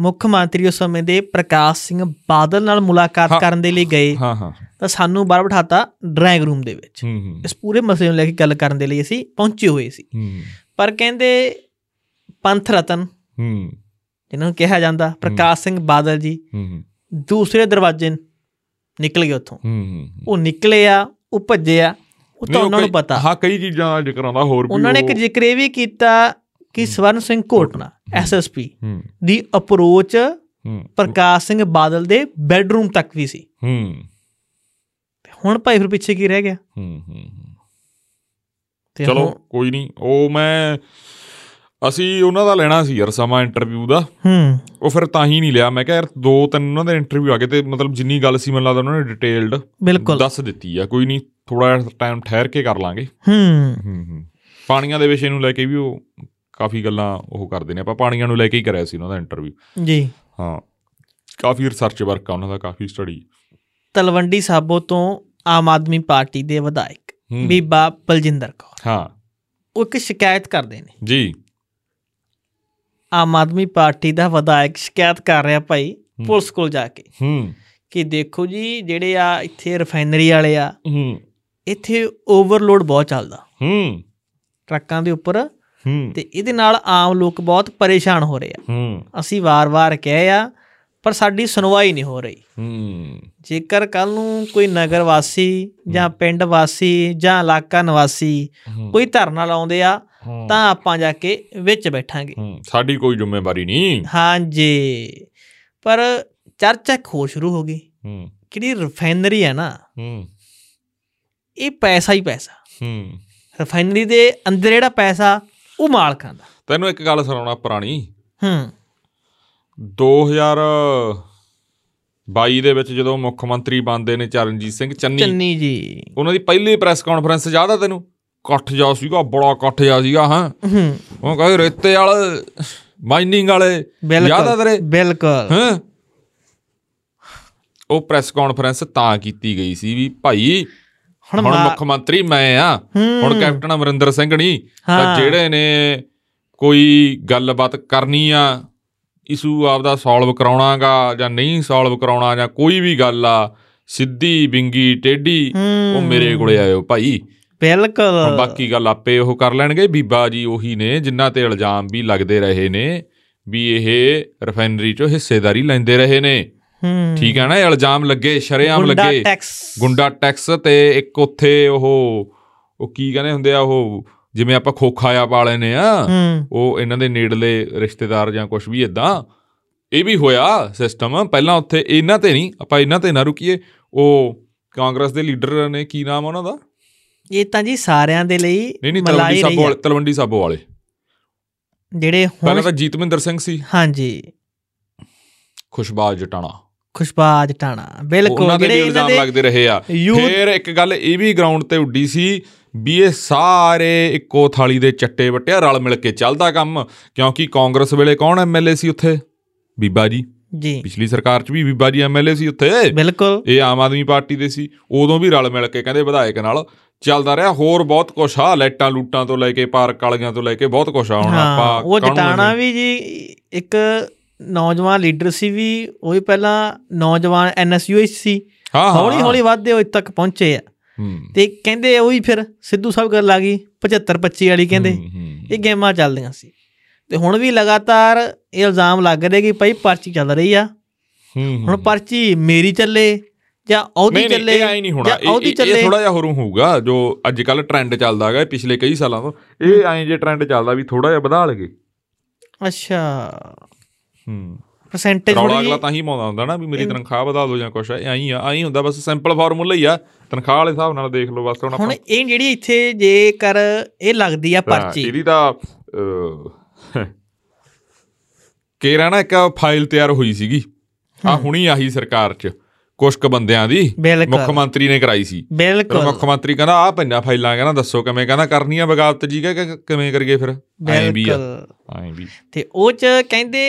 ਮੁੱਖ ਮੰਤਰੀ ਉਸ ਸਮੇਂ ਦੇ ਪ੍ਰਕਾਸ਼ ਸਿੰਘ ਬਾਦਲ ਨਾਲ ਮੁਲਾਕਾਤ
ਹਾਂ।
ਕਰਨ ਦੇ ਲਈ ਗਏ
ਹਾਂ ਹਾਂ
ਤਾਂ ਸਾਨੂੰ ਬਾਹਰ ਬਿਠਾਤਾ ਡਰਾਇੰਗ ਰੂਮ ਦੇ ਵਿੱਚ
ਹੂੰ ਹੂੰ
ਇਸ ਪੂਰੇ ਮਸਲੇ ਨੂੰ ਲੈ ਕੇ ਗੱਲ ਕਰਨ ਦੇ ਲਈ ਅਸੀਂ ਪਹੁੰਚੇ ਹੋਏ ਸੀ
ਹੂੰ
ਪਰ ਕਹਿੰਦੇ ਪੰਥ ਰਤਨ
ਹੂੰ
ਜਿਹਨਾਂ ਨੂੰ ਕਿਹਾ ਜਾਂਦਾ ਪ੍ਰਕਾਸ਼ ਸਿੰਘ ਬਾਦਲ ਜੀ
ਹੂੰ
ਦੂਸਰੇ ਦਰਵਾਜ਼ੇ ਨਿਕਲ ਗਏ ਉੱਥੋਂ
ਹੂੰ ਹੂੰ ਹੂੰ।
ਉਹ ਨਿਕਲੇ ਆ ਉਹ ਭੱਜੇ ਆ ਉਹ ਤਾਂ
ਨਹੀਂ, ਉਹ
ਉਹਨਾਂ ਨੂੰ
ਕਈ-
ਪਤਾ
ਹਾਂ ਕਈ ਚੀਜ਼ਾਂ ਦਾ ਜ਼ਿਕਰ ਆਉਂਦਾ ਹੋਰ ਵੀ
ਉਹਨਾਂ ਨੇ ਇੱਕ
ਉਹ-
ਜ਼ਿਕਰ ਇਹ ਵੀ ਕੀਤਾ ਕਿ ਸਵਰਨ ਸਿੰਘ ਕੋਟਨਾ ਐਸਐਸਪੀ
ਹੂੰ
ਦੀ ਅਪਰੋਚ
ਹੂੰ
ਪ੍ਰਕਾਸ਼ ਸਿੰਘ ਬਾਦਲ ਦੇ ਬੈੱਡਰੂਮ ਤੱਕ ਵੀ ਸੀ
ਹੂੰ
ਹੁਣ ਭਾਈ ਫਿਰ ਪਿੱਛੇ ਕੀ ਰਹਿ ਗਿਆ
ਹੂੰ ਹੂੰ
ਤੇ
ਚਲੋ
ਹੁਣ-
ਕੋਈ ਨਹੀਂ ਉਹ ਮੈਂ ਅਸੀਂ ਉਹਨਾਂ ਦਾ ਲੈਣਾ ਸੀ ਯਾਰ ਸਮਾਂ ਇੰਟਰਵਿਊ ਦਾ
ਹੂੰ
ਉਹ ਫਿਰ ਤਾਂ ਹੀ ਨਹੀਂ ਲਿਆ ਮੈਂ ਕਿਹਾ ਯਾਰ ਦੋ ਤਿੰਨ ਉਹਨਾਂ ਦੇ ਇੰਟਰਵਿਊ ਆ ਗਏ ਤੇ ਮਤਲਬ ਜਿੰਨੀ ਗੱਲ ਸੀ ਮੈਨੂੰ ਲੱਗਦਾ ਉਹਨਾਂ ਨੇ ਡਿਟੇਲਡ
ਬਿਲਕੁਲ
ਦੱਸ ਦਿੱਤੀ ਆ ਕੋਈ ਨਹੀਂ ਥੋੜਾ ਟਾਈਮ ਠਹਿਰ ਕੇ ਕਰ ਲਾਂਗੇ
ਹੂੰ
ਹੂੰ ਹੂੰ ਪਾਣੀਆਂ ਦੇ ਵਿਸ਼ੇ ਨੂੰ ਲੈ ਕੇ ਵੀ ਉਹ ਕਾਫੀ ਗੱਲਾਂ ਉਹ ਕਰਦੇ ਨੇ ਆਪਾਂ ਪਾਣੀਆਂ ਨੂੰ ਲੈ ਕੇ ਹੀ ਕਰਿਆ ਸੀ ਉਹਨਾਂ ਦਾ ਇੰਟਰਵਿਊ
ਜੀ
ਹਾਂ ਕਾਫੀ ਰਿਸਰਚ ਵਰਕ ਆ ਉਹਨਾਂ ਦਾ ਕਾਫੀ ਸਟੱਡੀ
ਤਲਵੰਡੀ ਸਾਬੋ ਤੋਂ ਆਮ ਆਦਮੀ ਪਾਰਟੀ ਦੇ ਵਿਧਾਇਕ
ਹੂੰ।
ਬੀਬਾ ਬਲਜਿੰਦਰ ਕੌਰ
ਹਾਂ
ਉਹ ਇੱਕ ਸ਼ਿਕਾਇਤ ਕਰਦੇ ਨੇ
ਜੀ
ਆਮ ਆਦਮੀ ਪਾਰਟੀ ਦਾ ਵਿਧਾਇਕ ਸ਼ਿਕਾਇਤ ਕਰ ਰਿਹਾ ਭਾਈ ਪੁਲਿਸ ਕੋਲ ਜਾ ਕੇ
ਹੂੰ
ਕਿ ਦੇਖੋ ਜੀ ਜਿਹੜੇ ਆ ਇੱਥੇ ਰਿਫਾਈਨਰੀ ਵਾਲੇ ਆ
ਹੂੰ
ਇੱਥੇ ਓਵਰਲੋਡ ਬਹੁਤ ਚੱਲਦਾ
ਹੂੰ
ਟਰੱਕਾਂ ਦੇ ਉੱਪਰ
ਹੂੰ
ਤੇ ਇਹਦੇ ਨਾਲ ਆਮ ਲੋਕ ਬਹੁਤ ਪਰੇਸ਼ਾਨ ਹੋ ਰਹੇ ਆ
ਹੂੰ
ਅਸੀਂ ਵਾਰ-ਵਾਰ ਕਹੇ ਆ ਪਰ ਸਾਡੀ ਸੁਣਵਾਈ ਨਹੀਂ ਹੋ ਰਹੀ
ਹੂੰ
ਜੇਕਰ ਕੱਲ ਨੂੰ ਕੋਈ ਨਗਰ ਵਾਸੀ ਜਾਂ ਪਿੰਡ ਵਾਸੀ ਜਾਂ ਇਲਾਕਾ ਨਿਵਾਸੀ
ਹੂੰ।
ਕੋਈ ਧਰਨਾ ਲਾਉਂਦੇ ਆ
ਹੂੰ।
ਤਾਂ ਆਪਾਂ ਜਾ ਕੇ ਵਿੱਚ ਬੈਠਾਂਗੇ
ਹੂੰ, ਸਾਡੀ ਕੋਈ ਜ਼ਿੰਮੇਵਾਰੀ ਨਹੀਂ
ਹਾਂਜੀ ਪਰ ਚਰਚਾ ਇੱਕ ਹੋਰ ਸ਼ੁਰੂ ਹੋ ਗਈ
ਹੂੰ
ਕਿਹੜੀ ਰਿਫਾਈਨਰੀ ਹੈ ਨਾ
ਹੂੰ
ਇਹ ਪੈਸਾ ਹੀ ਪੈਸਾ
ਹੂੰ
ਰਿਫਾਈਨਰੀ ਦੇ ਅੰਦਰ ਜਿਹੜਾ ਪੈਸਾ ਉਹ ਮਾਲਕਾਂ ਦਾ
ਤੈਨੂੰ ਇੱਕ ਗੱਲ ਸੁਣਾਉਣਾ ਪੁਰਾਣੀ
ਹੂੰ
2022 ਦੇ ਵਿੱਚ ਜਦੋਂ ਮੁੱਖ ਮੰਤਰੀ ਬਣਦੇ ਨੇ ਚਰਨਜੀਤ ਸਿੰਘ ਚੰਨੀ
ਚੰਨੀ ਜੀ
ਉਹਨਾਂ ਦੀ ਪਹਿਲੀ ਪ੍ਰੈਸ ਕਾਨਫਰੰਸ ਯਾਦ ਆ ਤੈਨੂੰ ਇਕੱਠ ਜਾ ਸੀਗਾ ਬੜਾ ਇਕੱਠ ਜਾ ਸੀਗਾ ਹਾਂ
ਹੂੰ
ਉਹ ਕਹੇ ਰੇਤੇ ਵਾਲੇ ਮਾਈਨਿੰਗ ਵਾਲੇ ਯਾਦ ਆ
ਬਿਲਕੁਲ
ਤੇਰੇ
ਬਿਲਕੁਲ
ਹਾਂ ਉਹ ਪ੍ਰੈਸ ਕਾਨਫਰੰਸ ਤਾਂ ਕੀਤੀ ਗਈ ਸੀ ਵੀ ਭਾਈ
ਹੁਣ
ਹੁਣ ਮੁੱਖ ਮੰਤਰੀ ਮੈਂ ਆ ਹੁਣ ਕੈਪਟਨ ਅਮਰਿੰਦਰ ਸਿੰਘ ਨਹੀਂ ਤਾਂ
ਹਾਂ।
ਜਿਹੜੇ ਨੇ ਕੋਈ ਗੱਲਬਾਤ ਕਰਨੀ ਆ ਇਸ਼ੂ ਆਪਦਾ ਸੋਲਵ ਕਰਾਉਣਾਗਾ ਜਾਂ ਨਹੀਂ ਸੋਲਵ ਕਰਾਉਣਾ ਜਾਂ ਕੋਈ ਵੀ ਗੱਲ ਆ ਸਿੱਧੀ ਬਿੰਗੀ ਟੇਢੀ ਉਹ ਮੇਰੇ ਕੋਲੇ ਆਇਓ ਭਾਈ ਹੁਣ
ਬਿਲਕੁਲ
ਬਾਕੀ ਗੱਲ ਆਪੇ ਉਹ ਕਰ ਲੈਣਗੇ ਬੀਬਾ ਜੀ ਉਹੀ ਨੇ ਜਿਨ੍ਹਾਂ ਤੇ ਇਲਜ਼ਾਮ ਵੀ ਲੱਗਦੇ ਰਹੇ ਨੇ ਵੀ ਇਹ ਰਿਫਾਈਨਰੀ ਚੋਂ ਹਿੱਸੇਦਾਰੀ ਲੈਂਦੇ ਰਹੇ ਨੇ
ਹੂੰ
ਠੀਕ ਹੈ ਨਾ ਇਹ ਇਲਜ਼ਾਮ ਲੱਗੇ ਸ਼ਰੇਆਮ
ਗੁੰਡਾ
ਲੱਗੇ
ਟੈਕਸ
ਗੁੰਡਾ ਟੈਕਸ ਤੇ ਇੱਕ ਉੱਥੇ ਉਹ ਉਹ ਕੀ ਕਹਿੰਦੇ ਹੁੰਦੇ ਆ ਉਹ ਜਿਵੇਂ ਆਪਾਂ ਖੋਖਾ ਆ ਪਾ ਲੈਨੇ ਆ
ਹੂੰ
ਉਹ ਇਹਨਾਂ ਦੇ ਨੇੜਲੇ ਰਿਸ਼ਤੇਦਾਰ ਜਾਂ ਕੁਝ ਵੀ ਇਦਾਂ ਇਹ ਵੀ ਹੋਇਆ ਸਿਸਟਮ ਪਹਿਲਾਂ ਉੱਥੇ ਇਹਨਾਂ ਤੇ ਨਹੀਂ ਆਪਾਂ ਇਹਨਾਂ ਤੇ ਨਾ ਰੁਕੀਏ ਉਹ ਕਾਂਗਰਸ ਦੇ ਲੀਡਰ ਨੇ ਕੀ ਨਾਮ ਆ ਉਹਨਾਂ ਦਾ
ਇਹ ਤਾਂ ਜੀ ਸਾਰਿਆਂ ਦੇ
ਨਹੀਂ
ਲਈ
ਨਹੀਂ ਤਲਵੰਡੀ
ਮਲਾਈ
ਸਾਬੋ
ਰਹੀ ਆ।
ਵਾਲੇ ਤਲਵੰਡੀ ਸਾਬੋ ਵਾਲੇ
ਜਿਹੜੇ ਹੁਣ
ਪਹਿਲਾਂ ਤਾਂ ਜੀਤਮਿੰਦਰ ਸਿੰਘ ਸੀ
ਹਾਂਜੀ
ਖੁਸ਼ਬਾਜ ਜਟਾਣਾ
ਖੁਸ਼ਬਾਜ ਟਾਣਾ ਬਿਲਕੁਲ
ਉਹਨਾਂ ਦੇ
ਜਿਹੜੇ
ਵੀ
ਇਹਨਾਂ
ਇਲਜ਼ਾਮ
ਦੇ
ਲੱਗਦੇ ਰਹੇ ਆ
ਯੂਥ-
ਫਿਰ ਇੱਕ ਗੱਲ ਇਹ ਵੀ ਗਰਾਊਂਡ ਤੇ ਉੱਡੀ ਸੀ ਵੀ ਇਹ ਸਾਰੇ ਇੱਕੋ ਥਾਲੀ ਦੇ ਚੱਟੇ ਵਟਿਆ ਰਲ ਮਿਲ ਕੇ ਚੱਲਦਾ ਕੰਮ ਕਿਉਂਕਿ ਕਾਂਗਰਸ ਵੇਲੇ ਕੌਣ ਐਮਐਲਏ ਸੀ ਉੱਥੇ ਬੀਬਾ ਜੀ
ਜੀ
ਪਿਛਲੀ ਸਰਕਾਰ 'ਚ ਵੀ ਬੀਬਾ ਜੀ ਐਮਐਲਏ ਸੀ ਉੱਥੇ
ਬਿਲਕੁਲ
ਇਹ ਆਮ ਆਦਮੀ ਪਾਰਟੀ ਦੇ ਸੀ ਉਦੋਂ ਵੀ ਰਲ ਮਿਲ ਕੇ ਕਹਿੰਦੇ ਵਿਧਾਇਕ ਨਾਲ ਚੱਲਦਾ ਰਿਹਾ ਹੋਰ ਬਹੁਤ ਕੁਛ ਆ ਲਾਈਟਾਂ ਲੂਟਾਂ ਤੋਂ ਲੈ ਕੇ ਪਾਰਕ ਵਾਲੀਆਂ ਤੋਂ ਲੈ ਕੇ ਬਹੁਤ ਕੁਛ ਆ ਹੁਣ
ਹਾਂ
ਆਪਾਂ
ਉਹ
ਕਾਹਨੂੰ
ਜਟਾਣਾ
ਐਵੇਂ-
ਵੀ ਜੀ ਇੱਕ ਨੌਜਵਾਨ ਲੀਡਰ ਸੀ ਵੀ ਉਹ ਵੀ ਪਹਿਲਾਂ ਨੌਜਵਾਨ ਐਨਐਸਯੂਐਚ ਸੀ
ਹਾਂ ਹਾਂ
ਹੌਲੀ ਹੌਲੀ ਵੱਧਦੇ ਹੋਏ ਤੱਕ ਪਹੁੰਚੇ ਆ
ਹੂੰ,
ਤੇ ਕਹਿੰਦੇ ਉਹ ਹੀ ਫਿਰ ਸਿੱਧੂ ਸਾਹਿਬ ਗੱਲ ਆ ਗਈ 75 25 ਵਾਲੀ ਕਹਿੰਦੇ
ਹੂੰ, ਹੂੰ,
ਇਹ ਗੇਮਾਂ ਚੱਲਦੀਆਂ ਸੀ ਤੇ ਹੁਣ ਵੀ ਲਗਾਤਾਰ ਇਹ ਇਲਜ਼ਾਮ ਲੱਗ ਰਹੇ ਕਿ ਭਾਈ ਪਰਚੀ ਚੱਲ ਰਹੀ ਆ
ਹੂੰ, ਹੂੰ।
ਹੁਣ ਪਰਚੀ ਮੇਰੀ ਚੱਲੇ ਜਾਂ ਉਹਦੀ
ਨਹੀਂ ਨਹੀਂ
ਚੱਲੇ
ਇਹ ਆਈ ਨਹੀਂ ਹੋਣਾ
ਜਾਂ ਉਹਦੀ
ਇਹ- ਇਹ
ਚੱਲੇ
ਥੋੜਾ ਜਿਹਾ ਹੋਰੂ ਹੋਊਗਾ ਜੋ ਅੱਜ ਕੱਲ ਟ੍ਰੈਂਡ ਚੱਲਦਾ ਹੈਗਾ ਇਹ ਪਿਛਲੇ ਕਈ ਸਾਲਾਂ ਤੋਂ ਇਹ ਐਂ ਜੇ ਟ੍ਰੈਂਡ ਚੱਲਦਾ ਵੀ ਥੋੜਾ ਜਿਹਾ ਵਧਾ ਲਗੇ
ਅੱਛਾ
ਹੂੰ
ਪਰਸੈਂਟੇਜ
ਰੌਲਾ ਅਗਲਾ ਤਾਂ ਹੀ ਪਾਉਂਦਾ ਹੁੰਦਾ ਨਾ ਵੀ ਮੇਰੀ ਤਨਖਾਹ ਵਧਾ ਦਿਓ ਜਾਂ ਕੁਛ ਐ ਐਂ ਆ ਐਂ ਹੁੰਦਾ ਬਸ ਸਿੰਪਲ ਫਾਰਮੂਲਾ ਹੀ ਆ ਤਨਖਾਹ ਵਾਲੇ ਹਿਸਾਬ ਨਾਲ ਦੇਖ ਲਓ ਬਸ ਹੁਣ
ਹੁਣ
ਆਪਾਂ
ਇਹ ਜਿਹੜੀ ਇੱਥੇ ਜੇਕਰ ਇਹ ਲੱਗਦੀ ਆ
ਤਾਂ
ਪਰਚੀ
ਇਹਦੀ ਤਾਂ ਅਹ, ਕੇਰਾ ਨਾ ਇੱਕ ਫਾਈਲ ਤਿਆਰ ਹੋਈ ਸੀਗੀ ਆ ਹੁਣੀ ਆਹੀ ਸਰਕਾਰ 'ਚ ਕੁਝ ਕੁ ਬੰਦਿਆਂ ਦੀ
ਬਿਲਕੁਲ।
ਮੁੱਖ ਮੰਤਰੀ ਨੇ ਕਰਾਈ ਸੀ ਫਿਰ
ਬਿਲਕੁਲ
ਮੁੱਖ ਮੰਤਰੀ ਕਹਿੰਦਾ ਆ ਪੰਜਾਂ ਫਾਈਲਾਂ ਕਹਿੰਦਾ ਦੱਸੋ ਕਿਵੇਂ ਕਹਿੰਦਾ ਕਰਨੀ ਆ ਬਗਾਵਤ ਜੀ ਕਿ ਕਿ- ਕਿਵੇਂ ਕਰੀਏ ਫਿਰ ਐਂ ਵੀ ਆ
ਬਿਲਕੁਲ
ਐਂ ਵੀ
ਤੇ ਉਹ ਚ ਕਹਿੰਦੇ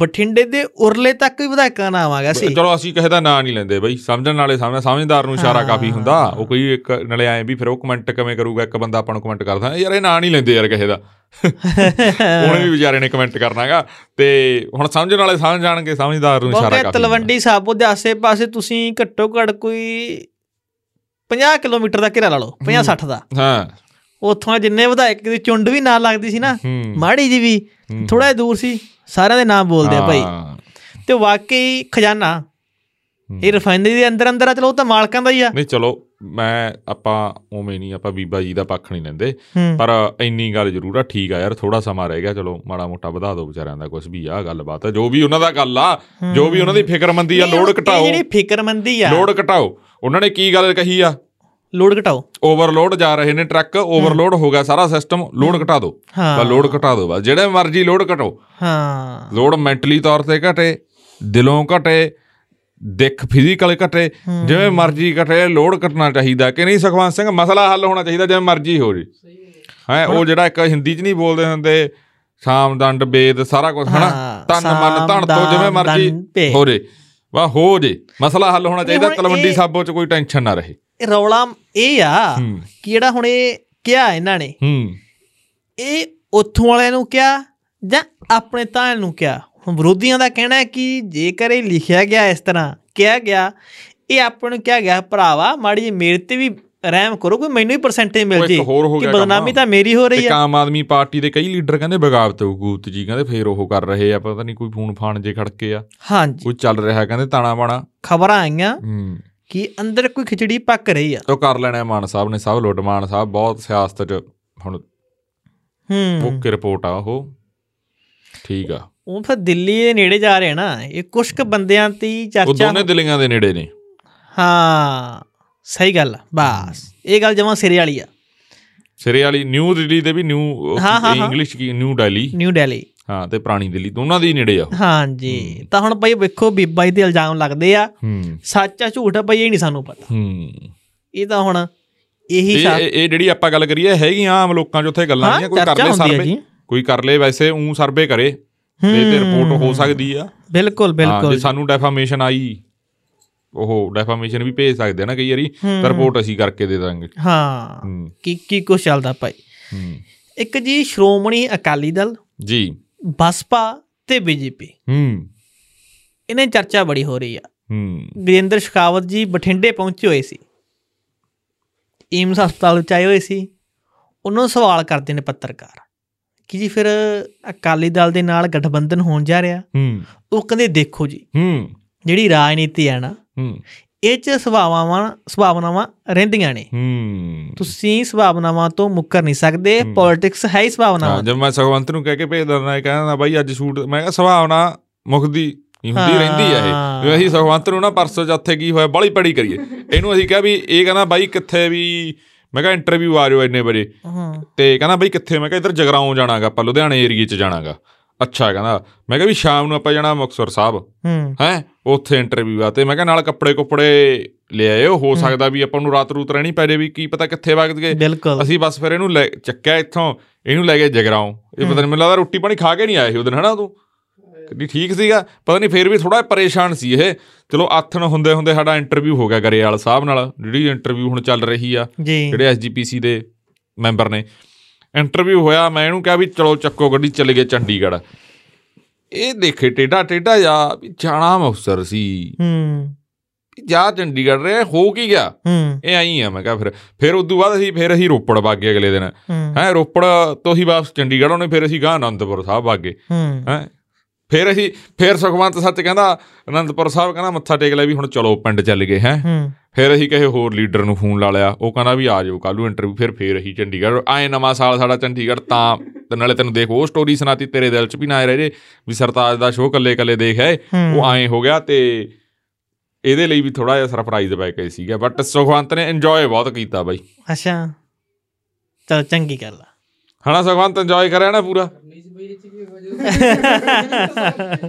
ਬਠਿੰਡੇ ਦੇ ਉਰਲੇ ਤੱਕ ਵੀ ਵਿਧਾਇਕਾਂ ਦਾ ਨਾਮ ਆ ਗਿਆ ਸੀ
ਚਲੋ ਅਸੀਂ ਕਿਸੇ ਦਾ ਨਾਂ ਨਹੀਂ ਲੈਂਦੇ ਬਈ ਸਮਝਣ ਵਾਲੇ ਸਮਝ ਸਮਝਦਾਰ ਨੂੰ ਇਸ਼ਾਰਾ ਕਾਫੀ ਹੁੰਦਾ ਉਹ ਕੋਈ ਇੱਕ ਨਾਲੇ ਐਂ ਵੀ ਫਿਰ ਉਹ ਕਮੈਂਟ ਕਿਵੇਂ ਕਰੂਗਾ ਇੱਕ ਬੰਦਾ ਆਪਾਂ ਨੂੰ ਕਮੈਂਟ ਕਰਦਾ ਯਾਰ ਇਹ ਨਾਂ ਨਹੀਂ ਲੈਂਦੇ ਯਾਰ ਕਿਸੇ ਦਾ ਉਹਨੇ ਵੀ ਵਿਚਾਰੇ ਨੇ ਕਮੈਂਟ ਕਰਨਾਗਾ ਤੇ ਹੁਣ ਸਮਝਣ ਵਾਲੇ ਸਮਝ ਜਾਣਗੇ ਸਮਝਦਾਰ ਨੂੰ ਇਸ਼ਾਰਾ
ਕਿਉਂਕਿ
ਕਾਫੀ
ਤਲਵੰਡੀ ਸਾਬੋ ਦੇ ਆਸੇ-ਪਾਸੇ ਤੁਸੀਂ ਘੱਟੋ ਘੱਟ ਕੋਈ 50 ਕਿਲੋਮੀਟਰ ਦਾ ਘੇਰਾ ਲਾ ਲਓ 50 60 ਦਾ
ਹੁੰਦਾ। ਹਾਂ
ਉੱਥੋਂ ਜਿੰਨੇ ਵਿਧਾਇਕ ਦੀ ਚੁੰਡ ਵੀ ਨਾਲ ਲੱਗਦੀ ਸੀ ਨਾ
ਹੂੰ।
ਮਾੜੀ ਜੀ ਵੀ ਥੋੜਾ ਜਿਹਾ ਦੂਰ ਸੀ ਸਾਰਿਆਂ ਦੇ ਨਾਮ ਬੋਲਦੇ ਆ ਭਾਈ
ਹਾਂ।
ਤੇ ਵਾਕਈ ਖਜ਼ਾਨਾ ਇਹ ਰਿਫਾਈਨਰੀ ਦੇ ਅੰਦਰ ਅੰਦਰ ਆ ਚਲੋ ਉਹ ਤਾਂ ਮਾਲਕਾਂ ਦਾ ਹੀ ਆ
ਨਹੀਂ ਚਲੋ ਮੈਂ ਆਪਾਂ ਉਵੇਂ ਨਹੀਂ ਆਪਾਂ ਬੀਬਾ ਜੀ ਦਾ ਪੱਖ ਨਹੀਂ ਲੈਂਦੇ
ਹੂੰ
ਪਰ ਇੰਨੀ ਗੱਲ ਜ਼ਰੂਰ ਆ ਠੀਕ ਆ ਯਾਰ ਥੋੜਾ ਸਮਾਂ ਰਹਿ ਗਿਆ ਚਲੋ ਮਾੜਾ ਮੋਟਾ ਵਧਾ ਦਿਓ ਵਿਚਾਰਿਆਂ ਦਾ ਕੁਝ ਵੀ ਆ ਗੱਲਬਾਤ ਆ ਜੋ ਵੀ ਉਹਨਾਂ ਦਾ ਗੱਲ ਆ ਜੋ ਵੀ ਉਹਨਾਂ ਦੀ ਫਿਕਰਮੰਦੀ ਆ
ਨਹੀਂ,
ਲੋਡ
ਇਹ
ਘਟਾਓ
ਜਿਹੜੀ ਫਿਕਰਮੰਦੀ ਆ
ਲੋਡ ਘਟਾਓ ਉਹਨਾਂ ਨੇ ਕੀ ਗੱਲ ਕਹੀ ਆ
ਲੋਡ ਘਟਾਓ
ਓਵਰਲੋਡ ਜਾ ਰਹੇ ਨੇ ਟਰੱਕ ਓਵਰਲੋਡ ਹੋ ਗਿਆ ਸਾਰਾ ਸਿਸਟਮ ਲੋਡ ਘਟਾ ਦਿਓ
ਹਾਂ।
ਬਸ ਲੋਡ ਘਟਾ ਦਿਓ ਬਸ ਜਿਹੜੇ ਮਰਜ਼ੀ ਲੋਡ ਘਟਾਓ
ਹਾਂ
ਲੋਡ ਮੈਂਟਲੀ ਤੌਰ ਤੇ ਘਟੇ ਦਿਲੋਂ ਘਟੇ ਦਿੱਖ ਫਿਜ਼ੀਕਲ ਘਟੇ ਜਿਵੇਂ ਮਰਜ਼ੀ ਘਟੇ ਲੋਡ ਘਟਣਾ ਚਾਹੀਦਾ ਕਿ ਨਹੀਂ ਸੁਖਵੰਤ ਸਿੰਘ ਮਸਲਾ ਹੱਲ ਹੋਣਾ ਚਾਹੀਦਾ ਜਿਵੇਂ ਮਰਜ਼ੀ ਹੋ ਜੀ ਹੈ ਉਹ ਜਿਹੜਾ ਇੱਕ ਹਿੰਦੀ 'ਚ ਨਹੀਂ ਬੋਲਦੇ ਹੁੰਦੇ ਸ਼ਾਮ ਦੰਡ ਬੇਦ ਸਾਰਾ ਕੁਝ ਹਨਾ
ਹਾਂ,
ਤਨ ਮਨ
ਸ਼ਾਮ,
ਧਨ ਤੋਂ ਜਿਵੇਂ
ਦਾਨ, ਦੰਡ,
ਮਰਜ਼ੀ
ਭੇਦ।
ਹੋ ਜੇ ਵਾ ਹੋ ਜੇ ਮਸਲਾ ਹੱਲ ਹੋਣਾ ਚਾਹੀਦਾ
ਹੁਣ
ਤਲਵੰਡੀ
ਇਹ-
ਸਾਬੋ 'ਚ ਕੋਈ ਟੈਨਸ਼ਨ ਨਾ ਰਹੇ
ਇਹ ਰੌਲਾ ਇਹ ਆ
ਹੂੰ।
ਕਿ ਜਿਹੜਾ ਹੁਣ ਇਹ ਕਿਹਾ ਇਹਨਾਂ ਨੇ
ਹੂੰ
ਇਹ ਉੱਥੋਂ ਵਾਲਿਆਂ ਨੂੰ ਕਿਹਾ ਜਾਂ ਆਪਣੇ ਤਾਂ ਨੂੰ ਕਿਹਾ ਹੁਣ ਵਿਰੋਧੀਆਂ ਦਾ ਕਹਿਣਾ ਹੈ ਕਿ ਜੇਕਰ ਇਹ ਲਿਖਿਆ ਗਿਆ ਇਸ ਤਰ੍ਹਾਂ ਕਿਹਾ ਗਿਆ ਇਹ ਆਪਾਂ ਨੂੰ ਕਿਹਾ ਗਿਆ ਭਰਾਵਾ ਮਾੜੀ ਜਿਹੀ ਮੇਰੇ ਤੇ ਵੀ ਰਹਿਮ ਕਰੋ ਕੋਈ ਮੈਨੂੰ ਹੀ ਪਰਸੈਂਟੇਜ
ਉਹ
ਮਿਲ
ਇੱਕ
ਜੇ
ਹੋਰ ਹੋ
ਕਿ
ਗਿਆ ਕੰਮ।
ਬਦਨਾਮੀ ਤਾਂ ਮੇਰੀ ਹੋ ਰਹੀ
ਇੱਕ
ਹੈ
ਆਮ ਆਦਮੀ ਪਾਰਟੀ ਦੇ ਕਈ ਲੀਡਰ ਕਹਿੰਦੇ ਬਗਾਵਤ ਹਕੂਮਤ ਜੀ ਕਹਿੰਦੇ ਫੇਰ ਉਹ ਕਰ ਰਹੇ ਆ ਪਤਾ ਨਹੀਂ ਕੋਈ ਫੋਨ ਫਾਨ ਜੇ ਖੜਕੇ ਆ
ਹਾਂਜੀ
ਕੋਈ ਚੱਲ ਰਿਹਾ ਕਹਿੰਦੇ ਤਾਣਾ ਬਾਣਾ
ਖਬਰਾਂ ਆਈਆਂ
ਹੂੰ
ਕਿ ਅੰਦਰ ਕੋਈ ਖਿਚੜੀ ਪੱਕ ਰਹੀ ਆ
ਉਹ ਕਰ ਲੈਣਾ ਮਾਨ ਸਾਹਿਬ ਨੇ ਸਭ ਲੁੱਟ ਮਾਨ ਸਾਹਿਬ ਬਹੁਤ ਸਿਆਸਤ 'ਚ ਹੁਣ
ਹੂੰ
ਮੁੱਖ ਰਿਪੋਰਟ ਆ ਉਹ ਠੀਕ ਆ
ਉਹ ਫਿਰ ਦਿੱਲੀ ਦੇ ਨੇੜੇ ਜਾ ਰਹੇ ਆ ਨਾ ਇਹ ਕੁਛ ਕੁ ਬੰਦਿਆਂ ਤੇ ਹੀ
ਉਹ
ਚਰਚਾ
ਦੋਨੇ ਦਿਲੀਆਂ ਦੇ ਨੇੜੇ ਨੇ
ਹਾਂ ਸਹੀ ਗੱਲ ਆ ਬਸ ਇਹ ਗੱਲ ਜਮਾਂ ਸਿਰੇ ਵਾਲੀ ਆ
ਸਿਰੇ ਵਾਲੀ ਨਿਊ ਦਿੱਲੀ ਦੇ ਵੀ ਨਿਊ
ਹਾਂ, ਹਾਂ, ਹਾਂ।
ਇੰਗਲਿਸ਼ ਕੀ ਨਿਊ ਦਿੱਲੀ
ਨਿਊ ਦਿੱਲੀ
ਹਾਂ ਤੇ ਪੁਰਾਣੀ ਦਿੱਲੀ ਦੋਨਾਂ ਦੇ ਹੀ ਨੇੜੇ ਆ ਉਹ।
ਹਾਂਜੀ ਤਾਂ ਹੁਣ ਭਾਈ ਵੇਖੋ ਬੀਬਾ ਜੀ ਦੇ ਇਲਜ਼ਾਮ ਲੱਗਦੇ ਆ
ਹੂੰ
ਸੱਚ ਆ ਝੂਠ ਆ ਭਾਈ ਇਹ ਨਹੀਂ ਸਾਨੂੰ ਪਤਾ
ਹੂੰ
ਇਹ ਤਾਂ ਹੁਣ ਇਹੀ
ਇਹ
ਸ਼ਾ-
ਇਹ- ਇਹ ਜਿਹੜੀ ਆਪਾਂ ਗੱਲ ਕਰੀਏ ਹੈਗੀ ਆਮ ਲੋਕਾਂ 'ਚ ਉੱਥੇ ਗੱਲਾਂ
ਹਾਂ,
ਨਹੀਂ ਕੋਈ ਕਰ
ਚਰਚਾ
ਲੇ
ਹੁੰਦੀ ਹੈ
ਸਰਵੇ
ਜੀ।
ਕੋਈ ਕਰ ਲੇ ਵੈਸੇ ਉਂ ਸਰਵੇ ਕਰੇ ਤੇ ਤੇ ਰਿਪੋਰਟ ਹੋ ਸਕਦੀ ਆ
ਬਿਲਕੁਲ
ਹਾਂ ਜੇ
ਬਿਲਕੁਲ
ਸਾਨੂੰ ਡੈਫਾਮੇਸ਼ਨ ਆਈ ਉਹ ਡੈਫਾਮੇਸ਼ਨ ਵੀ ਭੇਜ ਸਕਦੇ ਆ ਨਾ ਕਈ ਵਾਰੀ ਤਾਂ ਰਿਪੋਰਟ ਅਸੀਂ ਕਰਕੇ ਦੇ ਦਾਂਗੇ
ਹਾਂ
ਹੂੰ
ਕੀ ਕੀ ਕੁਛ ਚੱਲਦਾ ਭਾਈ
ਹੂੰ
ਇੱਕ ਜੀ ਸ਼੍ਰੋਮਣੀ ਅਕਾਲੀ ਦਲ
ਜੀ
ਬਸਪਾ ਤੇ ਬੀਜੇਪੀ
ਹੂੰ
ਇਹਨੇ ਚਰਚਾ ਬੜੀ ਹੋ ਰਹੀ ਆ
ਹੂੰ
ਗਜੇਂਦਰ ਸ਼ਿਕਾਵਤ ਜੀ ਬਠਿੰਡੇ ਪਹੁੰਚੇ ਹੋਏ ਸੀ ਏਮਸ ਹਸਪਤਾਲ ਵਿੱਚ ਆਏ ਹੋਏ ਸੀ ਉਹਨਾਂ ਨੂੰ ਸਵਾਲ ਕਰਦੇ ਨੇ ਪੱਤਰਕਾਰ ਕਿ ਜੀ ਫਿਰ ਅਕਾਲੀ ਦਲ ਦੇ ਨਾਲ ਗਠਬੰਧਨ ਹੋਣ ਜਾ ਰਿਹਾ
ਹੂੰ
ਉਹ ਕਹਿੰਦੇ ਦੇਖੋ ਜੀ
ਹੂੰ
ਜਿਹੜੀ ਰਾਜਨੀਤੀ ਹੈ ਨਾ
ਹੂੰ
ਇਹ ਚ ਸੁਭਾਵਾਂ ਸੁਭਾਵਨਾਵਾਂ ਰਹਿੰਦੀਆਂ ਨੇ
ਹੂੰ
ਤੁਸੀਂ ਸੁਭਾਵਨਾਵਾਂ ਤੋਂ ਮੁੱਕਰ ਨਹੀਂ ਸਕਦੇ ਪੋਲਿਟਿਕਸ ਹੈ ਹੀ ਸੁਭਾਵਨਾਵਾਂ
ਹਾਂ
ਦੀ।
ਜਦ ਮੈਂ ਸੁਖਵੰਤ ਨੂੰ ਕਹਿ ਕੇ ਭੇਜਦਾ ਨਾ ਕਹਿੰਦਾ ਬਾਈ ਅੱਜ ਸ਼ੂਟ ਮੈਂ ਕਿਹਾ ਸੁਭਾਵਨਾ ਮੁਖਦੀ ਨਹੀਂ ਹੁੰਦੀ
ਹਾਂ।
ਰਹਿੰਦੀ ਆ ਇਹ ਵੀ ਅਸੀਂ ਸੁਖਵੰਤ ਨੂੰ ਨਾ ਪਰਸੋਂ ਜੱਥੇ ਕੀ ਹੋਇਆ ਬਾਲੀ ਪੜੀ ਕਰੀਏ ਇਹਨੂੰ ਅਸੀਂ ਕਿਹਾ ਵੀ ਇਹ ਕਹਿੰਦਾ ਬਾਈ ਕਿੱਥੇ ਵੀ ਮੈਂ ਕਿਹਾ ਇੰਟਰਵਿਊ ਆ ਜਾਓ ਇੰਨੇ ਵਜੇ
ਹਾਂ
ਤੇ ਕਹਿੰਦਾ ਬਈ ਕਿੱਥੇ ਮੈਂ ਕਿਹਾ ਇੱਧਰ ਜਗਰਾਉਂ ਜਾਣਾਗਾ ਆਪਾਂ ਲੁਧਿਆਣੇ ਏਰੀਏ 'ਚ ਜਾਣਾਗਾ ਅੱਛਾ ਕਹਿੰਦਾ ਮੈਂ ਕਿਹਾ ਵੀ ਸ਼ਾਮ ਨੂੰ ਆਪਾਂ ਜਾਣਾ ਮੁਕਤਸਰ ਸਾਹਿਬ
ਹੂੰ
ਹੈ ਉੱਥੇ ਇੰਟਰਵਿਊ ਆ ਤੇ ਮੈਂ ਕਿਹਾ ਨਾਲ ਕੱਪੜੇ ਕੁਪੜੇ ਲੈ ਆਇਓ ਹੋ ਸਕਦਾ ਵੀ ਆਪਾਂ ਨੂੰ ਰਾਤ ਰੂਤ ਰਹਿਣੀ ਪੈ ਜੇ ਵੀ ਕੀ ਪਤਾ ਕਿੱਥੇ ਵਗਦ ਗਏ
ਬਿਲਕੁਲ
ਅਸੀਂ ਬਸ ਫਿਰ ਇਹਨੂੰ ਲੈ ਚੱਕਿਆ ਇੱਥੋਂ ਇਹਨੂੰ ਲੈ ਕੇ ਜਗਰਾਉਂ ਇਹ ਪਤਾ ਨਹੀਂ ਮੈਨੂੰ ਲੱਗਦਾ ਰੋਟੀ ਪਾਣੀ ਖਾ ਕੇ ਨਹੀਂ ਆਏ ਸੀ ਉਹ ਦਿਨ ਹਨਾ ਤੂੰ ਕਿੱਡੀ ਠੀਕ ਸੀਗਾ ਪਤਾ ਨਹੀਂ ਫਿਰ ਵੀ ਥੋੜਾ ਪਰੇਸ਼ਾਨ ਸੀ ਇਹ ਚਲੋ ਆਥਣ ਹੁੰਦੇ ਹੁੰਦੇ ਸਾਡਾ ਇੰਟਰਵਿਊ ਹੋ ਗਿਆ ਗਰੇਵਾਲ ਸਾਹਿਬ ਨਾਲ ਜਿਹੜੀ ਇੰਟਰਵਿਊ ਹੁਣ ਚੱਲ ਰਹੀ ਆ
ਜੀ
ਜਿਹੜੇ ਐਸਜੀਪੀਸੀ ਦੇ ਮੈਂਬਰ ਨੇ ਇੰਟਰਵਿਊ ਹੋਇਆ ਮੈਂ ਇਹਨੂੰ ਕਿਹਾ ਵੀ ਚਲੋ ਚੱਕੋ ਗੱਡੀ ਚੱਲ ਗਏ ਚੰਡੀਗੜ੍ਹ ਇਹ ਦੇਖੇ ਟੇਡਾ ਟੇਡਾ ਜਾ ਵੀ ਜਾਣਾ ਮੁਕਤਸਰ ਸੀ
ਹੂੰ
ਵੀ ਜਾ ਚੰਡੀਗੜ੍ਹ ਰਿਹਾ ਹੋ ਕੀ ਗਿਆ
ਹੂੰ
ਇਹ ਆਈ ਆ ਮੈਂ ਕਿਹਾ ਫਿਰ ਫਿਰ ਉਦੋਂ ਬਾਅਦ ਅਸੀਂ ਫਿਰ ਅਸੀਂ ਰੋਪੜ ਵਗ ਗਏ ਅਗਲੇ ਦਿਨ
ਹੂੰ
ਹੈ ਰੋਪੜ ਤੋਂ ਹੀ ਵਾਪਸ ਚੰਡੀਗੜ੍ਹ ਉਹਨੇ ਫਿਰ ਅਸੀਂ ਗਾਂ ਅਨੰਦਪੁਰ ਸਾਹਿਬ ਵਗ ਗਏ
ਹੂੰ
ਹੈ ਫਿਰ ਅਸੀਂ ਫਿਰ ਸੁਖਵੰਤ ਸੱਚ ਕਹਿੰਦਾ ਅਨੰਦਪੁਰ ਸਾਹਿਬ ਕਹਿੰਦਾ ਮੱਥਾ ਟੇਕ ਲਿਆ ਵੀ ਹੁਣ ਚਲੋ ਪਿੰਡ ਚੱਲ ਗਏ ਹੈ
ਹੂੰ
ਫਿਰ ਅਸੀਂ ਕਿਸੇ ਹੋਰ ਲੀਡਰ ਨੂੰ ਫੋਨ ਲਾ ਲਿਆ ਉਹ ਕਹਿੰਦਾ ਵੀ ਆ ਜਾਓ ਕੱਲ ਨੂੰ ਇੰਟਰਵਿਊ ਫਿਰ ਫੇਰ ਅਸੀਂ ਚੰਡੀਗੜ੍ਹ ਆਏ ਨਵਾਂ ਸਾਲ ਸਾਡਾ ਚੰਡੀਗੜ੍ਹ ਤਾਂ ਤੇ ਨਾਲੇ ਤੈਨੂੰ ਦੇਖ ਉਹ ਸਟੋਰੀ ਸੁਣਾਤੀ ਤੇਰੇ ਦਿਲ 'ਚ ਵੀ ਨਾ ਆਏ ਰਹੇ ਜੇ ਵੀ ਸਰਤਾਜ ਦਾ ਸ਼ੋਅ ਕੱਲੇ ਕੱਲੇ ਦੇਖ ਆਏ
ਹੂੰ।
ਉਹ ਆਏ ਹੋ ਗਿਆ ਤੇ ਇਹਦੇ ਲਈ ਵੀ ਥੋੜਾ ਜਿਹਾ ਸਰਪ੍ਰਾਈਜ਼ ਪੈ ਕੇ ਸੀਗਾ ਬਟ ਸੁਖਵੰਤ ਨੇ ਇੰਜੋਏ ਬਹੁਤ ਕੀਤਾ ਬਾਈ
ਅੱਛਾ ਚਲ ਚੰਗੀ ਗੱਲ ਆ
ਹਨਾ ਸੁਖਵੰਤ ਇੰਜੋਏ ਕਰਿਆ ਨਾ ਪੂਰਾ
ਨਹੀਂ ਜੀ ਬਈ ਇਹ ਚ ਕੀ ਹੋ ਜਾਊ?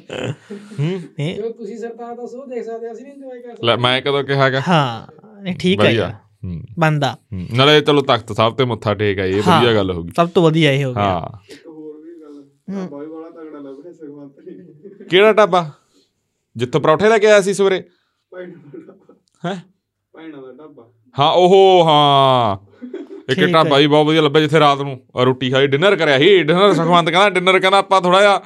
ਹੂੰ
ਨਹੀਂ,
ਜੋ ਤੁਸੀਂ ਸਰਤਾਜ ਦਾ ਸੋ ਦੇਖ ਸਕਦੇ ਹਾਂ, ਅਸੀਂ ਨਹੀਂ ਇੰਜੋਏ ਕਰ ਸਕਦੇ
ਲੈ ਮੈਂ ਕਦੋਂ ਕਿਹਾਗਾ
ਹਾਂ ਨਹੀਂ, ਠੀਕ ਹੈ ਯਾਰ,
ਹੂੰ
ਬੰਦਾ
ਹੂੰ। ਨਾਲੇ ਚਲੋ ਤਖਤ ਸਾਹਿਬ ਤੇ ਮੱਥਾ ਟੇਕ ਆਏ ਇਹ
ਹਾਂ।
ਵਧੀਆ ਗੱਲ ਹੋ ਗਈ
ਸਭ ਤੋਂ ਵਧੀਆ ਇਹ ਹੋ ਗਿਆ
ਹਾਂ
ਇੱਕ ਹੋਰ ਵੀ ਗੱਲ ਬਾਈ ਵਾਲਾ ਤਗੜਾ ਲੱਭ ਰਿਹਾ ਸੁਖਵੰਤ ਨਹੀਂ
ਕਿਹੜਾ ਢਾਬਾ ਜਿੱਥੋਂ ਪਰੌਠੇ ਲੈ ਕੇ ਆਇਆ ਸੀ ਸਵੇਰੇ
ਭੈਣਾਂ ਦਾ ਢਾਬਾ
ਹੈ
ਭੈਣਾਂ ਦਾ ਢਾਬਾ
ਹਾਂ ਉਹ ਹਾਂ ਇੱਕ
ਠੀਕ
ਢਾਬਾ ਹੀ ਬਹੁਤ ਵਧੀਆ ਲੱਭਿਆ ਜਿੱਥੇ ਰਾਤ ਨੂੰ ਰੋਟੀ ਖਾਈ ਡਿਨਰ ਕਰਿਆ ਸੀ ਡਿਨਰ ਸੁਖਵੰਤ ਕਹਿੰਦਾ ਡਿਨਰ ਕਹਿੰਦਾ ਆਪਾਂ ਥੋੜਾ ਜਿਹਾ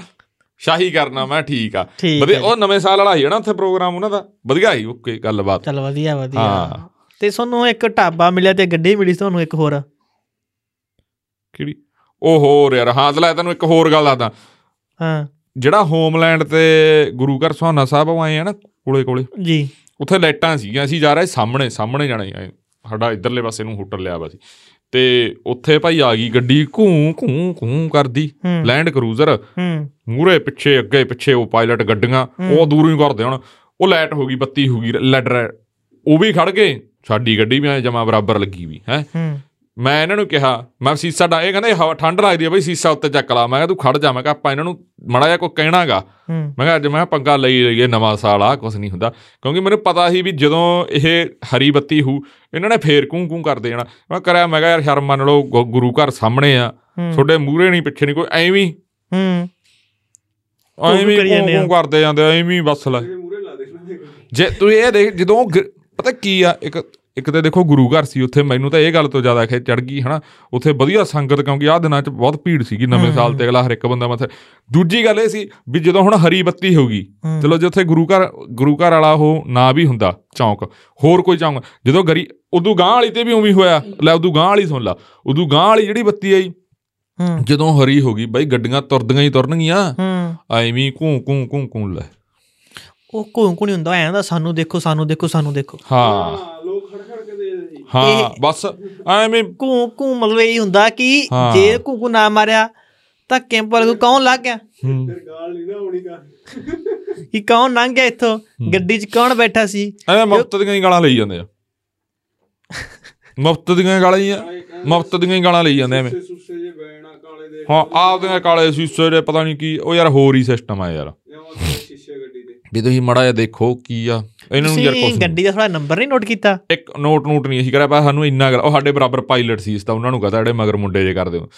ਸ਼ਾਹੀ ਕਰਨਾ ਮੈਂ ਠੀਕ ਆ
ਠੀਕ
ਵਧੀਆ
ਹੈ।
ਉਹ ਨਵੇਂ ਸਾਲ ਵਾਲਾ ਸੀ ਨਾ ਉੱਥੇ ਪ੍ਰੋਗਰਾਮ ਉਹਨਾਂ ਦਾ ਵਧੀਆ ਸੀ ਓਕੇ ਗੱਲਬਾਤ
ਚਲ ਵਧੀਆ ਵਧੀਆ
ਹਾਂ।
ਤੇ ਤੁਹਾਨੂੰ ਇੱਕ ਢਾਬਾ ਮਿਲਿਆ ਤੇ ਗੱਡੀ ਮਿਲੀ ਸੀ ਤੁਹਾਨੂੰ ਇੱਕ ਹੋਰ
ਕਿਹੜੀ ਉਹ ਹੋਰ ਯਾਰ ਹਾਂ ਤੇ ਲੈ ਤੈਨੂੰ ਇੱਕ ਹੋਰ ਗੱਲ ਦੱਸਦਾ
ਹਾਂ
ਜਿਹੜਾ ਹੋਮਲੈਂਡ ਤੇ ਗੁਰੂ ਘਰ ਸੋਹਣਾ ਸਾਹਿਬ ਉਹ ਆਏ ਆ ਨਾ ਕੋਲੇ ਕੋਲੇ
ਜੀ
ਉੱਥੇ ਲਾਈਟਾਂ ਸੀਗੀਆਂ ਅਸੀਂ ਜਾ ਰਹੇ ਸਾਹਮਣੇ ਸਾਹਮਣੇ ਜਾਣਾ ਸੀ, ਐਂ ਸਾਡਾ ਇਧਰਲੇ ਪਾਸੇ ਨੂੰ ਹੋਟਲ ਲਿਆ ਵਾ ਸੀ ਤੇ ਉੱਥੇ ਭਾਈ ਆ ਗਈ ਗੱਡੀ ਘੂੰ ਘੂੰ ਘੂੰ ਕਰਦੀ
ਹੂੰ।
ਲੈਂਡ ਕਰੂਜ਼ਰ
ਹੂੰ
ਮੂਰੇ ਪਿੱਛੇ ਅੱਗੇ ਪਿੱਛੇ ਉਹ ਪਾਇਲਟ ਗੱਡੀਆਂ ਉਹ ਦੂਰੋਂ ਹੀ ਕਰਦੇ ਹੁਣ ਉਹ ਲਾਈਟ ਹੋ ਗਈ ਬੱਤੀ ਹੋ ਗਈ ਲੈਡ ਰੈਡ ਉਹ ਵੀ ਖੜ ਗਏ ਸਾਡੀ ਗੱਡੀ ਵੀ ਐ ਜਮਾ ਬਰਾਬਰ ਲੱਗੀ ਵੀ ਹੈ
ਹੂੰ
ਮੈਂ ਇਹਨਾਂ ਨੂੰ ਕਿਹਾ ਮੈਂ ਸੀਸਾ ਡਾ ਇਹ ਕਹਿੰਦੇ ਹਵਾ ਠੰਡ ਲੱਗਦੀ ਆ ਬਈ ਸੀਸਾ ਉੱਤੇ ਚੱਕ ਲਾ ਮੈਂ ਕਿਹਾ ਤੂੰ ਖੜ ਜਾ ਮੈਂ ਕਿਹਾ ਆਪਾਂ ਇਹਨਾਂ ਨੂੰ ਮੜਾ ਜਾ ਕੋਈ ਕਹਿਣਾਗਾ
ਹੂੰ
ਮੈਂ ਕਿਹਾ ਅੱਜ ਮੈਂ ਪੰਗਾ ਲਈ ਲਈਏ ਨਵਾਂ ਸਾਲ ਆ ਕੁਝ ਨਹੀਂ ਹੁੰਦਾ ਕਿਉਂਕਿ ਮੈਨੂੰ ਪਤਾ ਸੀ ਵੀ ਜਦੋਂ ਇਹ ਹਰੀ ਬੱਤੀ ਹੂ ਇਹਨਾਂ ਨੇ ਫੇਰ ਕੂੰ ਕੂੰ ਕਰਦੇ ਜਾਣਾ ਮੈਂ ਕਰਿਆ ਮੈਂ ਕਿਹਾ ਯਾਰ ਸ਼ਰਮ ਮੰਨ ਲਓ ਗੁ- ਗੁਰੂ ਘਰ ਸਾਹਮਣੇ ਆ
ਹੂੰ।
ਤੁਹਾਡੇ ਮੂਹਰੇ ਨਹੀਂ ਪਿੱਛੇ ਨਹੀਂ ਕੋਈ ਐਵੇਂ
ਹੂੰ
ਐਵੇਂ
ਕਰੀ ਜਾਂਦੇ ਆ।
ਕੂੰ ਕਰਦੇ ਜਾਂਦੇ ਆ, ਐਵੇਂ ਹੀ ਬਸ ਲੈ
ਮੂਰੇ ਲਾ ਦੇਣਾ ਦੇਖ
ਜੇ ਤੁਸੀਂ ਇਹ ਦੇਖ ਜਦੋਂ ਗ- ਪਤਾ ਕੀ ਆ ਇੱਕ ਇੱਕ ਤੇ ਦੇਖੋ ਗੁਰੂ ਘਰ ਸੀ ਉੱਥੇ ਮੈਨੂੰ ਤਾਂ ਇਹ ਗੱਲ ਤੋਂ ਜ਼ਿਆਦਾ ਖੇ ਚੜ ਗਈ ਹਨਾ ਉੱਥੇ ਵਧੀਆ ਸੰਗਤ ਕਿਉਂਕਿ ਆਹ ਦਿਨਾਂ 'ਚ ਬਹੁਤ ਭੀੜ ਸੀਗੀ ਨਵੇਂ ਸਾਲ ਤੇ ਅਗਲਾ ਹਰ ਇੱਕ ਬੰਦਾ ਮੱਥੇ ਦੂਜੀ ਗੱਲ ਇਹ ਸੀ ਵੀ ਜਦੋਂ ਹੁਣ ਹਰੀ ਬੱਤੀ ਹੋ ਗਈ
ਹੂੰ।
ਚਲੋ ਜੇ ਉੱਥੇ ਗੁਰੂ ਘਰ ਗੁਰੂ ਘਰ ਵਾਲਾ ਉਹ ਨਾ ਵੀ ਹੁੰਦਾ ਚੌਂਕ ਹੋਰ ਕੋਈ ਚੌਂਕ ਜਦੋਂ ਗਰੀ ਉਦੋਂ ਗਾਂ ਵਾਲੀ ਤੇ ਵੀ ਉਵੇਂ ਹੀ ਹੋਇਆ ਲੈ ਉਦੋਂ ਗਾਂ ਵਾਲੀ ਸੁਣ ਲਾ ਉਦੋਂ ਗਾਂ ਵਾਲੀ ਜਿਹੜੀ ਬੱਤੀ ਆਈ
ਹੂੰ
ਜਦੋਂ ਹਰੀ ਹੋ ਗਈ ਬਾਈ ਗੱਡੀਆਂ ਤੁਰਦੀਆਂ ਹੀ ਤੁਰਨਗੀਆਂ
ਹੂੰ
ਐਵੇਂ ਕੂੰ ਕੂੰ ਕੂੰ ਕੂੰ ਲੈ
ਉਹ ਘੂੰ ਘੂੰ ਨਹੀਂ ਹੁੰਦਾ ਐਂ ਦਾ ਸਾਨੂੰ ਦੇਖੋ ਸਾਨੂੰ ਦੇਖੋ ਸਾਨੂੰ ਦੇਖੋ
ਹਾਂ
ਲੋਕ ਖੜ ਖੜ ਕੇ ਦੇਖਦੇ ਸੀ
ਹਾਂ
ਇਹ-
ਬਸ ਐਵੇਂ
ਘੂੰ ਘੂੰ ਮਤਲਬ ਇਹ ਹੁੰਦਾ ਕਿ
ਹਾਂ।
ਜੇ ਘੂੰ ਘੂੰ ਨਾ ਮਾਰਿਆ ਤਾਂ ਕੈਂਪ ਵਾਲੇ ਨੂੰ ਕੌਣ ਲੱਗ ਗਿਆ
ਹੂੰ।
ਫਿਰ ਗਾਲ ਨਹੀਂ ਨਾ ਆਉਣੀ ਕਾ
ਕਿ ਕੌਣ ਲੰਘ ਗਿਆ ਇੱਥੋਂ ਗੱਡੀ 'ਚ ਕੌਣ ਬੈਠਾ ਸੀ
ਐਵੇਂ ਮੁਫਤ ਦੀਆਂ ਹੀ ਗਾਲਾਂ ਲਈ ਜਾਂਦੇ ਆ ਮੁਫਤ ਦੀਆਂ ਹੀ ਗਾਲਾਂ ਹੀ ਆ ਮੁਫਤ ਦੀਆਂ ਹੀ ਗਾਲਾਂ ਲਈ ਜਾਂਦੇ ਐਵੇਂ
ਸੁਸੇ ਸੁਸੇ ਜੇ ਬੈਣਾ ਕਾਲੇ ਦੇ
ਹਾਂ ਆਪਦੀਆਂ ਕਾਲੇ ਸ਼ੀਸ਼ੇ ਦੇ ਪਤਾ ਨਹੀਂ ਕੀ ਉਹ ਯਾਰ ਹੋਰ ਹੀ ਸਿਸਟਮ ਆ ਯਾਰ
ਜਾਂ ਸ਼ੀਸ਼ੇ ਗੱਡੀ ਦੇ
ਵੀ ਤੁਸੀਂ ਮੜਾ ਜਿਹਾ ਦੇਖੋ ਕੀ ਆ ਇਹਨਾਂ ਨੂੰ ਯਾਰ
ਤੁਸੀਂ
ਕੁਝ
ਗੱਡੀ ਦਾ ਥੋੜਾ ਨੰਬਰ ਨਹੀਂ ਨੋਟ ਕੀਤਾ
ਇੱਕ ਨੋਟ ਨੂਟ ਨਹੀਂ ਅਸੀਂ ਕਰਿਆ ਪਰ ਸਾਨੂੰ ਇੰਨਾ ਗੱਲ ਉਹ ਸਾਡੇ ਬਰਾਬਰ ਪਾਇਲਟ ਸੀ ਇਸ ਤਾਂ ਉਹਨਾਂ ਨੂੰ ਕਹਤਾ ਜਿਹੜੇ ਮਗਰ ਮੁੰਡੇ ਜੇ ਕਰਦੇ ਹੋ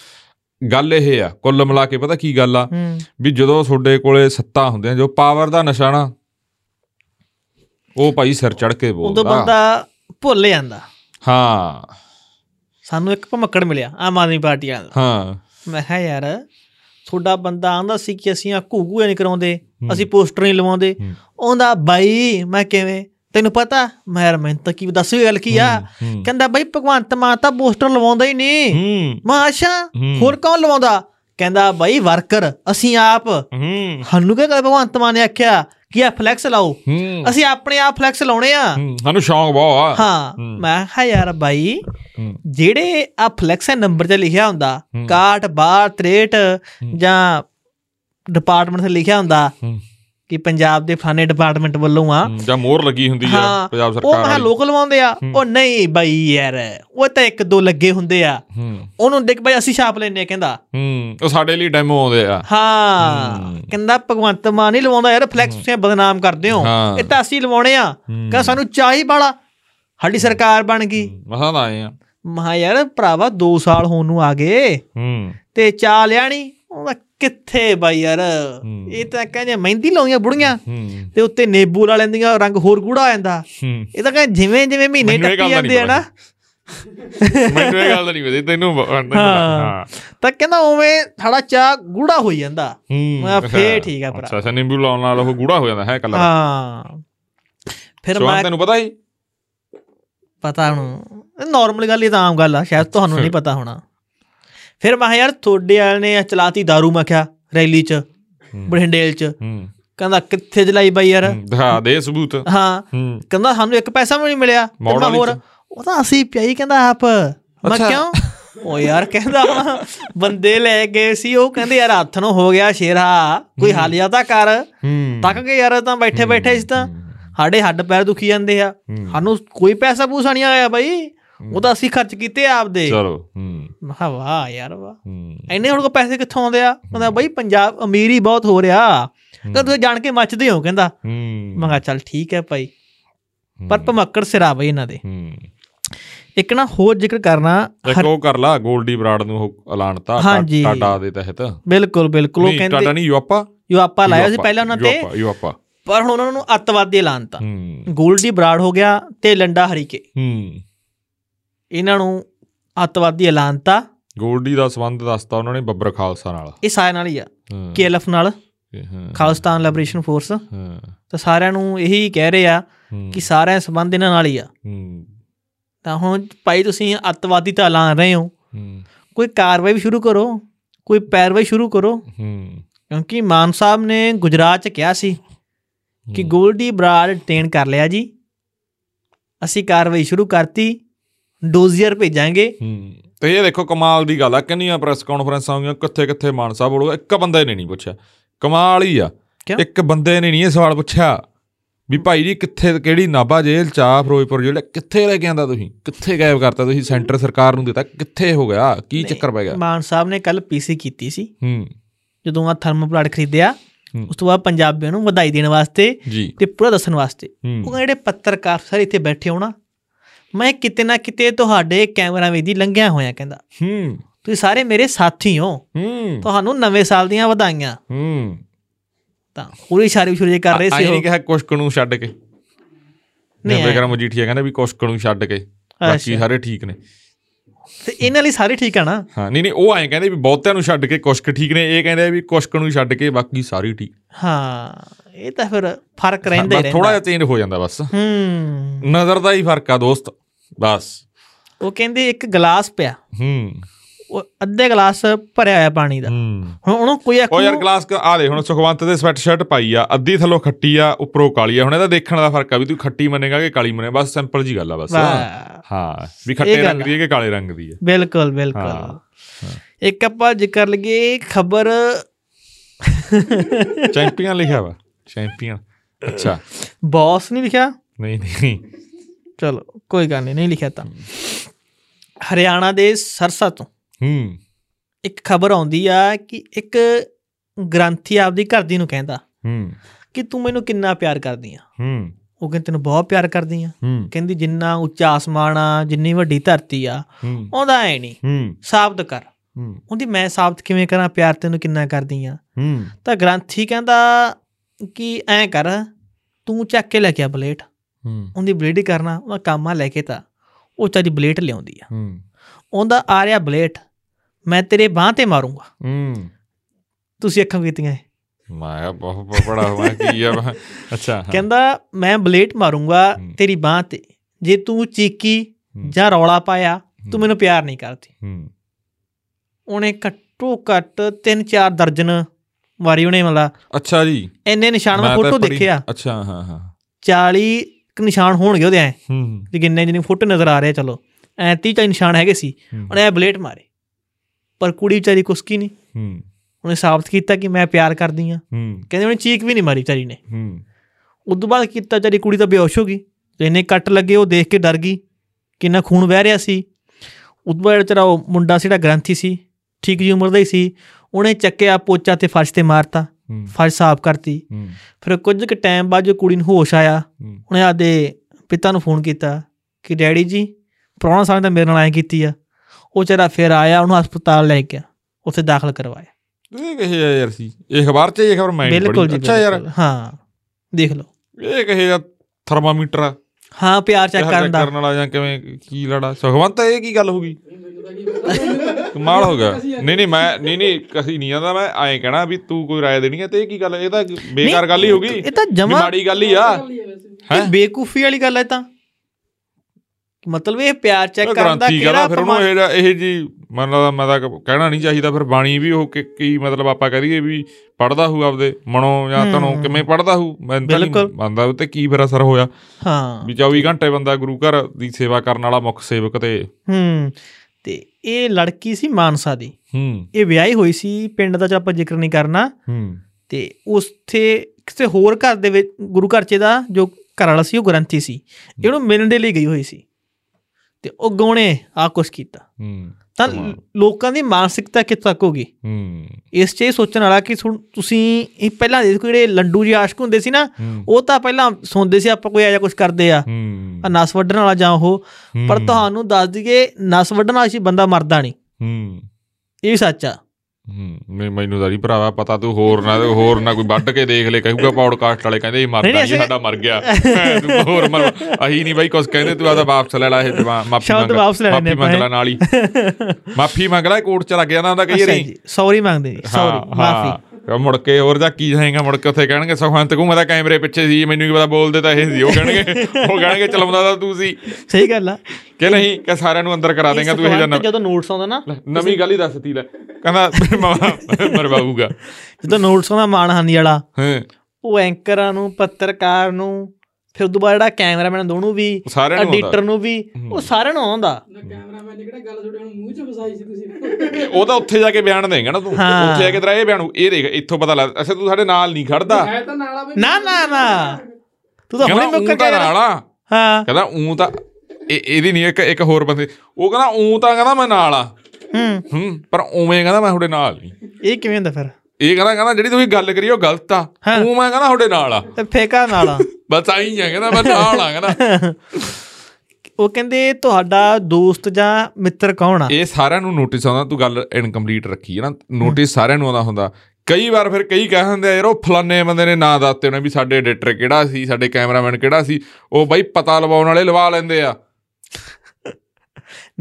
ਗੱਲ ਇਹ ਆ ਕੁੱਲ ਮਿਲਾ ਕੇ ਪਤਾ ਕੀ ਗੱਲ ਆ
ਹੂੰ
ਵੀ ਜਦੋਂ ਤੁਹਾਡੇ ਕੋਲੇ ਸੱਤਾ ਹੁੰਦੇ ਆ ਜੋ ਪਾਵਰ ਦਾ ਨਸ਼ਾ ਨਾ ਉਹ ਭਾਈ ਸਿਰ ਚੜ ਕੇ
ਉਦੋਂ
ਬੋਲਦਾ
ਬੰਦਾ ਭੁੱਲ ਜਾਂਦਾ
ਹਾਂ
ਸਾਨੂੰ ਇੱਕ ਭਮੱਕੜ ਮਿਲਿਆ ਆਮ ਆਦਮੀ ਪਾਰਟੀ ਵਾਲਿਆਂ ਦਾ
ਹਾਂ
ਮੈਂ ਕਿਹਾ ਯਾਰ ਤੁਹਾਡਾ ਬੰਦਾ ਆਂਦਾ ਸੀ ਕਿ ਅਸੀਂ ਆ ਘੂਗੂ ਨਹੀਂ ਕਰਾਉਂਦੇ ਅਸੀਂ ਪੋਸਟਰ ਨਹੀਂ ਲਵਾਉਂਦੇ
ਹੂੰ।
ਉਹਦਾ ਬਾਈ ਮੈਂ ਕਿਵੇਂ ਤੈਨੂੰ ਪਤਾ ਮੈਂ ਯਾਰ ਮੈਨੂੰ ਤਾਂ ਕੀ ਦੱਸ ਵੀ ਗੱਲ ਕੀ ਆ
ਹੂੰ, ਹੂੰ।
ਕਹਿੰਦਾ ਬਾਈ ਭਗਵੰਤ ਮਾਨ ਤਾਂ ਪੋਸਟਰ ਲਵਾਉਂਦਾ ਹੀ ਨਹੀਂ
ਹੂੰ
ਮੈਂ ਅੱਛਾ
ਹੂੰ।
ਹੋਰ ਕੌਣ ਲਵਾਉਂਦਾ ਕਹਿੰਦਾ ਬਾਈ ਵਰਕਰ ਅਸੀਂ ਆਪ
ਹੂੰ
ਸਾਨੂੰ ਕਿਹਾ ਭਗਵੰਤ ਮਾਨ ਨੇ ਆਖਿਆ ਕਿ ਆ ਫਲੈਕਸ ਲਾਓ
ਹੂੰ
ਅਸੀਂ ਆਪਣੇ ਆਪ ਫਲੈਕਸ ਲਾਉਣੇ ਆ
ਹੂੰ, ਸਾਨੂੰ ਸ਼ੌਂਕ ਬਹੁਤ ਆ
ਹਾਂ
ਹੂੰ।
ਮੈਂ ਕਿਹਾ ਯਾਰ ਬਾਈ
ਹੂੰ।
ਜਿਹੜੇ ਆ ਫਲੈਕਸ ਨੰਬਰ ਤੇ ਲਿਖਿਆ ਹੁੰਦਾ
ਹੂੰ।
61 62 63 ਜਾਂ ਡਿਪਾਰਟਮੈਂਟ ਤੇ ਲਿਖਿਆ ਹੁੰਦਾ
ਹੂੰ।
ਕਿ ਪੰਜਾਬ ਦੇ ਫਲਾਣੇ ਡਿਪਾਰਟਮੈਂਟ ਵੱਲੋਂ ਆ
ਹੂੰ, ਜਾਂ ਮੋਹਰ ਲੱਗੀ ਹੁੰਦੀ ਆ
ਹਾਂ,
ਪੰਜਾਬ
ਉਹ ਮੈਂ
ਸਰਕਾਰ
ਕਿਹਾ
ਵਾਲੀ
ਲੋਕ ਲਵਾਉਂਦੇ ਆ ਉਹ ਨਹੀਂ ਬਾਈ ਯਾਰ ਉਹ ਤਾਂ ਇੱਕ ਦੋ ਲੱਗੇ ਹੁੰਦੇ ਆ
ਹੂੰ
ਉਹਨੂੰ ਦੇਖ ਬਾਈ ਅਸੀਂ ਛਾਪ ਲੈਨੇ ਆ ਕਹਿੰਦਾ
ਹੂੰ ਉਹ ਸਾਡੇ ਲਈ ਡੈਮੋ ਆਉਂਦੇ ਆ
ਹਾਂ ਕਹਿੰਦਾ ਭਗਵੰਤ ਮਾਨ ਨਹੀਂ ਲਵਾਉਂਦਾ ਯਾਰ ਫਲੈਕਸ ਤੁਸੀਂ ਬਦਨਾਮ ਕਰਦੇ ਹੋ
ਹਾਂ।
ਇਹ ਤਾਂ ਅਸੀਂ ਲਵਾਉਣੇ ਆ ਕਹਿੰਦਾ ਸਾਨੂੰ ਚਾਹੀ ਵਾਲਾ ਸਾਡੀ ਸਰਕਾਰ ਬਣ ਗਈ
ਮਸਾਂ ਤਾਂ ਆਏ ਆ
ਮਹਾ ਯਾਰ ਭਰਾਵਾ 2 ਸਾਲ ਹੋਣ ਨੂੰ ਆ ਗਏ
ਹੂੰ
ਤੇ ਚਾ ਲਿਆ ਨਹੀਂ ਉਹਦਾ ਕਿੱਥੇ ਬਾਈ ਯਾਰ ਇਹ ਤਾਂ ਕਹਿੰਦੇ ਮਹਿੰਦੀ ਲਾਉਂਦੀਆਂ ਬੁੜੀਆਂ
ਹੂੰ
ਤੇ ਉੱਤੇ ਨੇਬੂ ਲਾ ਲੈਂਦੀਆਂ ਰੰਗ ਹੋਰ ਗੂੜਾ ਆ ਜਾਂਦਾ
ਹੂੰ।
ਇਹ ਤਾਂ ਕਹਿੰਦੇ ਜਿਵੇਂ ਜਿਵੇਂ ਮਹੀਨੇ
ਮੈਨੂੰ ਇਹ
ਟੱਪੀ
ਗੱਲ ਦਾ
ਜਾਂਦੇ ਆ ਨਾ
ਮੈਨੂੰ ਇਹ ਗੱਲ ਨਹੀਂ ਪਤਾ ਤੈਨੂੰ ਬ- ਤੈਨੂੰ ਪਤਾ। ਹਾਂ
ਤਾਂ ਕਹਿੰਦਾ ਉਵੇਂ ਸਾਡਾ ਚਾ ਗੂੜਾ ਹੋਈ ਜਾਂਦਾ ਮੈਂ
ਹੂੰ
ਫੇਰ ਠੀਕ ਆ ਭਰਾ।
ਅੱਛਾ ਅੱਛਾ ਨਿੰਬੂ ਲਾਉਣ ਨਾਲ ਉਹ ਗੂੜਾ ਹੋ ਜਾਂਦਾ ਹੈ ਕਲਰ
ਹਾਂ ਫਿਰ
ਸੋ
ਮੈਂ
ਤੈਨੂੰ ਪਤਾ ਹੀ
ਪਤਾ ਨੂੰ ਨਾਰਮਲ ਗੱਲ ਇਹ ਤਾਂ ਆਮ ਗੱਲ ਆ ਸ਼ਾਇਦ ਤੁਹਾਨੂੰ ਨਹੀਂ ਪਤਾ ਹੋਣਾ ਫਿਰ ਮੈਂ ਕਿਹਾ ਯਾਰ ਤੁਹਾਡੇ ਵਾਲੇ ਨੇ ਇਹ ਚਲਾਤੀ दारू ਮੈਂ ਕਿਹਾ ਰੈਲੀ ਚ ਬਠਿੰਡੇਲ ਚ
ਹੂੰ
ਕਹਿੰਦਾ ਕਿੱਥੇ ਚਲਾਈ ਬਾਈ ਯਾਰ
ਹੂੰ, ਦਿਖਾ ਦੇ ਸਬੂਤ
ਹਾਂ
ਹੂੰ
ਕਹਿੰਦਾ ਸਾਨੂੰ ਇੱਕ ਪੈਸਾ ਵੀ ਨਹੀਂ ਮਿਲਿਆ ਤੇ ਮੈਂ
ਮੌੜ ਵਾਲੀ
ਹੋਰ
ਚ?
ਉਹ ਤਾਂ ਅਸੀਂ ਪਿਆਈ ਕਹਿੰਦਾ ਆਪ ਮੈਂ
ਅੱਛਾ।
ਕਿਉਂ ਉਹ ਯਾਰ ਕਹਿੰਦਾ ਹੁਣ ਬੰਦੇ ਲੈ ਗਏ ਸੀ ਉਹ ਕਹਿੰਦੇ ਯਾਰ ਹੱਥ ਨੂੰ ਹੋ ਗਿਆ ਸ਼ੇਰਾ ਕੋਈ ਹੱਲ ਜਾ ਤਾਂ ਕਰ
ਹੂੰ
ਤੱਕ ਕੇ ਯਾਰ ਤਾਂ ਬੈਠੇ ਬੈਠੇ ਇਸ ਤਾਂ ਸਾਡੇ ਹੱਡ ਪੈਰ ਦੁਖੀ ਜਾਂਦੇ ਆ ਸਾਨੂੰ ਕੋਈ ਪੈਸਾ ਪੂਸਾ ਨਹੀਂ ਆਇਆ ਬਾਈ ਉਹ ਤਾਂ ਅਸੀਂ ਖਰਚ ਕੀਤੇ ਆਪਦੇ
ਚਲੋ ਹੂੰ
ਮੈਂ ਕਿਹਾ ਵਾਹ ਯਾਰ ਵਾਹ
ਹੂੰ
ਇੰਨੇ ਹੁਣ ਕੋ ਪੈਸੇ ਕਿੱਥੋਂ ਆਉਂਦੇ ਆ ਕਹਿੰਦਾ ਬਾਈ ਪੰਜਾਬ ਅਮੀਰੀ ਬਹੁਤ ਹੋ ਰਿਹਾ ਕਹਿੰਦਾ ਤੁਸੀਂ ਜਾਣ ਕੇ ਮੱਚਦੇ ਹੋ ਕਹਿੰਦਾ
ਹੂੰ
ਮੈਂ ਕਿਹਾ ਚੱਲ ਠੀਕ ਹੈ ਭਾਈ ਪਰ ਭਮੱਕੜ ਸਿਰਾ ਬਈ ਇਹਨਾਂ ਦੇ
ਹੂੰ
ਇੱਕ ਨਾ ਹੋਰ ਜ਼ਿਕਰ ਕਰਨਾ
ਇੱਕ ਉਹ ਕਰ ਲਾ ਗੋਲਡੀ ਬਰਾੜ ਨੂੰ ਉਹ ਐਲਾਨਤਾ ਟਾ-
ਹਾਂਜੀ।
ਟਾਟਾ ਦੇ ਤਹਿਤ
ਬਿਲਕੁਲ ਬਿਲਕੁਲ ਉਹ
ਨਹੀਂ ਟਾਟਾ
ਕਹਿੰਦੇ
ਨਹੀਂ ਯੂਆਪਾ
ਯੂਆਪਾ ਲਾਇਆ ਸੀ ਪਹਿਲਾਂ ਉਹਨਾਂ ਤੇ
ਯੂਆਪਾ ਯੂਆਪਾ
ਪਰ ਹੁਣ ਉਹਨਾਂ ਨੂੰ ਅੱਤਵਾਦੀ ਐਲਾਨਤਾ
ਹੂੰ
ਗੋਲਡੀ ਬਰਾੜ ਹੋ ਗਿਆ ਤੇ ਲੰਡਾ ਹਰੀਕੇ
ਹੂੰ
ਇਹਨਾਂ ਨੂੰ ਅੱਤਵਾਦੀ ਐਲਾਨਤਾ
ਗੋਲਡੀ ਦਾ ਸੰਬੰਧ ਦੱਸਤਾ ਉਹਨਾਂ ਨੇ ਬੱਬਰ ਖਾਲਸਾ ਨਾਲ
ਇਹ ਸਾਰਿਆਂ ਨਾਲ ਹੀ ਆ
ਹਾਂ,
ਕੇਐਲਐਫ ਨਾਲ
ਹਾਂ,
ਖਾਲਿਸਤਾਨ ਲਿਬਰੇਸ਼ਨ ਫੋਰਸ
ਹਾਂ,
ਤਾਂ ਸਾਰਿਆਂ ਨੂੰ ਇਹੀ ਕਹਿ ਰਹੇ ਆ
ਹੂੰ,
ਕਿ ਸਾਰਿਆਂ ਸੰਬੰਧ ਇਹਨਾਂ ਨਾਲ ਹੀ ਆ
ਹੂੰ,
ਤਾਂ ਹੁਣ ਭਾਈ ਤੁਸੀਂ ਅੱਤਵਾਦੀ ਤਾਂ ਐਲਾਨ ਰਹੇ ਹੋ
ਹੂੰ,
ਕੋਈ ਕਾਰਵਾਈ ਵੀ ਸ਼ੁਰੂ ਕਰੋ ਕੋਈ ਪੈਰਵਾਈ ਸ਼ੁਰੂ ਕਰੋ
ਹੂੰ,
ਕਿਉਂਕਿ ਮਾਨ ਸਾਹਿਬ ਨੇ ਗੁਜਰਾਤ ਚ ਕਿਹਾ ਸੀ ਕਿ ਗੋਲਡੀ ਬਰਾੜ ਡਿਟੇਨ ਕਰ ਲਿਆ ਜੀ ਅਸੀਂ ਕਾਰਵਾਈ ਸ਼ੁਰੂ ਕਰਤੀ ਡੋਜ਼ੀਅਰ ਭੇਜਾਂਗੇ
ਹੂੰ ਤੇ ਇਹ ਦੇਖੋ ਕਮਾਲ ਦੀ ਗੱਲ ਆ ਕਿੰਨੀਆਂ ਪ੍ਰੈਸ ਕਾਨਫਰੰਸਾਂ ਹੋਈਆਂ ਕਿੱਥੇ ਕਿੱਥੇ ਮਾਨ ਸਾਹਿਬ ਬੋਲੋ ਇੱਕ ਬੰਦੇ ਨੇ ਨਹੀਂ ਪੁੱਛਿਆ ਕਮਾਲ ਹੀ ਆ
ਕਿਆ?
ਇੱਕ ਬੰਦੇ ਨੇ ਨਹੀਂ ਇਹ ਸਵਾਲ ਪੁੱਛਿਆ ਵੀ ਭਾਈ ਜੀ ਕਿੱਥੇ ਕਿਹੜੀ ਨਾਭਾ ਜੇਲ੍ਹ ਚਾ ਫਿਰੋਜ਼ਪੁਰ ਜੇਲ੍ਹ ਆ, ਕਿੱਥੇ ਲੈ ਕੇ ਆਂਦਾ ਤੁਸੀਂ ਕਿੱਥੇ ਗਾਇਬ ਕਰਤਾ ਤੁਸੀਂ ਸੈਂਟਰ ਸਰਕਾਰ ਨੂੰ ਦਿੱਤਾ ਕਿੱਥੇ ਹੋ ਗਿਆ ਕੀ ਚੱਕਰ ਪੈ ਗਿਆ
ਮਾਨ ਸਾਹਿਬ ਨੇ ਕੱਲ ਪੀਸੀ ਕੀਤੀ ਸੀ
ਹੂੰ
ਜਦੋਂ ਆ ਥਰਮਲ ਪਲਾਟ ਖਰੀਦਿਆ
ਹੂੰ।
ਉਸ ਤੋਂ ਬਾਅਦ ਪੰਜਾਬੀਆਂ ਨੂੰ ਵਧਾਈ ਦੇਣ ਵਾਸਤੇ
ਜੀ
ਤੇ ਪੂਰਾ ਦੱਸਣ ਵਾਸਤੇ
ਹੂੰ।
ਉਹ ਕਹਿੰਦੇ ਜਿਹੜੇ ਪੱਤਰਕਾਰ ਸਾਰੇ ਇੱਥੇ ਬੈਠੇ ਹੋ ਨਾ ਮੈਂ ਕਿਤੇ ਨਾ ਕਿਤੇ ਤੁਹਾਡੇ ਕੈਮਰਾਵੇਂ ਦੀ ਲੰਘਿਆ ਹੋਇਆ ਕਹਿੰਦਾ
ਹੂੰ
ਤੁਸੀਂ ਸਾਰੇ ਮੇਰੇ ਸਾਥੀ ਹੋ
ਹੂੰ
ਤੁਹਾਨੂੰ ਨਵੇਂ ਸਾਲ ਦੀਆਂ ਵਧਾਈਆਂ
ਹੂੰ
ਤਾਂ ਪੂਰੀ ਇਸ਼ਾਰੇ ਸ਼ੁਰੂ ਕਰ ਰਹੇ ਸੀ
ਆਈ ਨਹੀਂ
ਉਹ
ਕਿਹਾ ਕੁਸ਼ਕ ਨੂੰ ਛੱਡ ਕੇ
ਨਹੀਂ
ਨਹੀਂ
ਆਇਆ।
ਬੇਗਰਮ ਮਜੀਠੀਆ ਕਹਿੰਦਾ ਵੀ ਕੁਸ਼ਕ ਨੂੰ ਛੱਡ ਕੇ ਬਾਕੀ
ਅੱਛਾ।
ਸਾਰੇ ਠੀਕ ਨੇ
ਤੇ ਇਹਨਾਂ ਲਈ ਸਾਰੇ ਠੀਕ ਆ ਨਾ
ਹਾਂ ਨਹੀਂ ਨਹੀਂ ਉਹ ਐਂ ਕਹਿੰਦੇ ਵੀ ਬਹੁਤਿਆਂ ਨੂੰ ਛੱਡ ਕੇ ਕੁਸ਼ਕ ਠੀਕ ਨੇ ਇਹ ਕਹਿੰਦੇ ਆ ਵੀ ਕੁਸ਼ਕ ਨੂੰ ਛੱਡ ਕੇ ਬਾਕੀ ਸਾਰੇ ਠੀਕ
ਹਾਂ ਇਹ ਤਾਂ ਫਿਰ ਫਰਕ ਰਹਿੰਦਾ ਹੀ
ਬਸ ਥੋੜਾ
ਰਹਿੰਦਾ
ਜਿਹਾ ਚੇਂਜ ਹੋ ਜਾਂਦਾ ਬਸ
ਹੂੰ
ਨਜ਼ਰ ਦਾ ਹੀ ਫਰਕ ਆ ਦੋਸਤ ਬਸ
ਉਹ ਕਹਿੰਦੇ ਇੱਕ ਗਲਾਸ ਪਿਆ
ਹੂੰ
ਉਹ ਅੱਧੇ ਗਲਾਸ ਭਰਿਆ ਹੋਇਆ ਪਾਣੀ ਦਾ
ਹੂੰ
ਹੁਣ ਉਹਨੂੰ ਕੋਈ ਆਖੂ
ਉਹ ਯਾਰ ਗਲਾਸ ਆ ਦੇ ਹੁਣ ਸੁਖਵੰਤ ਦੇ ਸਵੈਟ ਸ਼ਰਟ ਪਾਈ ਆ ਅੱਧੀ ਥੱਲੋਂ ਖੱਟੀ ਆ ਉੱਪਰੋਂ ਕਾਲੀ ਆ ਹੁਣ ਇਹਦਾ ਦੇਖਣ ਦਾ ਫਰਕ ਆ ਵੀ ਤੂੰ ਖੱਟੀ ਮੰਨੇਗਾ ਕਿ ਕਾਲੀ ਮੰਨੇ ਬਸ ਸਿੰਪਲ ਜੀ ਗੱਲ ਆ ਬਸ
ਵਾਹ।
ਹਾਂ ਵੀ ਖੱਟੇ
ਗੱਲ
ਰੰਗ ਦੀ ਹੈ ਕਿ ਕਾਲੇ ਰੰਗ ਦੀ ਹੈ
ਬਿਲਕੁਲ
ਹਾਂ,
ਬਿਲਕੁਲ ਇੱਕ ਆਪਾਂ ਜ਼ਿਕਰ ਲਗੇ ਖਬਰ
ਚੈਂਪੀਅਨ ਲਿਖਿਆ ਵਾ ਚੈਂਪੀਅਨ ਅੱਛਾ
ਬੌਸ ਨਹੀਂ ਲਿਖਿਆ
ਨਹੀਂ ਨਹੀਂ
ਚਲੋ ਕੋਈ ਗੱਲ ਨਹੀਂ ਨਹੀਂ ਲਿਖਿਆ ਤਾਂ ਹਰਿਆਣਾ ਦੇ ਸਰਸਾ ਤੋਂ
ਹੂੰ
ਇੱਕ ਖਬਰ ਆਉਂਦੀ ਆ ਕਿ ਇੱਕ ਗ੍ਰੰਥੀ ਆਪਦੀ ਘਰਦੀ ਨੂੰ ਕਹਿੰਦਾ
ਹੂੰ
ਕਿ ਤੂੰ ਮੈਨੂੰ ਕਿੰਨਾ ਪਿਆਰ ਕਰਦੀ ਆ
ਹੂੰ
ਉਹ ਕਹਿੰਦੀ ਤੈਨੂੰ ਬਹੁਤ ਪਿਆਰ ਕਰਦੀ ਆ
ਹੂੰ
ਕਹਿੰਦੀ ਜਿੰਨਾ ਉੱਚਾ ਆਸਮਾਨ ਆ ਜਿੰਨੀ ਵੱਡੀ ਧਰਤੀ ਆ
ਹੂੰ
ਉਹਦਾ ਐ ਨਹੀਂ
ਹੂੰ
ਸਾਬਤ ਕਰ
ਹੂੰ
ਉਹਦੀ ਮੈਂ ਸਾਬਤ ਕਿਵੇਂ ਕਰਾਂ ਪਿਆਰ ਤੈਨੂੰ ਕਿੰਨਾ ਕਰਦੀ ਆ
ਹੂੰ
ਤਾਂ ਗ੍ਰੰਥੀ ਕਹਿੰਦਾ ਕਿ ਐ ਕਰ ਤੂੰ ਚੱਕ ਕੇ ਲੈ ਕੇ ਆ ਬਲੇਟ
ਹੂੰ
ਉਹਦੀ ਬਲੇਡ ਹੀ ਕਰਨਾ ਉਹਦਾ ਕੰਮ ਆ ਲੈ ਕੇ ਤਾਂ ਉਹ ਚਾਰੀ ਬਲੇਟ ਲਿਆਉਂਦੀ ਆ
ਹੂੰ
ਉਹਦਾ ਆ ਰਿਹਾ ਬਲੇਟ ਮੈਂ ਤੇਰੇ ਬਾਹ ਤੇ ਮਾਰੂੰਗਾ
ਹੂੰ
ਤੁਸੀਂ ਅੱਖਾਂ ਕੀਤੀਆਂ ਇਹ।
ਮੈਂ ਕਿਹਾ ਬਹੁਤ ਬਹੁਤ ਬੜਾ ਹੋਇਆ ਕੀ ਆ ਮੈਂ- ਅੱਛਾ ਹਾਂ।
ਕਹਿੰਦਾ ਮੈਂ ਬਲੇਟ ਮਾਰੂੰਗਾ
ਹੂੰ।
ਤੇਰੀ ਬਾਹ ਤੇ ਜੇ ਤੂੰ ਚੀਕੀ
ਹੂੰ।
ਜਾਂ ਰੌਲਾ ਪਾਇਆ ਤੂੰ ਮੈਨੂੰ ਪਿਆਰ ਨਹੀਂ ਕਰਦੀ
ਹੂੰ
ਉਹਨੇ ਘੱਟੋ ਘੱਟ 3-4 ਦਰਜਨ ਵਾਰੀ ਉਹਨੇ ਮਤਲਬ
ਅੱਛਾ ਜੀ
ਇੰਨੇ ਨਿਸ਼ਾਨ ਮੈਂ
ਤਾਂ
ਫੋਟੋ
ਪੜ੍ਹੀ-
ਦੇਖਿਆ
ਅੱਛਾ ਹਾਂ ਹਾਂ
40 ਕੁ ਨਿਸ਼ਾਨ ਹੋਣਗੇ ਉਹਦੇ ਐ
ਹੂੰ
ਜਿੰਨੇ ਜਿੰਨੇ ਫੁੱਟ ਨਜ਼ਰ ਆ ਰਹੇ ਆ, ਚਲੋ ਐ 30 ਚਾਲੀ ਨਿਸ਼ਾਨ ਹੈਗੇ ਸੀ
ਹੂੰ,
ਉਹਨੇ ਇਹ ਬਲੇਟ ਮਾਰੇ ਪਰ ਕੁੜੀ ਵਿਚਾਰੀ ਕੁਸਕੀ ਨਹੀਂ
ਹੂੰ
ਉਹਨੇ ਸਾਬਤ ਕੀਤਾ ਕਿ ਮੈਂ ਪਿਆਰ ਕਰਦੀ ਆ
ਹੂੰ
ਕਹਿੰਦੇ ਉਹਨੇ ਚੀਕ ਵੀ ਨਹੀਂ ਮਾਰੀ ਵਿਚਾਰੀ ਨੇ
ਹੂੰ
ਉਦੋਂ ਬਾਅਦ ਕੀਤਾ ਵਿਚਾਰੀ ਕੁੜੀ ਤਾਂ ਬੇਹੋਸ਼ ਹੋ ਗਈ ਤੇ ਇੰਨੇ ਕੱਟ ਲੱਗੇ ਉਹ ਦੇਖ ਕੇ ਡਰ ਗਈ ਕਿੰਨਾ ਖੂਨ ਵਹਿ ਰਿਹਾ ਸੀ ਉਦੋਂ ਬਾਅਦ ਵਿਚਾਰਾ ਉਹ ਮੁੰਡਾ ਸੀ ਜਿਹੜਾ ਗ੍ਰੰਥੀ ਸੀ ਠੀਕ ਜੀ ਉਮਰ ਦਾ ਹੀ ਸੀ ਉਹਨੇ ਚੱਕਿਆ ਪੋਚਾ ਤੇ ਫਰਸ਼ ਤੇ ਮਾਰਤਾ
ਹੂੰ
ਫਰਸ਼ ਸਾਫ਼ ਕਰਤੀ
ਹੂੰ
ਫਿਰ ਕੁਝ ਕੁ ਟਾਈਮ ਬਾਅਦ ਜੋ ਕੁੜੀ ਨੂੰ ਹੋਸ਼ ਆਇਆ
ਹੂੰ,
ਉਹਨੇ ਆਦੇ ਪਿਤਾ ਨੂੰ ਫੋਨ ਕੀਤਾ ਕਿ ਡੈਡੀ ਜੀ ਪ੍ਰਾਹੁਣਾ ਸਾਹਿਬ ਨੇ ਤਾਂ ਮੇਰੇ ਨਾਲ ਐਂ ਕੀਤੀ ਆ ਉਹ ਵਿਚਾਰਾ ਫਿਰ ਆਇਆ ਉਹਨੂੰ ਹਸਪਤਾਲ ਲੈ ਗਿਆ ਉੱਥੇ ਦਾਖਲ ਕਰਵਾਇਆ
ਇਹ ਕਹੇ ਜਿਹਾ ਯਾਰ ਸੀ ਇਹ ਅਖਬਾਰ ਚ ਇਹ ਖਬਰ ਮੈਂ ਨਹੀਂ
ਬਿਲਕੁਲ
ਪੜ੍ਹੀ
ਜੀ
ਅੱਛਾ ਯਾਰ
ਬਿਲਕੁਲ। ਹਾਂ ਦੇਖ ਲਓ
ਇਹ ਕਹੇ ਜਿਹਾ ਥਰਮਾਮੀਟਰ ਆ
ਹਾਂ ਪਿਆਰ ਚੈੱਕ
ਚੈੱਕ
ਕਰਨ ਦਾ
ਕਰਨ ਵਾਲਾ ਜਾਂ ਕਿਵੇਂ ਕੀ ਲੜਾ ਸੁਖਵੰਤ ਇਹ ਕੀ ਗੱਲ ਹੋ ਗਈ
ਮੈਨੂੰ ਤਾਂ ਕੀ ਪਤਾ
ਕਮਾਲ ਹੋ ਗਿਆ ਨਹੀਂ ਨਹੀਂ ਮੈਂ ਨਹੀਂ ਨਹੀਂ ਕਸੀ ਨਹੀਂ ਆਂਦਾ ਮੈਂ ਐਂ ਕਹਿਣਾ ਵੀ ਤੂੰ ਕੋਈ ਰਾਏ ਦੇਣੀ ਹੈ ਤੇ ਇਹ ਕੀ ਗੱਲ ਇਹ ਤਾਂ ਬੇਕਾਰ ਗੱਲ ਹੀ ਹੋ ਗਈ
ਇਹ ਤਾਂ ਜਮਾ
ਮਾੜੀ ਗੱਲ ਹੀ ਆ ਹੈਂ?
ਇਹ ਬੇਕੂਫੀ ਵਾਲੀ ਗੱਲ ਹੈ ਤਾਂ ਮਤਲਬ ਇਹ ਪਿਆਰ ਚੈੱਕ ਕਰਨ ਦਾ
ਗ੍ਰਾਂਤੀ
ਕਿਹੜਾ
ਕਰਾ ਫਿਰ ਉਹਨੂੰ
ਅਪਮਾਨ-
ਇਹ ਜਿਹੜਾ- ਇਹ ਜੀ ਮਨ ਦਾ ਮੈਂ ਤਾਂ ਕ- ਕਹਿਣਾ ਨਹੀਂ ਚਾਹੀਦਾ ਫਿਰ ਬਾਣੀ ਵੀ ਉਹ ਕਿ- ਕੀ ਮਤਲਬ ਆਪਾਂ ਕਹਿ ਦਈਏ ਵੀ ਪੜਦਾ ਹੂ ਆਪਦੇ ਮਨੋਂ ਜਾਂ ਤਨੋਂ ਕਿਵੇਂ ਪੜਦਾ ਹੂ ਮੈਂ ਤਾਂ ਨਹੀਂ
ਬਿਲਕੁਲ।
ਮੰਨਦਾ ਉਹ ਤੇ ਕੀ ਫਿਰ ਅਸਰ ਹੋਇਆ
ਹਾਂ
ਵੀ 24 ਘੰਟੇ ਬੰਦਾ ਗੁਰੂ ਘਰ ਦੀ ਸੇਵਾ ਕਰਨ ਵਾਲਾ ਮੁੱਖ ਸੇਵਕ ਤੇ
ਹੂੰ ਤੇ ਇਹ ਲੜਕੀ ਸੀ ਮਾਨਸਾ ਦੀ
ਹੂੰ
ਇਹ ਵਿਆਹੀ ਹੋਈ ਸੀ ਪਿੰਡ ਦਾ ਚ ਆਪਾਂ ਜ਼ਿਕਰ ਨਹੀਂ ਕਰਨਾ
ਹੂੰ
ਤੇ ਉਸਥੇ ਕਿਸੇ ਹੋਰ ਘਰ ਦੇ ਵਿੱਚ ਗੁਰੂ ਘਰ ਚ ਦਾ ਜੋ ਘਰ ਵਾਲਾ ਸੀ ਉਹ ਗ੍ਰੰਥੀ ਸੀ ਇਹਨੂੰ ਮਿਲਣ ਦੇ ਲਈ ਗਈ ਹੋਈ ਸੀ ਤੇ ਉਹ ਗੋਣੇ ਆ ਕੁਛ ਕੀਤਾ
ਹੂੰ
ਤਾਂ
ਕਮਾਲ।
ਲੋਕਾਂ ਦੀ ਮਾਨਸਿਕਤਾ ਕਿੱਥੇ ਤੱਕ ਹੋ ਗਈ
ਹੂੰ
ਇਸ 'ਚ ਇਹ ਸੋਚਣ ਵਾਲਾ ਕਿ ਸੁਣ- ਤੁਸੀਂ ਇਹ ਪਹਿਲਾਂ ਦੇਖੋ ਜਿਹੜੇ ਲੰਡੂ ਜੀ ਆਸ਼ਕ ਹੁੰਦੇ ਸੀ ਨਾ
ਹੂੰ
ਉਹ ਤਾਂ ਪਹਿਲਾਂ ਸੁਣਦੇ ਸੀ ਆਪਾਂ ਕੋਈ ਐਜਾ ਕੁਝ ਕਰਦੇ ਆ
ਹੂੰ
ਆ ਨਸ ਵੱਢਣ ਵਾਲਾ ਜਾਂ ਉਹ ਪਰ ਤੁਹਾਨੂੰ ਦੱਸ ਦਈਏ ਨਸ ਵੱਢਣ ਵਾਲਾ ਸੀ ਬੰਦਾ ਮਰਦਾ ਨਹੀਂ
ਹੂੰ
ਇਹ ਵੀ ਸੱਚ ਆ
ਹੂੰ ਨਹੀਂ, ਮੈਨੂੰ ਤਾਂ ਨਹੀਂ ਭਰਾਵਾ ਪਤਾ ਤੂੰ ਹੋਰ ਨਾ ਹੋਰ ਨਾ ਕੋਈ ਵੱਢ ਕੇ ਦੇਖ ਲੈ ਕਹੂਗਾ ਪੌਡਕਾਸਟ ਵਾਲੇ ਕਹਿੰਦੇ
ਨਹੀਂ,
ਇਹ ਮਰਦਾ
ਨਹੀਂ,
ਜੀ
ਅਸੀਂ-
ਸਾਡਾ ਮਰ ਗਿਆ ਭੈਣ ਤੂੰ ਹੋਰ ਮਰ ਅਹੀ ਨਹੀਂ ਬਾਈ ਕੁਛ ਕਹਿੰਦੇ ਤੂੰ ਆਦਾ ਵਾਪਸ ਲੈ ਲੈ ਇਹ ਜਵਾ- ਮਾਫੀ
ਸ਼ਬਦ
ਮੰਗ
ਵਾਪਸ ਲੈ ਲੈਂਦੇ
ਮਾਫੀ ਮੰਗ ਲੈ
ਆਪਾਂ।
ਨਾਲ ਹੀ ਮਾਫੀ ਮੰਗ ਲੈ ਕੋਰਟ ਚ ਲੱਗ ਗਿਆ ਨਾ ਉਹਦਾ ਕਹੀ ਰਹੀ
ਸੌਰੀ ਮੰਗਦੇ ਜੀ ਸੌਰੀ ਮਾਫੀ
ਮੁੜ ਕੇ ਹੋਰ ਜਾ ਕੀ ਜਾਏਗਾ ਮੁੜ ਕੇ ਉੱਥੇ ਕਹਿਣਗੇ ਸੁਖਵੰਤ ਕੋ ਮੈਂ ਤਾਂ ਕੈਮਰੇ ਪਿੱਛੇ ਸੀ ਮੈਨੂੰ ਕੀ ਪਤਾ ਬੋਲਦੇ ਤਾਂ ਇਹ ਸੀ ਉਹ ਕਹਿਣਗੇ ਉਹ ਕਹਿਣਗੇ ਚਲਾਉਂਦਾ ਤਾਂ ਤੂੰ ਸੀ
ਸਹੀ ਗੱਲ ਆ
ਕਿ ਨਹੀਂ ਕਿ ਸਾਰਿਆਂ ਨੂੰ ਅੰਦਰ ਕਰਾ ਦੇਗਾ ਤੂੰ ਇਹ
ਇਸ
ਜਿਹਾ
ਸਵਾਲ ਤੇ
ਨਵ-
ਜਦੋਂ ਨੋਟਸ ਆਉਂਦਾ ਨਾ
ਨਵੀਂ ਗੱਲ ਹੀ ਦੱਸਤੀ ਲੈ ਕਹਿੰਦਾ ਮਾਮਾ ਮਰਵਾਊਗਾ
ਜਦੋਂ ਨੋਟਸ ਆਉਂਦਾ ਮਾਨਹਾਨੀ ਵਾਲਾ
ਹਾਂ
ਉਹ ਐਂਕਰਾਂ ਨੂੰ ਪੱਤਰਕਾਰ ਨੂੰ ਫਿਰ ਉਦੋਂ ਬਾਅਦ ਜਿਹੜਾ ਕੈਮਰਾਮੈਨ ਨੂੰ ਉਹਨੂੰ ਵੀ
ਸਾਰਿਆਂ ਨੂੰ
ਐਡੀਟਰ
ਆਉਂਦਾ
ਨੂੰ ਵੀ ਉਹ ਸਾਰਿਆਂ ਨੂੰ ਆਉਂਦਾ
ਨਾ ਕੈਮਰਾਮੈਨ ਨੇ ਕਿਹੜਾ ਗੱਲ ਤੁਹਾਡੇ ਹੁਣ ਮੂੰਹ 'ਚ ਫਸਾਈ ਸੀ ਤੁਸੀਂ
ਉਹ ਤਾਂ ਉੱਥੇ ਜਾ ਕੇ ਬਿਆਨ ਦੇਗਾ ਨਾ ਤੂੰ
ਹਾਂ।
ਉੱਥੇ ਜਾ ਕੇ ਤੇਰਾ ਇਹ ਬਿਆਨ ਹੋਊ। ਇਹ ਦੇਖ ਇੱਥੋਂ ਪਤਾ ਲੱਗਦਾ ਅੱਛਾ ਤੂੰ ਸਾਡੇ ਨਾਲ ਨਹੀਂ ਖੜਦਾ
ਹੈ ਤਾਂ ਨਾਲਾ ਬਈ
ਨਾ ਨਾ ਨਾ ਤੂੰ ਤਾਂ
ਕਹਿੰਦਾ
ਹੁਣੇ ਮੁੱਕਰ
ਊਂ ਤਾਂ
ਕੇ ਆਇਆ।
ਨਾਲਾ
ਹਾਂ
ਕਹਿੰਦਾ ਊਂ ਤਾਂ ਇਹ- ਇਹਦੀ ਨਹੀਂ ਇੱਕ ਇੱਕ ਹੋਰ ਬੰਦੇ ਉਹ ਕਹਿੰਦਾ ਊਂ ਤਾਂ ਕਹਿੰਦਾ ਮੈਂ ਨਾਲ ਆ
ਹੂੰ
ਹੂੰ ਪਰ ਉਵੇਂ ਕਹਿੰਦਾ ਮੈਂ ਤੁਹਾਡੇ ਨਾਲ ਨਹੀਂ
ਇਹ ਕਿਵੇਂ ਹੁੰਦਾ ਫਿਰ
ਇਹ ਕਹਿੰਦਾ ਕਹਿੰਦਾ ਜਿਹੜੀ ਤੁਸੀਂ ਗੱਲ ਕਰੀ ਉਹ ਗਲਤ ਆ
ਹਾਂ।
ਊਂ ਮੈਂ ਕਹਿੰਦਾ ਤੁਹਾਡੇ ਨਾਲ ਆ
ਤੇ ਫੇਕਾ ਨਾਲਾ
ਬਸ ਆਈ ਆ ਕਹਿੰਦਾ ਮੈਂ ਨਾਲ ਆ ਕਹਿੰਦਾ
ਉਹ ਕਹਿੰਦੇ ਤੁਹਾਡਾ ਦੋਸਤ ਜਾਂ ਮਿੱਤਰ ਕੌਣ ਆ
ਇਹ ਸਾਰਿਆਂ ਨੂੰ ਨੋਟਿਸ ਆਉਂਦਾ ਤੂੰ ਗੱਲ ਇਨਕਮਪਲੀਟ ਰੱਖੀ ਹੈ ਨਾ ਨੋਟਿਸ ਸਾਰਿਆਂ ਨੂੰ ਆਉਂਦਾ ਹੁੰਦਾ ਕਈ ਵਾਰ ਫਿਰ ਕਈ ਕਹਿ ਦਿੰਦੇ ਆ, ਯਾਰ ਉਹ ਫਲਾਨੇ ਬੰਦੇ ਨੇ ਨਾਂ ਦੱਸਤੇ ਉਹਨੇ ਵੀ ਸਾਡੇ ਐਡੀਟਰ ਕਿਹੜਾ ਸੀ ਸਾਡੇ ਕੈਮਰਾਮੈਨ ਕਿਹੜਾ ਸੀ ਉਹ ਬਾਈ ਪਤਾ ਲਵਾਉਣ ਵਾਲੇ ਲਵਾ ਲੈਂਦੇ ਆ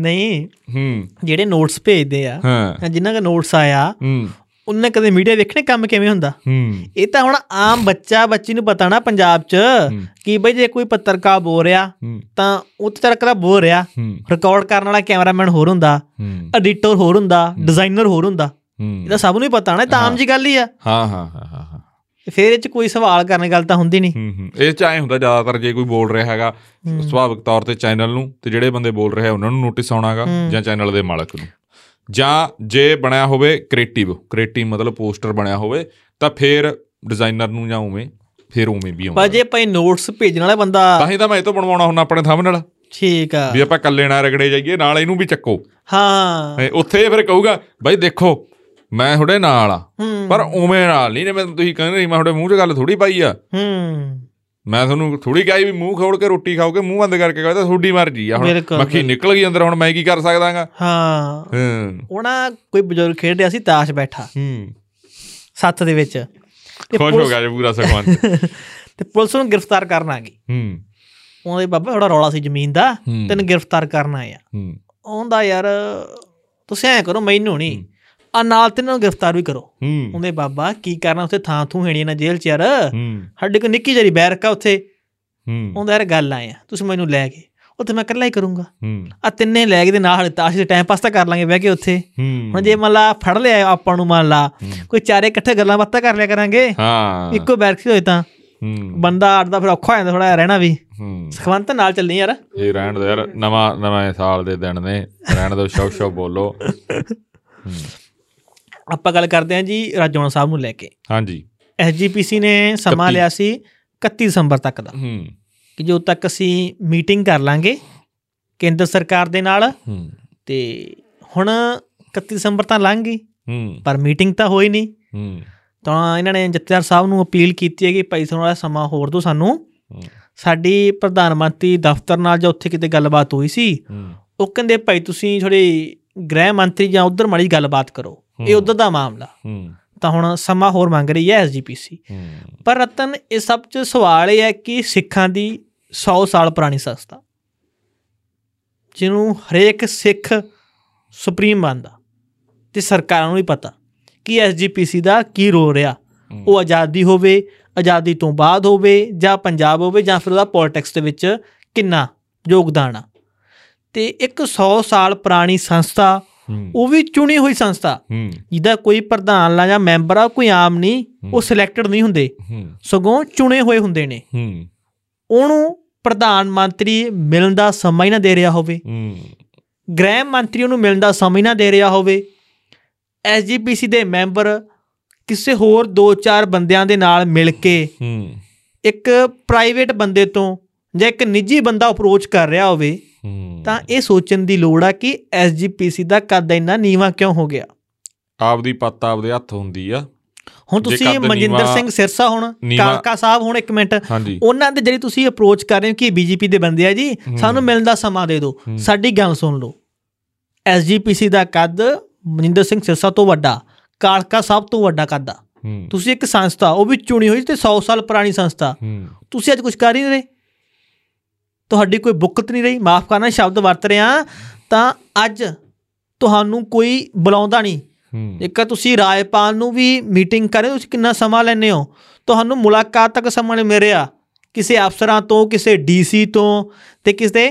ਨਹੀਂ
ਹੂੰ
ਜਿਹੜੇ ਨੋਟਸ ਭੇਜਦੇ ਆ
ਹਾਂ
ਜਾਂ ਜਿਨ੍ਹਾਂ ਦਾ ਨੋਟਸ ਆਇਆ
ਹੂੰ
ਉਹਨੇ ਕਦੇ ਮੀਡੀਆ ਵੇਖਣੇ ਕੰਮ ਕਿਵੇਂ ਹੁੰਦਾ
ਹੂੰ
ਇਹ ਤਾਂ ਹੁਣ ਆਮ ਬੱਚਾ ਬੱਚੀ ਨੂੰ ਪਤਾ ਨਾ ਪੰਜਾਬ 'ਚ
ਹੂੰ।
ਕਿ ਬਈ ਜੇ ਕੋਈ ਪੱਤਰਕਾਰ ਬੋਲ ਰਿਹਾ
ਹੂੰ
ਤਾਂ ਉਹ ਤੇ ਤਰਕਦਾ ਬੋਲ ਰਿਹਾ
ਹੂੰ
ਰਿਕਾਰਡ ਕਰਨ ਵਾਲਾ ਕੈਮਰਾਮੈਨ ਹੋਰ ਹੁੰਦਾ
ਹੂੰ,
ਐਡੀਟਰ ਹੋਰ ਹੁੰਦਾ ਡਿਜ਼ਾਈਨਰ ਹੋਰ ਹੁੰਦਾ ਇਹ
ਹੂੰ
ਤਾਂ ਸਭ ਨੂੰ ਹੀ ਪਤਾ ਨਾ ਇਹ ਤਾਂ ਆਮ ਜੀ ਗੱਲ ਹੀ ਆ
ਹਾਂ ਹਾਂ ਹਾਂ ਹਾਂ ਹਾਂ
ਫਿਰ ਇਹ 'ਚ ਕੋਈ ਸਵਾਲ ਕਰਨ ਦੀ ਗੱਲ ਤਾਂ ਹੁੰਦੀ ਨਹੀਂ
ਹੂੰ ਹੂੰ ਇਹ ਚਾਹੇ ਹੁੰਦਾ ਜ਼ਿਆਦਾਤਰ ਜੇ ਕੋਈ ਬੋਲ ਰਿਹਾ ਹੈਗਾ ਸੁਭਾਵਿਕ ਤੌਰ ਤੇ ਚੈਨਲ ਨੂੰ ਤੇ ਜਿਹੜੇ ਬੰਦੇ ਬੋਲ ਰਹੇ ਆ ਉਹਨਾਂ ਨੂੰ ਨੋਟਿਸ ਆਉਣਾਗਾ ਜਾਂ ਚੈਨਲ ਦੇ ਮਾਲਕ ਨੂੰ ਜਾਂ ਜੇ ਬਣਿਆ ਹੋਵੇ ਕ੍ਰੀਏਟਿਵ ਕ੍ਰੀਏਟਿਵ ਮਤਲਬ ਪੋਸਟਰ ਬਣਿਆ ਹੋਵੇ ਤਾਂ ਫੇਰ ਡਿਜ਼ਾਈਨਰ ਨੂੰ ਜਾਂ ਉਵੇਂ ਫੇਰ ਉਵੇਂ ਵੀ
ਪਰ
ਆਉਂਦਾ
ਜੇ ਭਾਈ ਨੋਟਸ ਭੇਜਣ ਵਾਲਾ ਬੰਦਾ
ਤਾਂ ਹੀ ਤਾਂ ਮੈਂ ਇਹ ਤੋਂ ਬਣਵਾਉਣਾ ਹੁੰਦਾ ਆਪਣੇ ਥੰਬਨੇਲ
ਠੀਕ ਆ
ਵੀ ਆਪਾਂ ਇਕੱਲੇ ਨਾ ਰਗੜੇ ਜਾਈਏ ਨਾਲ ਇਹਨੂੰ ਵੀ ਚੱਕੋ
ਹਾਂ
ਤੇ ਉੱਥੇ ਇਹ ਫਿਰ ਕਹੂਗਾ ਬਾਈ ਦੇਖੋ ਮੈਂ ਤੁਹਾਡੇ ਨਾਲ ਆ ਪਰ ਉਵੇਂ ਨਾਲ ਨਹੀਂ ਜਿਵੇਂ ਤੁਸੀਂ ਕਹਿੰਦੇ ਸੀ, ਮੈਂ ਤੁਹਾਡੇ ਮੂੰਹ 'ਚ ਗੱਲ ਥੋੜੀ ਪਾਈ ਆ
ਹੂੰ
ਮੈਂ ਤੁਹਾਨੂੰ ਥੋੜੀ ਕਹੀ ਵੀ ਮੂੰਹ ਖੋਲ ਕੇ ਰੋਟੀ ਖਾਓਗੇ ਮੂੰਹ ਬੰਦ ਕਰਕੇ ਖਾਓ ਇਹ ਤਾਂ ਤੁਹਾਡੀ ਮਰਜ਼ੀ ਆ ਹੁਣ
ਬਿਲਕੁਲ,
ਮੱਖੀ ਨਿਕਲ ਗਈ ਅੰਦਰ ਹੁਣ ਮੈਂ ਕੀ ਕਰ ਸਕਦਾਗਾ
ਹਾਂ
ਹੂੰ
ਉਹਨਾਂ ਕੋਈ ਬਜ਼ੁਰਗ ਖੇਡ ਰਿਹਾ ਸੀ ਤਾਸ਼ ਬੈਠਾ
ਹੂੰ
ਸੱਥ ਦੇ ਵਿੱਚ ਤੇ
ਖੁਸ਼ ਹੋ
ਪੁਲਿਸ-
ਗਿਆ ਜੀ ਪੂਰਾ ਸਗਵਾਨ
ਤੇ ਪੁਲਿਸ ਨੂੰ ਗ੍ਰਿਫਤਾਰ ਕਰਨ ਆ ਗਈ
ਹੂੰ
ਉਹਦੇ ਬਾਬਾ ਥੋੜਾ ਰੌਲਾ ਸੀ ਜ਼ਮੀਨ ਦਾ
ਹੂੰ।
ਤੈਨੂੰ ਗ੍ਰਿਫਤਾਰ ਕਰਨ ਆਇਆ
ਹੂੰ
ਉਹਦਾ ਯਾਰ ਤੁਸੀਂ ਐ ਕਰੋ ਮੈਨੂੰ ਨਹੀਂ ਆ ਨਾਲ ਤੇ ਇਹਨਾਂ ਨੂੰ ਗ੍ਰਿਫਤਾਰ ਵੀ ਕਰੋ
ਹੂੰ
ਉਹਦੇ ਬਾਬਾ ਕੀ ਕਰਨਾ ਉੱਥੇ ਥਾਂ ਥੂ ਹੈਣੀ ਨਾ ਜੇਲ੍ਹ ਚ ਯਾਰ
ਹੂੰ
ਸਾਡੇ ਕੋ ਨਿੱਕੀ ਜਰੀ ਬੈਰਕ ਆ ਉੱਥੇ
ਹੂੰ
ਉਹਦਾ ਯਾਰ ਗੱਲ ਆਇਆ ਤੁਸੀਂ ਮੈਨੂੰ ਲੈ ਕੇ ਉੱਥੇ ਮੈਂ ਇਕੱਲਾ ਹੀ ਕਰੂੰਗਾ
ਹੂੰ
ਆ ਤਿੰਨੇ ਲੈ ਕੇ ਦੇ ਨਾਲ ਹਲੇ ਤਾਸ਼ ਦੇ ਟਾਈਮ ਪਾਸ ਤਾਂ ਕਰ ਲਾਂਗੇ ਬਹਿ ਕੇ ਉੱਥੇ
ਹੂੰ
ਹੁਣ ਜੇ ਮੰਨ ਲਾ ਫੜ ਲਿਆ ਆਪਾਂ ਨੂੰ ਮੰਨ ਲਾ ਕੋਈ ਚਾਰੇ ਇਕੱਠੇ ਗੱਲਾਂ ਬਾਤਾਂ ਕਰ ਲਿਆ ਕਰਾਂਗੇ
ਹਾਂ
ਇੱਕੋ ਬੈਰਕ 'ਚ ਹੋਏ ਤਾਂ
ਹੂੰ
ਬੰਦਾ ਅੜਦਾ ਫਿਰ ਔਖਾ ਹੋ ਜਾਂਦਾ ਥੋੜਾ ਰਹਿਣਾ ਵੀ
ਹੂੰ
ਸਖਵੰਤ ਨਾਲ ਚੱਲੀ ਯਾਰ
ਇਹ ਰਹਿਣ ਦੋ ਯਾਰ ਨਵਾਂ ਨਵੇਂ ਸਾਲ ਦੇ ਦਿਨ ਨੇ ਰਹਿਣ ਦੋ ਸ਼ੌਪ ਸ਼ੌਪ ਬੋਲੋ
ਆਪਾਂ ਗੱਲ ਕਰਦੇ ਹਾਂ ਜੀ ਰਾਜੋਣ ਸਾਹਿਬ ਨੂੰ ਲੈ ਕੇ
ਹਾਂਜੀ
ਐਸਜੀਪੀਸੀ ਨੇ ਸਮਾਂ
ਇਕੱਤੀ।
ਲਿਆ ਸੀ 31 ਦਸੰਬਰ ਤੱਕ ਦਾ
ਹੂੰ
ਕਿ ਜੋ ਤੱਕ ਅਸੀਂ ਮੀਟਿੰਗ ਕਰ ਲਾਂਗੇ ਕੇਂਦਰ ਸਰਕਾਰ ਦੇ ਨਾਲ
ਹੂੰ
ਤੇ ਹੁਣ 31 ਦਸੰਬਰ ਤਾਂ ਲੰਘ ਗਈ
ਹੂੰ
ਪਰ ਮੀਟਿੰਗ ਤਾਂ ਹੋਈ ਨਹੀਂ
ਹੂੰ
ਤਾਂ ਇਹਨਾਂ ਨੇ ਜਥੇਦਾਰ ਸਾਹਿਬ ਨੂੰ ਅਪੀਲ ਕੀਤੀ ਹੈ ਕਿ ਭਾਈ ਸਾਨੂੰ ਵਾਲਾ ਸਮਾਂ ਹੋਰ ਦਿਓ ਸਾਨੂੰ
ਹੂੰ।
ਸਾਡੀ ਪ੍ਰਧਾਨ ਮੰਤਰੀ ਦਫ਼ਤਰ ਨਾਲ ਜਾਂ ਉੱਥੇ ਕਿਤੇ ਗੱਲਬਾਤ ਹੋਈ ਸੀ
ਹੂੰ
ਉਹ ਕਹਿੰਦੇ ਭਾਈ ਤੁਸੀਂ ਥੋੜੀ ਗ੍ਰਹਿ ਮੰਤਰੀ ਜਾਂ ਉਧਰ ਮਾੜੀ ਜਿਹੀ ਗੱਲਬਾਤ ਕਰੋ ਇਹ ਉਧਰ ਦਾ ਮਾਮਲਾ
ਹੂੰ
ਤਾਂ ਹੁਣ ਸਮਾਂ ਹੋਰ ਮੰਗ ਰਹੀ ਹੈ ਐਸਜੀਪੀਸੀ
ਹੂੰ
ਪਰ ਰਤਨ ਇਹ ਸਭ ਚ ਸਵਾਲ ਇਹ ਹੈ ਕਿ ਸਿੱਖਾਂ ਦੀ 100 ਸਾਲ ਪੁਰਾਣੀ ਸੰਸਥਾ ਜਿਹਨੂੰ ਹਰੇਕ ਸਿੱਖ ਸੁਪਰੀਮ ਮੰਨਦਾ ਤੇ ਸਰਕਾਰਾਂ ਨੂੰ ਵੀ ਪਤਾ ਕਿ ਐਸਜੀਪੀਸੀ ਦਾ ਕੀ ਰੋਲ ਰਿਹਾ ਉਹ ਆਜ਼ਾਦੀ ਹੋਵੇ ਆਜ਼ਾਦੀ ਤੋਂ ਬਾਅਦ ਹੋਵੇ ਜਾਂ ਪੰਜਾਬ ਹੋਵੇ ਜਾਂ ਫਿਰ ਉਹਦਾ ਪੋਲਿਟਿਕਸ ਦੇ ਵਿੱਚ ਕਿੰਨਾ ਯੋਗਦਾਨ ਆ ਤੇ ਇੱਕ 100 ਸਾਲ ਪੁਰਾਣੀ ਸੰਸਥਾ
ਹੂੰ
ਉਹ ਵੀ ਚੁਣੀ ਹੋਈ ਸੰਸਥਾ
ਹੂੰ
ਜਿਹਦਾ ਕੋਈ ਪ੍ਰਧਾਨ ਲਾ ਜਾਂ ਮੈਂਬਰ ਆ ਉਹ ਕੋਈ ਆਮ ਨਹੀਂ ਉਹ ਸਿਲੈਕਟਡ ਨਹੀਂ ਹੁੰਦੇ
ਹੂੰ
ਸਗੋਂ ਚੁਣੇ ਹੋਏ ਹੁੰਦੇ ਨੇ
ਹੂੰ
ਉਹਨੂੰ ਪ੍ਰਧਾਨ ਮੰਤਰੀ ਮਿਲਣ ਦਾ ਸਮਾਂ ਹੀ ਨਾ ਦੇ ਰਿਹਾ ਹੋਵੇ
ਹੂੰ
ਗ੍ਰਹਿ ਮੰਤਰੀ ਉਹਨੂੰ ਮਿਲਣ ਦਾ ਸਮਾਂ ਹੀ ਨਾ ਦੇ ਰਿਹਾ ਹੋਵੇ ਐਸਜੀਪੀਸੀ ਦੇ ਮੈਂਬਰ ਕਿਸੇ ਹੋਰ 2-4 ਬੰਦਿਆਂ ਦੇ ਨਾਲ ਮਿਲ ਕੇ
ਹੂੰ
ਇੱਕ ਪ੍ਰਾਈਵੇਟ ਬੰਦੇ ਤੋਂ ਜਾਂ ਇੱਕ ਨਿੱਜੀ ਬੰਦਾ ਅਪਰੋਚ ਕਰ ਰਿਹਾ ਹੋਵੇ
ਹੂੰ
ਤਾਂ ਇਹ ਸੋਚਣ ਦੀ ਲੋੜ ਆ ਕਿ ਐਸਜੀਪੀਸੀ ਦਾ ਕੱਦ ਇੰਨਾ ਨੀਵਾ ਕਿਉਂ ਹੋ ਗਿਆ
ਆਪਦੀ ਪੱਤ ਆਪਦੇ ਹੱਥ ਹੁੰਦੀ ਆ
ਹੁਣ
ਜੇ
ਤੁਸੀਂ
ਕੱਦ
ਮਨਜਿੰਦਰ
ਨੀਵਾਂ-
ਸਿੰਘ ਸਿਰਸਾ ਹੁਣ
ਨੀਵਾਂ-
ਕਾਲਕਾ ਸਾਹਿਬ ਹੁਣ ਇੱਕ ਮਿੰਟ
ਹਾਂਜੀ
ਉਹਨਾਂ ਦੇ ਜਿਹੜੀ ਤੁਸੀਂ ਅਪਰੋਚ ਕਰ ਰਹੇ ਹੋ ਕਿ ਬੀਜੇਪੀ ਦੇ ਬੰਦੇ ਆ ਜੀ ਸਾਨੂੰ ਮਿਲਣ ਦਾ ਸਮਾਂ ਦੇ ਦਿਓ
ਹੂੰ।
ਸਾਡੀ ਗੱਲ ਸੁਣ ਲਓ ਐਸਜੀਪੀਸੀ ਦਾ ਕੱਦ ਮਨਿੰਦਰ ਸਿੰਘ ਸਿਰਸਾ ਤੋਂ ਵੱਡਾ ਕਾਲਕਾ ਸਾਹਿਬ ਤੋਂ ਵੱਡਾ ਕੱਦ ਆ
ਹੂੰ
ਤੁਸੀਂ ਇੱਕ ਸੰਸਥਾ ਉਹ ਵੀ ਚੁਣੀ ਹੋਈ ਤੇ 100 ਸਾਲ ਪੁਰਾਣੀ ਸੰਸਥਾ
ਹੂੰ
ਤੁਸੀਂ ਅੱਜ ਕੁਝ ਕਰ ਹੀ ਨਹੀਂ ਰਹੇ ਤੁਹਾਡੀ ਕੋਈ ਬੁੱਕਤ ਨਹੀਂ ਰਹੀ ਮਾਫ ਕਰਨਾ ਸ਼ਬਦ ਵਰਤ ਰਿਹਾ ਤਾਂ ਅੱਜ ਤੁਹਾਨੂੰ ਕੋਈ ਬੁਲਾਉਂਦਾ ਨਹੀਂ
ਹੂੰ
ਜੇਕਰ ਤੁਸੀਂ ਰਾਜਪਾਲ ਨੂੰ ਵੀ ਮੀਟਿੰਗ ਕਰੇ ਤੁਸੀਂ ਕਿੰਨਾ ਸਮਾਂ ਲੈਂਦੇ ਹੋ ਤੁਹਾਨੂੰ ਮੁਲਾਕਾਤ ਤੱਕ ਸਮਾਂ ਨਹੀਂ ਮਿਲ ਰਿਹਾ ਕਿਸੇ ਅਫਸਰਾਂ ਤੋਂ ਕਿਸੇ ਡੀਸੀ ਤੋਂ ਤੇ ਕਿਸੇ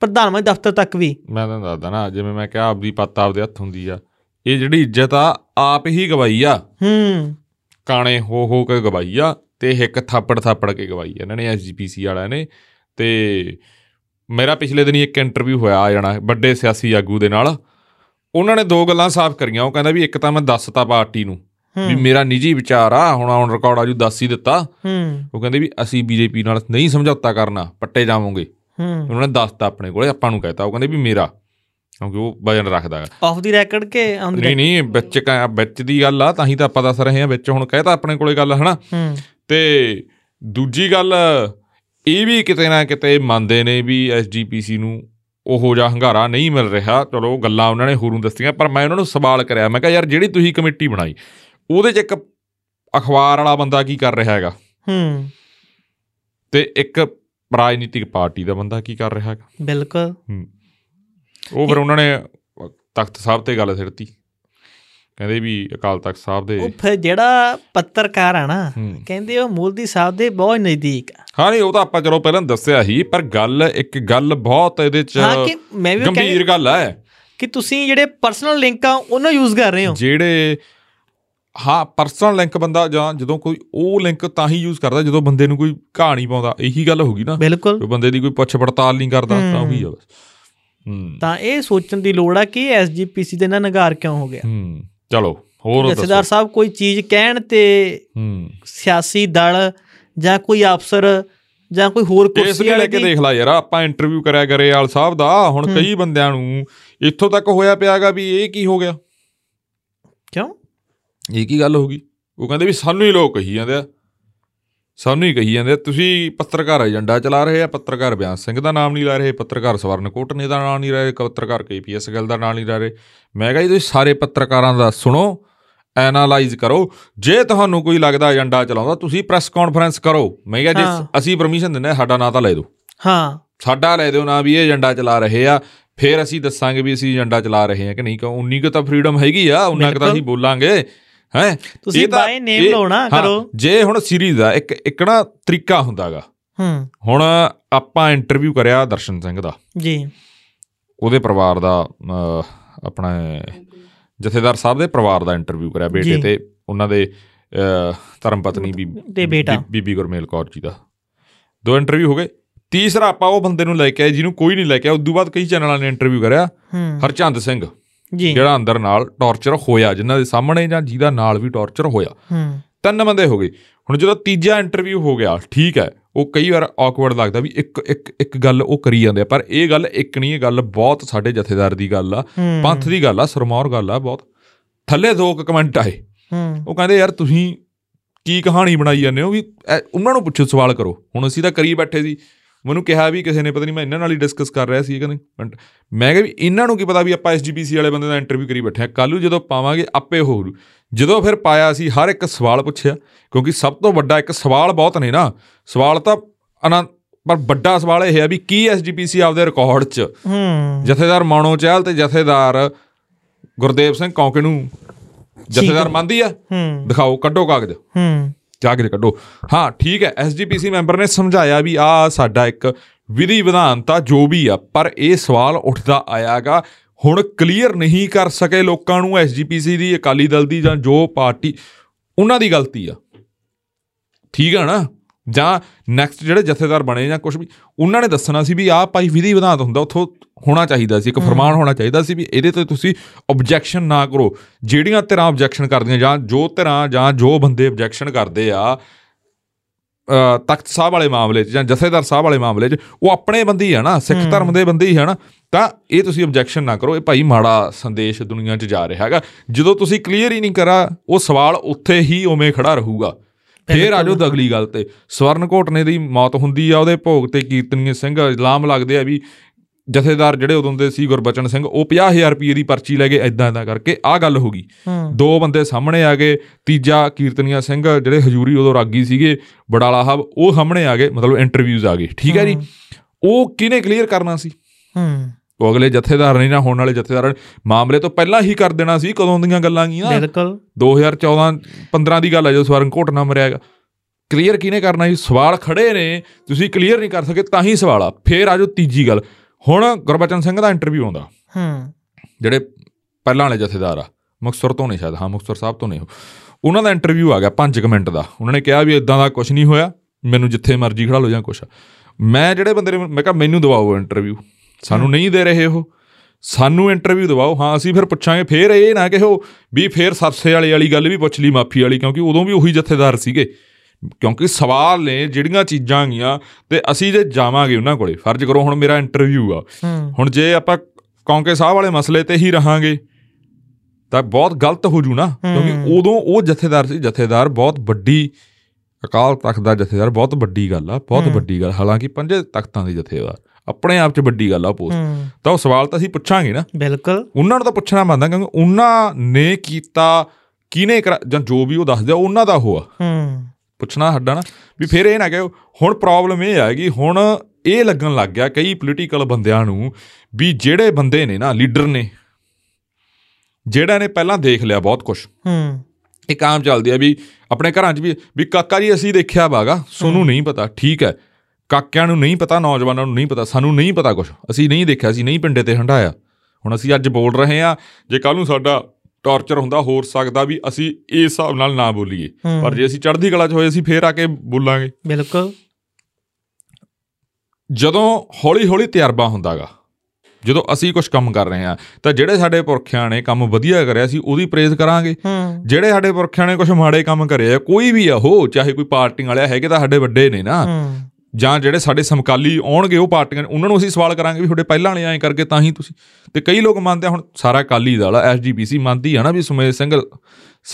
ਪ੍ਰਧਾਨ ਮੰਤਰੀ ਦਫ਼ਤਰ ਤੱਕ ਵੀ
ਮੈਂ ਤੁਹਾਨੂੰ ਦੱਸਦਾ ਨਾ ਜਿਵੇਂ ਮੈਂ ਕਿਹਾ ਆਪਦੀ ਪੱਤ ਆਪਦੇ ਹੱਥ ਹੁੰਦੀ ਆ ਇਹ ਜਿਹੜੀ ਇੱਜ਼ਤ ਆ ਆਪ ਹੀ ਗਵਾਈ ਆ
ਹੂੰ
ਕਾਣੇ ਹੋ ਹੋ ਕੇ ਗਵਾਈ ਆ ਤੇ ਇੱਕ ਥਾਪੜ ਥਾਪੜ ਕੇ ਗਵਾਈ ਇਹਨਾਂ ਨੇ ਐਸਜੀਪੀਸੀ ਵਾਲਿਆਂ ਨੇ ਤੇ ਮੇਰਾ ਪਿਛਲੇ ਦਿਨੀ ਇੱਕ ਇੰਟਰਵਿਊ ਹੋਇਆ ਆ ਜਾਣਾ ਵੱਡੇ ਸਿਆਸੀ ਆਗੂ ਦੇ ਨਾਲ ਉਹਨਾਂ ਨੇ ਦੋ ਗੱਲਾਂ ਸਾਫ਼ ਕਰੀਆਂ ਉਹ ਕਹਿੰਦਾ ਵੀ ਇੱਕ ਤਾਂ ਮੈਂ ਦੱਸਤਾ ਪਾਰਟੀ ਨੂੰ ਵੀ
ਹੂੰ
ਮੇਰਾ ਨਿੱਜੀ ਵਿਚਾਰ ਆ ਹੁਣ ਔਨ ਰਿਕਾਰਡ ਆਜੂ ਦੱਸ ਹੀ ਦਿੱਤਾ
ਹੂੰ
ਉਹ ਕਹਿੰਦੇ ਵੀ ਅਸੀਂ ਬੀਜੇਪੀ ਨਾਲ ਨਹੀਂ ਸਮਝੌਤਾ ਕਰਨਾ ਪੱਟੇ ਜਾਵਾਂਗੇ
ਹੂੰ
ਉਹਨਾਂ ਨੇ ਦੱਸਤਾ ਆਪਣੇ ਕੋਲੇ ਆਪਾਂ ਨੂੰ ਕਹਿਤਾ ਉਹ ਕਹਿੰਦੇ ਵੀ ਮੇਰਾ ਕਿਉਂਕਿ ਉਹ ਵਜਨ ਰੱਖਦਾ ਹੈ
ਆਫ ਦੀ ਰੈਕਡ ਕੇ ਆਨ ਦੀ
ਨਹੀਂ ਨਹੀਂ ਵਿੱਚ ਕ- ਵਿੱਚ ਦੀ ਗੱਲ ਆ ਤਾਂ ਹੀ ਤਾਂ ਆਪਾਂ ਦੱਸ ਰਹੇ ਹਾਂ ਵਿੱਚ ਹੁਣ ਕਹਿਤਾ ਆਪਣੇ ਕੋਲੇ ਗੱਲ ਹਨਾ
ਹੂੰ
ਤੇ ਦੂਜੀ ਗੱਲ ਇਹ ਵੀ ਕਿਤੇ ਨਾ ਕਿਤੇ ਮੰਨਦੇ ਨੇ ਵੀ ਐਸਜੀਪੀਸੀ ਨੂੰ ਉਹੋ ਜਿਹਾ ਹੰਗਾਰਾ ਨਹੀਂ ਮਿਲ ਰਿਹਾ ਚਲੋ ਗੱਲਾਂ ਉਹਨਾਂ ਨੇ ਹੋਰੋਂ ਦੱਸੀਆਂ ਪਰ ਮੈਂ ਉਹਨਾਂ ਨੂੰ ਸਵਾਲ ਕਰਿਆ ਮੈਂ ਕਿਹਾ ਯਾਰ ਜਿਹੜੀ ਤੁਸੀਂ ਕਮੇਟੀ ਬਣਾਈ ਉਹਦੇ 'ਚ ਇੱਕ ਅਖਬਾਰ ਵਾਲਾ ਬੰਦਾ ਕੀ ਕਰ ਰਿਹਾ ਹੈਗਾ
ਹੂੰ
ਤੇ ਇੱਕ ਰਾਜਨੀਤਿਕ ਪਾਰਟੀ ਦਾ ਬੰਦਾ ਕੀ ਕਰ ਰਿਹਾ ਹੈਗਾ
ਬਿਲਕੁਲ
ਉਹ ਫਿਰ ਉਹਨਾਂ ਨੇ ਤਖਤ ਸਾਹਿਬ ਤੇ ਗੱਲ ਸਿਰਤੀ ਕਹਿੰਦੇ ਵੀ ਅਕਾਲ ਤਖਤ ਸਾਹਿਬ
ਉਹ
ਦੇ
ਫਿਰ ਜਿਹੜਾ ਪੱਤਰਕਾਰ ਆ ਨਾ
ਹੂੰ।
ਕਹਿੰਦੇ ਉਹ ਮੂਲਦੀ ਸਾਹਿਬ ਦੇ ਬਹੁਤ ਨਜ਼ਦੀਕ ਆ
ਹਾਂ ਨਹੀਂ ਉਹ ਤਾਂ ਆਪਾਂ ਚਲੋ ਪਹਿਲਾਂ ਦੱਸਿਆ ਹੀ ਪਰ ਗੱਲ ਇੱਕ ਗੱਲ ਬਹੁਤ ਇਹਦੇ ਚ
ਹਾਂ ਕਿ ਮੈਂ ਵੀ ਉਹ ਕਹਿ
ਗੰਭੀਰ ਗੱਲ ਹੈ
ਕਿ ਤੁਸੀਂ ਜਿਹੜੇ ਪਰਸਨਲ ਲਿੰਕ ਆ ਉਹਨਾਂ ਯੂਜ਼ ਕਰ ਰਹੇ ਹੋ
ਜਿਹੜੇ ਹਾਂ ਪਰਸਨਲ ਲਿੰਕ ਬੰਦਾ ਜਾਂ ਜਦੋਂ ਕੋਈ ਉਹ ਲਿੰਕ ਤਾਂ ਹੀ ਯੂਜ਼ ਕਰਦਾ ਜਦੋਂ ਬੰਦੇ ਨੂੰ ਕੋਈ ਕਹਾਣੀ ਪਾਉਂਦਾ ਇਹੀ ਗੱਲ ਹੋ ਗਈ ਨਾ
ਬਿਲਕੁਲ
ਕੋਈ ਬੰਦੇ ਦੀ ਕੋਈ ਪੁੱਛ ਪੜਤਾਲ ਨਹੀਂ ਕਰਦਾ ਤਾਂ
ਹੂੰ।
ਉਹੀ ਆ ਬਸ ਹੂੰ
ਤਾਂ ਇਹ ਸੋਚਣ ਦੀ ਲੋੜ ਆ ਕਿ ਐਸਜੀਪੀਸੀ ਦੇ ਨਾਲ ਨਗਾਰ ਕਿਉਂ ਹੋ ਗਿਆ
ਹੂੰ ਚਲੋ ਹੋਰ
ਜਥੇਦਾਰ
ਦੱਸੋ
ਸਾਹਿਬ ਕੋਈ ਚੀਜ਼ ਕਹਿਣ ਤੇ
ਹੂੰ
ਸਿਆਸੀ ਦਲ ਜਾਂ ਕੋਈ ਅਫਸਰ ਜਾਂ ਕੋਈ ਹੋਰ
ਇਸ
ਕੁਰਸੀ
ਨੂੰ ਲੈ
ਵਾਲੇ
ਕੇ
ਦੀ
ਦੇਖ ਲੈ ਯਾਰ ਆਪਾਂ ਇੰਟਰਵਿਊ ਕਰਿਆ ਗਰੇਵਾਲ ਸਾਹਿਬ ਦਾ ਹੁਣ ਕਈ ਬੰਦਿਆਂ ਨੂੰ ਇੱਥੋਂ ਤੱਕ ਹੋਇਆ ਪਿਆਗਾ ਵੀ ਇਹ ਕੀ ਹੋ ਗਿਆ
ਕਿਉਂ
ਇਹ ਕੀ ਗੱਲ ਹੋ ਗਈ ਉਹ ਕਹਿੰਦੇ ਵੀ ਸਾਨੂੰ ਹੀ ਲੋਕ ਕਹੀ ਜਾਂਦੇ ਆ ਸਾਨੂੰ ਹੀ ਕਹੀ ਜਾਂਦੇ ਆ ਤੁਸੀਂ ਪੱਤਰਕਾਰ ਏਜੰਡਾ ਚਲਾ ਰਹੇ ਆ ਪੱਤਰਕਾਰ ਬਿਆਨ ਸਿੰਘ ਦਾ ਨਾਮ ਨਹੀਂ ਲੈ ਰਹੇ ਪੱਤਰਕਾਰ ਸਵਰਨਕੋਟ ਨੇ ਦਾ ਨਾਮ ਨਹੀਂ ਲੈ ਰਹੇ ਪੱਤਰਕਾਰ ਕੇਪੀਐਸ ਗਿੱਲ ਦਾ ਨਾਮ ਨਹੀਂ ਲੈ ਰਹੇ ਮੈਂ ਕਿਹਾ ਜੀ ਤੁਸੀਂ ਸਾਰੇ ਪੱਤਰਕਾਰਾਂ ਦਾ ਸੁਣੋ ਐਨਾਲਾਈਜ਼ ਕਰੋ ਜੇ ਤੁਹਾਨੂੰ ਕੋਈ ਲੱਗਦਾ ਏਜੰਡਾ ਚਲਾਉਂਦਾ ਤੁਸੀਂ ਪ੍ਰੈਸ ਕਾਨਫਰੰਸ ਕਰੋ ਮੈਂ ਕਿਹਾ
ਹਾਂ।
ਜੇ ਅਸੀਂ ਪਰਮਿਸ਼ਨ ਦਿੰਦੇ ਹਾਂ, ਸਾਡਾ ਨਾਂ ਤਾਂ ਲੈ ਦਿਓ
ਹਾਂ
ਸਾਡਾ ਲੈ ਦਿਓ ਨਾ ਵੀ ਇਹ ਏਜੰਡਾ ਚਲਾ ਰਹੇ ਆ ਫਿਰ ਅਸੀਂ ਦੱਸਾਂਗੇ ਵੀ ਅਸੀਂ ਏਜੰਡਾ ਚਲਾ ਰਹੇ ਆ ਕਿ ਨਹੀਂ ਕਿਉਂ ਉਨੀ ਕੁ ਤਾਂ ਫਰੀडम ਹੈਗੀ ਆ ਉਨਾ ਕੁ ਤਾਂ
ਬਿਲਕੁਲ।
ਅਸੀਂ ਬੋਲਾਂਗੇ ਹੈ
ਤੁਸੀਂ ਬਾਏ ਨੇਮ ਲੋਣਾ ਕਰੋ
ਜੇ ਹੁਣ ਸੀਰੀਜ਼ ਦਾ ਇੱਕ ਇੱਕ ਨਾ ਤਰੀਕਾ ਹੁੰਦਾਗਾ
ਹੂੰ
ਹੁਣ ਆਪਾਂ ਇੰਟਰਵਿਊ ਕਰਿਆ ਦਰਸ਼ਨ ਸਿੰਘ ਦਾ
ਜੀ
ਉਹਦੇ ਪਰਿਵਾਰ ਦਾ ਅਹ, ਆਪਣਾ ਜਥੇਦਾਰ ਸਾਹਿਬ ਦੇ ਪਰਿਵਾਰ ਦਾ ਇੰਟਰਵਿਊ ਕਰਿਆ ਬੇਟੇ
ਜੀ।
ਤੇ ਉਹਨਾਂ ਦੇ ਅਹ, ਧਰਮ ਪਤਨੀ ਬੀਬੀ
ਤੇ ਬੇਟਾ।
ਬੀ- ਬੀਬੀ ਗੁਰਮੇਲ ਕੌਰ ਜੀ ਦਾ ਦੋ ਇੰਟਰਵਿਊ ਹੋ ਗਏ ਤੀਸਰਾ ਆਪਾਂ ਉਹ ਬੰਦੇ ਨੂੰ ਲੈ ਕੇ ਆਏ ਜਿਹਨੂੰ ਕੋਈ ਨਹੀਂ ਲੈ ਕੇ ਆਇਆ ਉਦੋਂ ਬਾਅਦ ਕਈ ਚੈਨਲਾਂ ਨੇ ਇੰਟਰਵਿਊ ਕਰਿਆ
ਹੂੰ
ਹਰਚੰਦ ਸਿੰਘ
ਜੀ
ਜਿਹੜਾ ਅੰਦਰ ਨਾਲ ਟੌਰਚਰ ਹੋਇਆ ਜਿਨ੍ਹਾਂ ਦੇ ਸਾਹਮਣੇ ਜਾਂ ਜਿਹਦਾ ਨਾਲ ਵੀ ਟੌਰਚਰ ਹੋਇਆ
ਹੂੰ
ਤਿੰਨ ਬੰਦੇ ਹੋ ਗਏ ਹੁਣ ਜਦੋਂ ਤੀਜਾ ਇੰਟਰਵਿਊ ਹੋ ਗਿਆ ਠੀਕ ਹੈ ਉਹ ਕਈ ਵਾਰ ਔਕਵਰਡ ਲੱਗਦਾ ਵੀ ਇੱਕ ਇੱਕ ਇੱਕ ਗੱਲ ਉਹ ਕਰੀ ਜਾਂਦੇ ਆ ਪਰ ਇਹ ਗੱਲ ਇੱਕ ਨਹੀਂ ਇਹ ਗੱਲ ਬਹੁਤ ਸਾਡੇ ਜਥੇਦਾਰ ਦੀ ਗੱਲ ਆ
ਹੂੰ
ਪੰਥ ਦੀ ਗੱਲ ਆ ਸਰਮੌਰ ਗੱਲ ਆ ਬਹੁਤ ਥੱਲੇ ਦੋ ਕੁ ਕਮੈਂਟ ਆਏ
ਹੂੰ
ਉਹ ਕਹਿੰਦੇ ਯਾਰ ਤੁਸੀਂ ਕੀ ਕਹਾਣੀ ਬਣਾਈ ਜਾਂਦੇ ਹੋ ਵੀ ਐ- ਉਹਨਾਂ ਨੂੰ ਪੁੱਛੋ ਸਵਾਲ ਕਰੋ ਹੁਣ ਅਸੀਂ ਤਾਂ ਕਰੀ ਬੈਠੇ ਸੀ ਮੈਨੂੰ ਕਿਹਾ ਵੀ ਕਿਸੇ ਨੇ ਪਤਾ ਨਹੀਂ ਮੈਂ ਇਹਨਾਂ ਨਾਲ ਹੀ ਡਿਸਕਸ ਕਰ ਰਿਹਾ ਸੀ ਕਹਿੰਦੇ but ਮੈਂ ਕਿਹਾ ਵੀ ਇਹਨਾਂ ਨੂੰ ਕੀ ਪਤਾ ਵੀ ਆਪਾਂ ਐਸਜੀਪੀਸੀ ਵਾਲੇ ਬੰਦੇ ਦਾ ਇੰਟਰਵਿਊ ਕਰੀ ਬੈਠੇ ਆ ਕੱਲ ਨੂੰ ਜਦੋਂ ਪਾਵਾਂਗੇ ਆਪੇ ਹੋ ਜੂ ਜਦੋਂ ਫਿਰ ਪਾਇਆ ਸੀ ਹਰ ਇੱਕ ਸਵਾਲ ਪੁੱਛਿਆ ਕਿਉਂਕਿ ਸਭ ਤੋਂ ਵੱਡਾ ਇੱਕ ਸਵਾਲ ਬਹੁਤ ਨੇ ਨਾ ਸਵਾਲ ਤਾਂ ਅਨੰਤ ਪਰ ਵੱਡਾ ਸਵਾਲ ਇਹ ਹੈ ਵੀ ਕੀ ਐਸਜੀਪੀਸੀ ਆਪਦੇ ਰਿਕਾਰਡ 'ਚ
ਹੂੰ
ਜਥੇਦਾਰ ਮਾਣੋ ਚਾਹਲ ਤੇ ਜਥੇਦਾਰ ਗੁਰਦੇਵ ਸਿੰਘ ਕੌਂਕੇ ਨੂੰ ਜਥੇਦਾਰ ਮੰਨਦੀ ਆ
ਹੂੰ
ਦਿਖਾਓ ਕੱਢੋ ਕਾਗਜ਼
ਹੂੰ
ਕਾਗਜ਼ ਕੱਢੋ ਹਾਂ ਠੀਕ ਹੈ ਐਸਜੀਪੀਸੀ ਮੈਂਬਰ ਨੇ ਸਮਝਾਇਆ ਵੀ ਆ ਸਾਡਾ ਇੱਕ ਵਿਧੀ ਵਿਧਾਨ ਤਾਂ ਜੋ ਵੀ ਆ ਪਰ ਇਹ ਸਵਾਲ ਉੱਠਦਾ ਆਇਆਗਾ ਹੁਣ ਕਲੀਅਰ ਨਹੀਂ ਕਰ ਸਕੇ ਲੋਕਾਂ ਨੂੰ ਐਸਜੀਪੀਸੀ ਦੀ ਅਕਾਲੀ ਦਲ ਦੀ ਜਾਂ ਜੋ ਪਾਰਟੀ ਉਹਨਾਂ ਦੀ ਗਲਤੀ ਆ ਠੀਕ ਆ ਨਾ ਜਾਂ ਨੈਕਸਟ ਜਿਹੜੇ ਜਥੇਦਾਰ ਬਣੇ ਜਾਂ ਕੁਝ ਵੀ ਉਹਨਾਂ ਨੇ ਦੱਸਣਾ ਸੀ ਵੀ ਆਹ ਭਾਈ ਵਿਧੀ ਵਿਧਾਨ ਹੁੰਦਾ ਉੱਥੋਂ ਹੋਣਾ ਚਾਹੀਦਾ ਸੀ ਇੱਕ ਫਰਮਾਨ ਹੋਣਾ ਚਾਹੀਦਾ ਸੀ ਵੀ ਇਹਦੇ ਤੇ ਤੁਸੀਂ ਆਬਜੈਕਸ਼ਨ ਨਾ ਕਰੋ ਜਿਹੜੀਆਂ ਧਿਰਾਂ ਆਬਜੈਕਸ਼ਨ ਕਰਦੀਆਂ ਜਾਂ ਜੋ ਧਿਰਾਂ ਜਾਂ ਜੋ ਬੰਦੇ ਆਬਜੈਕਸ਼ਨ ਕਰਦੇ ਆ ਅ, ਤਖਤ ਸਾਹਿਬ ਵਾਲੇ ਮਾਮਲੇ 'ਚ ਜਾਂ ਜਥੇਦਾਰ ਸਾਹਿਬ ਵਾਲੇ ਮਾਮਲੇ 'ਚ ਉਹ ਆਪਣੇ ਬੰਦੇ ਹੀ ਆ ਨਾ ਸਿੱਖ ਧਰਮ ਦੇ ਬੰਦੇ ਹੀ ਆ ਨਾ ਤਾਂ ਇਹ ਤੁਸੀਂ ਆਬਜੈਕਸ਼ਨ ਨਾ ਕਰੋ ਇਹ ਭਾਈ ਮਾੜਾ ਸੰਦੇਸ਼ ਦੁਨੀਆ 'ਚ ਜਾ ਰਿਹਾ ਹੈਗਾ ਜਦੋਂ ਤੁਸੀਂ ਕਲੀਅਰ ਹੀ ਨਹੀਂ ਕਰਾ ਉਹ ਸਵਾਲ ਉੱਥੇ ਹੀ ਉਵੇਂ ਖੜਾ ਰਹੂਗਾ ਫੇਰ ਆਜੋ ਅਗਲੀ ਗੱਲ ਤੇ ਸਵਰਨ ਘੋਟਨੇ ਦੀ ਮੌਤ ਹੁੰਦੀ ਆ ਉਹਦੇ ਭੋਗ ਤੇ ਕੀਰਤਨੀਏ ਸਿੰਘ ਇਲਜ਼ਾਮ ਲੱਗਦੇ ਆ ਵੀ ਜਥੇਦਾਰ ਜਿਹੜੇ ਉਦੋਂ ਦੇ ਸੀ ਗੁਰਬਚਨ ਸਿੰਘ ਉਹ 50000 ਰੁਪਏ ਦੀ ਪਰਚੀ ਲੈ ਕੇ ਐਦਾਂ ਐਦਾਂ ਕਰਕੇ ਆਹ ਗੱਲ ਹੋ ਗਈ
ਹੂੰ
ਦੋ ਬੰਦੇ ਸਾਹਮਣੇ ਆ ਗਏ ਤੀਜਾ ਕੀਰਤਨੀਆ ਸਿੰਘ ਜਿਹੜੇ ਹਜੂਰੀ ਉਦੋਂ ਰਾਗੀ ਸੀਗੇ ਬੜਾਲਾ ਹਬ ਉਹ ਸਾਹਮਣੇ ਆ ਗਏ ਮਤਲਬ ਇੰਟਰਵਿਊਜ਼ ਆ ਗਏ ਠੀਕ ਹੈ ਜੀ ਉਹ ਕਿਹਨੇ ਕਲੀਅਰ ਕਰਨਾ ਸੀ
ਹੂੰ
ਉਹ ਅਗਲੇ ਜਥੇਦਾਰ ਨਹੀਂ ਨਾ ਹੋਣ ਵਾਲੇ ਜਥੇਦਾਰ ਨੇ ਮਾਮਲੇ ਤੋਂ ਪਹਿਲਾਂ ਹੀ ਕਰ ਦੇਣਾ ਸੀ ਕਦੋਂ ਦੀਆਂ ਗੱਲਾਂ ਗੀਆਂ
ਬਿਲਕੁਲ
2014 15 ਦੀ ਗੱਲ ਹੈ ਜਦੋਂ ਸਵਰਨ ਘੋਟਨਾ ਮਰਿਆ ਹੈਗਾ ਕਲੀਅਰ ਕਿਹਨੇ ਕਰਨਾ ਸੀ ਸਵਾਲ ਖੜੇ ਨੇ ਤੁਸੀਂ ਕਲੀਅਰ ਨਹੀਂ ਕਰ ਸਕੇ ਤਾਂ ਹੀ ਸਵਾਲ ਆ ਫੇਰ ਆਜੋ ਤੀਜੀ ਗੱਲ ਹੁਣ ਗੁਰਬਚਨ ਸਿੰਘ ਦਾ ਇੰਟਰਵਿਊ ਆਉਂਦਾ
ਹੂੰ
ਜਿਹੜੇ ਪਹਿਲਾਂ ਵਾਲੇ ਜਥੇਦਾਰ ਆ ਮੁਕਤਸਰ ਤੋਂ ਨੇ ਸ਼ਾਇਦ ਹਾਂ ਮੁਕਤਸਰ ਸਾਹਿਬ ਤੋਂ ਨੇ ਉਹ। ਉਹਨਾਂ ਦਾ ਇੰਟਰਵਿਊ ਆ ਗਿਆ 5 ਮਿੰਟ ਦਾ ਉਹਨਾਂ ਨੇ ਕਿਹਾ ਵੀ ਇਦਾਂ ਦਾ ਕੁਝ ਨਹੀਂ ਹੋਇਆ ਮੈਨੂੰ ਜਿੱਥੇ ਮਰਜ਼ੀ ਖੜਾ ਲਓ ਜਾਂ ਕੁਛ ਮੈਂ ਜਿਹੜੇ ਬੰਦੇ ਨੇ ਮੈਂ ਕਿਹਾ ਮੈਨੂੰ ਦਿਵਾਓ ਇੰਟਰਵਿਊ ਸਾਨੂੰ ਨਹੀਂ ਦੇ ਰਹੇ ਉਹ ਸਾਨੂੰ ਇੰਟਰਵਿਊ ਦਿਵਾਓ ਹਾਂ ਅਸੀਂ ਫਿਰ ਪੁੱਛਾਂਗੇ ਫਿਰ ਇਹ ਨਾ ਕਿਹੋ ਵੀ ਫਿਰ ਸਰਸੇ ਵਾਲੇ ਵਾਲੀ ਗੱਲ ਵੀ ਪੁੱਛ ਲਈ ਮਾਫੀ ਵਾਲੀ ਕਿਉਂਕਿ ਉਦੋਂ ਵੀ ਉਹੀ ਜਥੇਦਾਰ ਸੀਗੇ ਕਿਉਂਕਿ ਸਵਾਲ ਨੇ ਜਿਹੜੀਆਂ ਚੀਜ਼ਾਂ ਗੀਆਂ ਤੇ ਅਸੀਂ ਜੇ ਜਾਵਾਂਗੇ ਉਹਨਾਂ ਕੋਲੇ ਫਰਜ਼ ਕਰੋ ਹੁਣ ਮੇਰਾ ਇੰਟਰਵਿਊ ਆ
ਹੂੰ
ਹੁਣ ਜੇ ਆਪਾਂ ਕੌਂਕੇ ਸਾਹਿਬ ਵਾਲੇ ਮਸਲੇ ਤੇ ਹੀ ਰਹਾਂਗੇ ਤਾਂ ਬਹੁਤ ਗਲਤ ਹੋ ਜੂ ਨਾ ਕਿਉਂਕਿ ਉਦੋਂ ਉਹ ਜਥੇਦਾਰ ਸੀ ਜਥੇਦਾਰ ਬਹੁਤ ਵੱਡੀ ਅਕਾਲ ਤਖਤ ਦਾ ਜਥੇਦਾਰ ਬਹੁਤ ਵੱਡੀ ਗੱਲ ਆ ਬਹੁਤ
ਹੂੰ।
ਵੱਡੀ ਗੱਲ ਹਾਲਾਂਕਿ ਪੰਜੇ ਤਖਤਾਂ ਦੇ ਜਥੇਦਾਰ ਆਪਣੇ ਆਪ 'ਚ ਵੱਡੀ ਗੱਲ ਆ ਪੋਸਟ
ਹੂੰ
ਤਾਂ ਉਹ ਸਵਾਲ ਤਾਂ ਅਸੀਂ ਪੁੱਛਾਂਗੇ ਨਾ
ਬਿਲਕੁਲ
ਉਹਨਾਂ ਨੂੰ ਤਾਂ ਪੁੱਛਣਾ ਬਣਦਾ ਕਿਉਂਕਿ ਉਹਨਾਂ ਨੇ ਕੀਤਾ ਕਿਹਨੇ ਕਰਾ ਜਾਂ ਜੋ ਵੀ ਉਹ ਦੱਸਦੇ ਆ, ਉਹਨਾਂ ਦਾ ਉਹ ਆ
ਹੂੰ
ਪੁੱਛਣਾ ਸਾਡਾ ਨਾ ਵੀ ਫਿਰ ਇਹ ਨਾ ਕਿ ਹੁਣ ਪ੍ਰੋਬਲਮ ਇਹ ਆ ਕਿ ਹੁਣ ਇਹ ਲੱਗਣ ਲੱਗ ਗਿਆ ਕਈ ਪੋਲੀਟੀਕਲ ਬੰਦਿਆਂ ਨੂੰ ਵੀ ਜਿਹੜੇ ਬੰਦੇ ਨੇ ਨਾ ਲੀਡਰ ਨੇ ਜਿਹੜਾ ਨੇ ਪਹਿਲਾਂ ਦੇਖ ਲਿਆ ਬਹੁਤ ਕੁਝ
ਹੂੰ
ਇੱਕ ਆਮ ਚੱਲਦੀ ਆ ਵੀ ਆਪਣੇ ਘਰਾਂ 'ਚ ਵੀ ਵੀ ਕਾਕਾ ਜੀ ਅਸੀਂ ਦੇਖਿਆ ਵਾਗਾ ਸੋਨੂੰ ਨਹੀਂ ਪਤਾ ਠੀਕ ਹੈ ਕਾਕਿਆਂ ਨੂੰ ਨਹੀਂ ਪਤਾ ਨੌਜਵਾਨਾਂ ਨੂੰ ਨਹੀਂ ਪਤਾ ਸਾਨੂੰ ਨਹੀਂ ਪਤਾ ਕੁਝ ਅਸੀਂ ਨਹੀਂ ਦੇਖਿਆ ਅਸੀਂ ਨਹੀਂ ਪਿੰਡੇ ਤੇ ਹੰਡਾਇਆ ਹੁਣ ਅਸੀਂ ਅੱਜ ਬੋਲ ਰਹੇ ਆ ਜੇ ਕੱਲ ਨੂੰ ਸਾਡਾ ਟੌਰਚਰ ਹੁੰਦਾ ਹੋਰ ਸਕਦਾ ਵੀ ਅਸੀਂ ਇਸ ਹਿਸਾਬ ਨਾਲ ਨਾ ਬੋਲੀਏ
ਹੂੰ।
ਪਰ ਜੇ ਅਸੀਂ ਚੜ੍ਹਦੀ ਕਲਾ 'ਚ ਹੋਏ ਅਸੀਂ ਫੇਰ ਆ ਕੇ ਬੋਲਾਂਗੇ
ਬਿਲਕੁਲ
ਜਦੋਂ ਹੌਲੀ-ਹੌਲੀ ਤਜਰਬਾ ਹੁੰਦਾਗਾ ਜਦੋਂ ਅਸੀਂ ਕੁਝ ਕੰਮ ਕਰ ਰਹੇ ਆ ਤਾਂ ਜਿਹੜੇ ਸਾਡੇ ਪੁਰਖਿਆਂ ਨੇ ਕੰਮ ਵਧੀਆ ਕਰਿਆ ਸੀ ਉਹਦੀ ਪ੍ਰੇਜ਼ ਕਰਾਂਗੇ
ਹੂੰ
ਜਿਹੜੇ ਸਾਡੇ ਪੁਰਖਿਆਂ ਨੇ ਕੁਝ ਮਾੜੇ ਕੰਮ ਕਰੇ ਆ ਕੋਈ ਵੀ ਆ ਉਹ ਚਾਹੇ ਕੋਈ ਪਾਰਟੀਆਂ ਵਾਲਿਆ ਹੈਗੇ ਤਾਂ ਸਾਡੇ ਵੱਡੇ ਨੇ ਨਾ
ਹੂੰ
ਜਾਂ ਜਿਹੜੇ ਸਾਡੇ ਸਮਕਾਲੀ ਆਉਣਗੇ ਉਹ ਪਾਰਟੀਆਂ ਉਹਨਾਂ ਨੂੰ ਅਸੀਂ ਸਵਾਲ ਕਰਾਂਗੇ ਵੀ ਤੁਹਾਡੇ ਪਹਿਲਾਂ ਵਾਲੇ ਐਂ ਕਰਕੇ ਤਾਂ ਹੀ ਤੁਸੀਂ ਤੇ ਕਈ ਲੋਕ ਮੰਨਦੇ ਆ ਹੁਣ ਸਾਰਾ ਕਾਲੀ ਦਲ ਆ ਐਸਜੀਪੀਸੀ ਮੰਨਦੀ ਆ ਨਾ ਵੀ ਸੁਮੇਸ਼ ਸਿੰਘ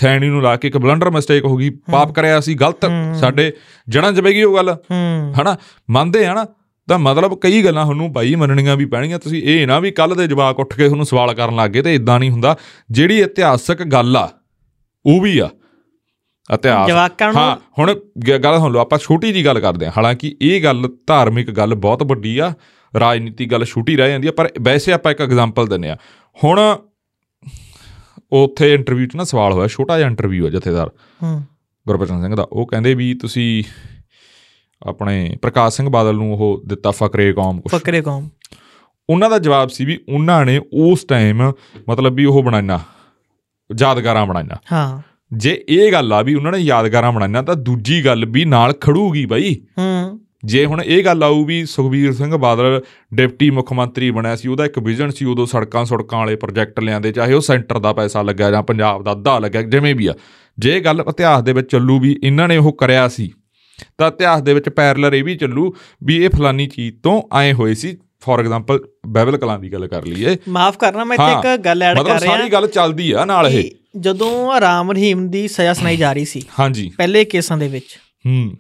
ਸੈਣੀ ਨੂੰ ਲਾ ਕੇ ਇੱਕ ਬਲੰਡਰ ਮਿਸਟੇਕ ਹੋ ਗਈ ਪਾਪ ਕਰਿਆ ਸੀ ਗਲਤ ਸਾਡੇ ਜੜਾਂ ਚ ਬਹਿ ਗਈ ਉਹ ਗੱਲ
ਹੂੰ
ਹਨਾ ਮੰਨਦੇ ਆ ਨਾ ਤਾਂ ਮਤਲਬ ਕਈ ਗੱਲਾਂ ਤੁਹਾਨੂੰ ਭਾਈ ਮੰਨਣੀਆਂ ਵੀ ਪੈਣਗੀਆਂ ਤੁਸੀਂ ਇਹ ਨਾ ਵੀ ਕੱਲ ਦੇ ਜਵਾਕ ਉੱਠ ਕੇ ਤੁਹਾਨੂੰ ਸਵਾਲ ਕਰਨ ਲੱਗ ਗਏ ਤੇ ਇਦਾਂ ਨਹੀਂ ਹੁੰਦਾ ਜਿਹੜੀ ਇਤਿਹਾਸਕ ਗੱਲ ਆ ਉਹ ਵੀ ਆ ਇਤਿਹਾਸ
ਜਵਾਕਾਂ ਨੂੰ
ਹਾਂ ਹੁਣ ਗ- ਗੱਲ ਸੁਣ ਲਓ ਆਪਾਂ ਛੋਟੀ ਜੀ ਗੱਲ ਕਰਦੇ ਹਾਂ ਹਾਲਾਂਕਿ ਇਹ ਗੱਲ ਧਾਰਮਿਕ ਗੱਲ ਬਹੁਤ ਵੱਡੀ ਆ ਰਾਜਨੀਤੀ ਗੱਲ ਛੋਟੀ ਰਹਿ ਜਾਂਦੀ ਆ ਪਰ ਵੈਸੇ ਆਪਾਂ ਇੱਕ ਐਗਜ਼ਾਮਪਲ ਦਿੰਨੇ ਆ ਹੁਣ ਉੱਥੇ ਇੰਟਰਵਿਊ 'ਚ ਨਾ ਸਵਾਲ ਹੋਇਆ ਛੋਟਾ ਜਿਹਾ ਇੰਟਰਵਿਊ ਆ ਜਥੇਦਾਰ
ਹੂੰ
ਗੁਰਬਚਨ ਸਿੰਘ ਦਾ ਉਹ ਕਹਿੰਦੇ ਵੀ ਤੁਸੀਂ ਆਪਣੇ ਪ੍ਰਕਾਸ਼ ਸਿੰਘ ਬਾਦਲ ਨੂੰ ਉਹ ਦਿੱਤਾ ਫਕਰੇ ਕੌਮ ਕੁਛ
ਫਕਰੇ ਕੌਮ
ਉਹਨਾਂ ਦਾ ਜਵਾਬ ਸੀ ਵੀ ਉਹਨਾਂ ਨੇ ਉਸ ਟਾਈਮ ਮਤਲਬ ਵੀ ਉਹ ਬਣਾਈਆਂ ਯਾਦਗਾਰਾਂ ਬਣਾਈਆਂ
ਹਾਂ
ਜੇ ਇਹ ਗੱਲ ਆ ਵੀ ਉਹਨਾਂ ਨੇ ਯਾਦਗਾਰਾਂ ਬਣਾਈਆਂ ਤਾਂ ਦੂਜੀ ਗੱਲ ਵੀ ਨਾਲ ਖੜੂਗੀ ਬਾਈ
ਹੂੰ
ਜੇ ਹੁਣ ਇਹ ਗੱਲ ਆਊ ਵੀ ਸੁਖਬੀਰ ਸਿੰਘ ਬਾਦਲ ਡਿਪਟੀ ਮੁੱਖ ਮੰਤਰੀ ਬਣਿਆ ਸੀ ਉਹਦਾ ਇੱਕ ਵਿਜ਼ਨ ਸੀ ਉਦੋਂ ਸੜਕਾਂ ਸੜਕਾਂ ਵਾਲੇ ਪ੍ਰੋਜੈਕਟ ਲਿਆਂਦੇ ਚਾਹੇ ਉਹ ਸੈਂਟਰ ਦਾ ਪੈਸਾ ਲੱਗਿਆ ਜਾਂ ਪੰਜਾਬ ਦਾ ਅੱਧਾ ਲੱਗਿਆ ਜਿਵੇਂ ਵੀ ਆ ਜੇ ਇਹ ਗੱਲ ਇਤਿਹਾਸ ਦੇ ਵਿੱਚ ਚੱਲੂ ਵੀ ਇਹਨਾਂ ਨੇ ਉਹ ਕਰਿਆ ਸੀ ਤਾਂ ਇਤਿਹਾਸ ਦੇ ਵਿੱਚ ਪੈਰਲਰ ਇਹ ਵੀ ਚੱਲੂ ਵੀ ਇਹ ਫਲਾਨੀ ਚੀਜ਼ ਤੋਂ ਆਏ ਹੋਏ ਸੀ ਫੋਰ ਐਗਜ਼ਾਮਪਲ ਬਾਈਬਲ ਕਲਾਂ ਦੀ ਗੱਲ ਕਰ ਲਈਏ
ਮਾਫ ਕਰਨਾ ਮੈਂ ਇੱਥੇ
ਹਾਂ,
ਇੱਕ ਗੱਲ ਐਡ
ਮਤਲਬ
ਕਰ ਰਿਹਾ
ਸਾਰੀ ਗੱਲ ਚੱਲਦੀ ਆ ਨਾਲ ਇਹ
ਕਿ ਜਦੋਂ ਰਾਮ ਰਹੀਮ ਦੀ ਸਜ਼ਾ ਸੁਣਾਈ ਜਾ ਰਹੀ ਸੀ
ਹਾਂਜੀ
ਪਹਿਲੇ ਕੇਸਾਂ ਦੇ ਵਿੱਚ
ਹੂੰ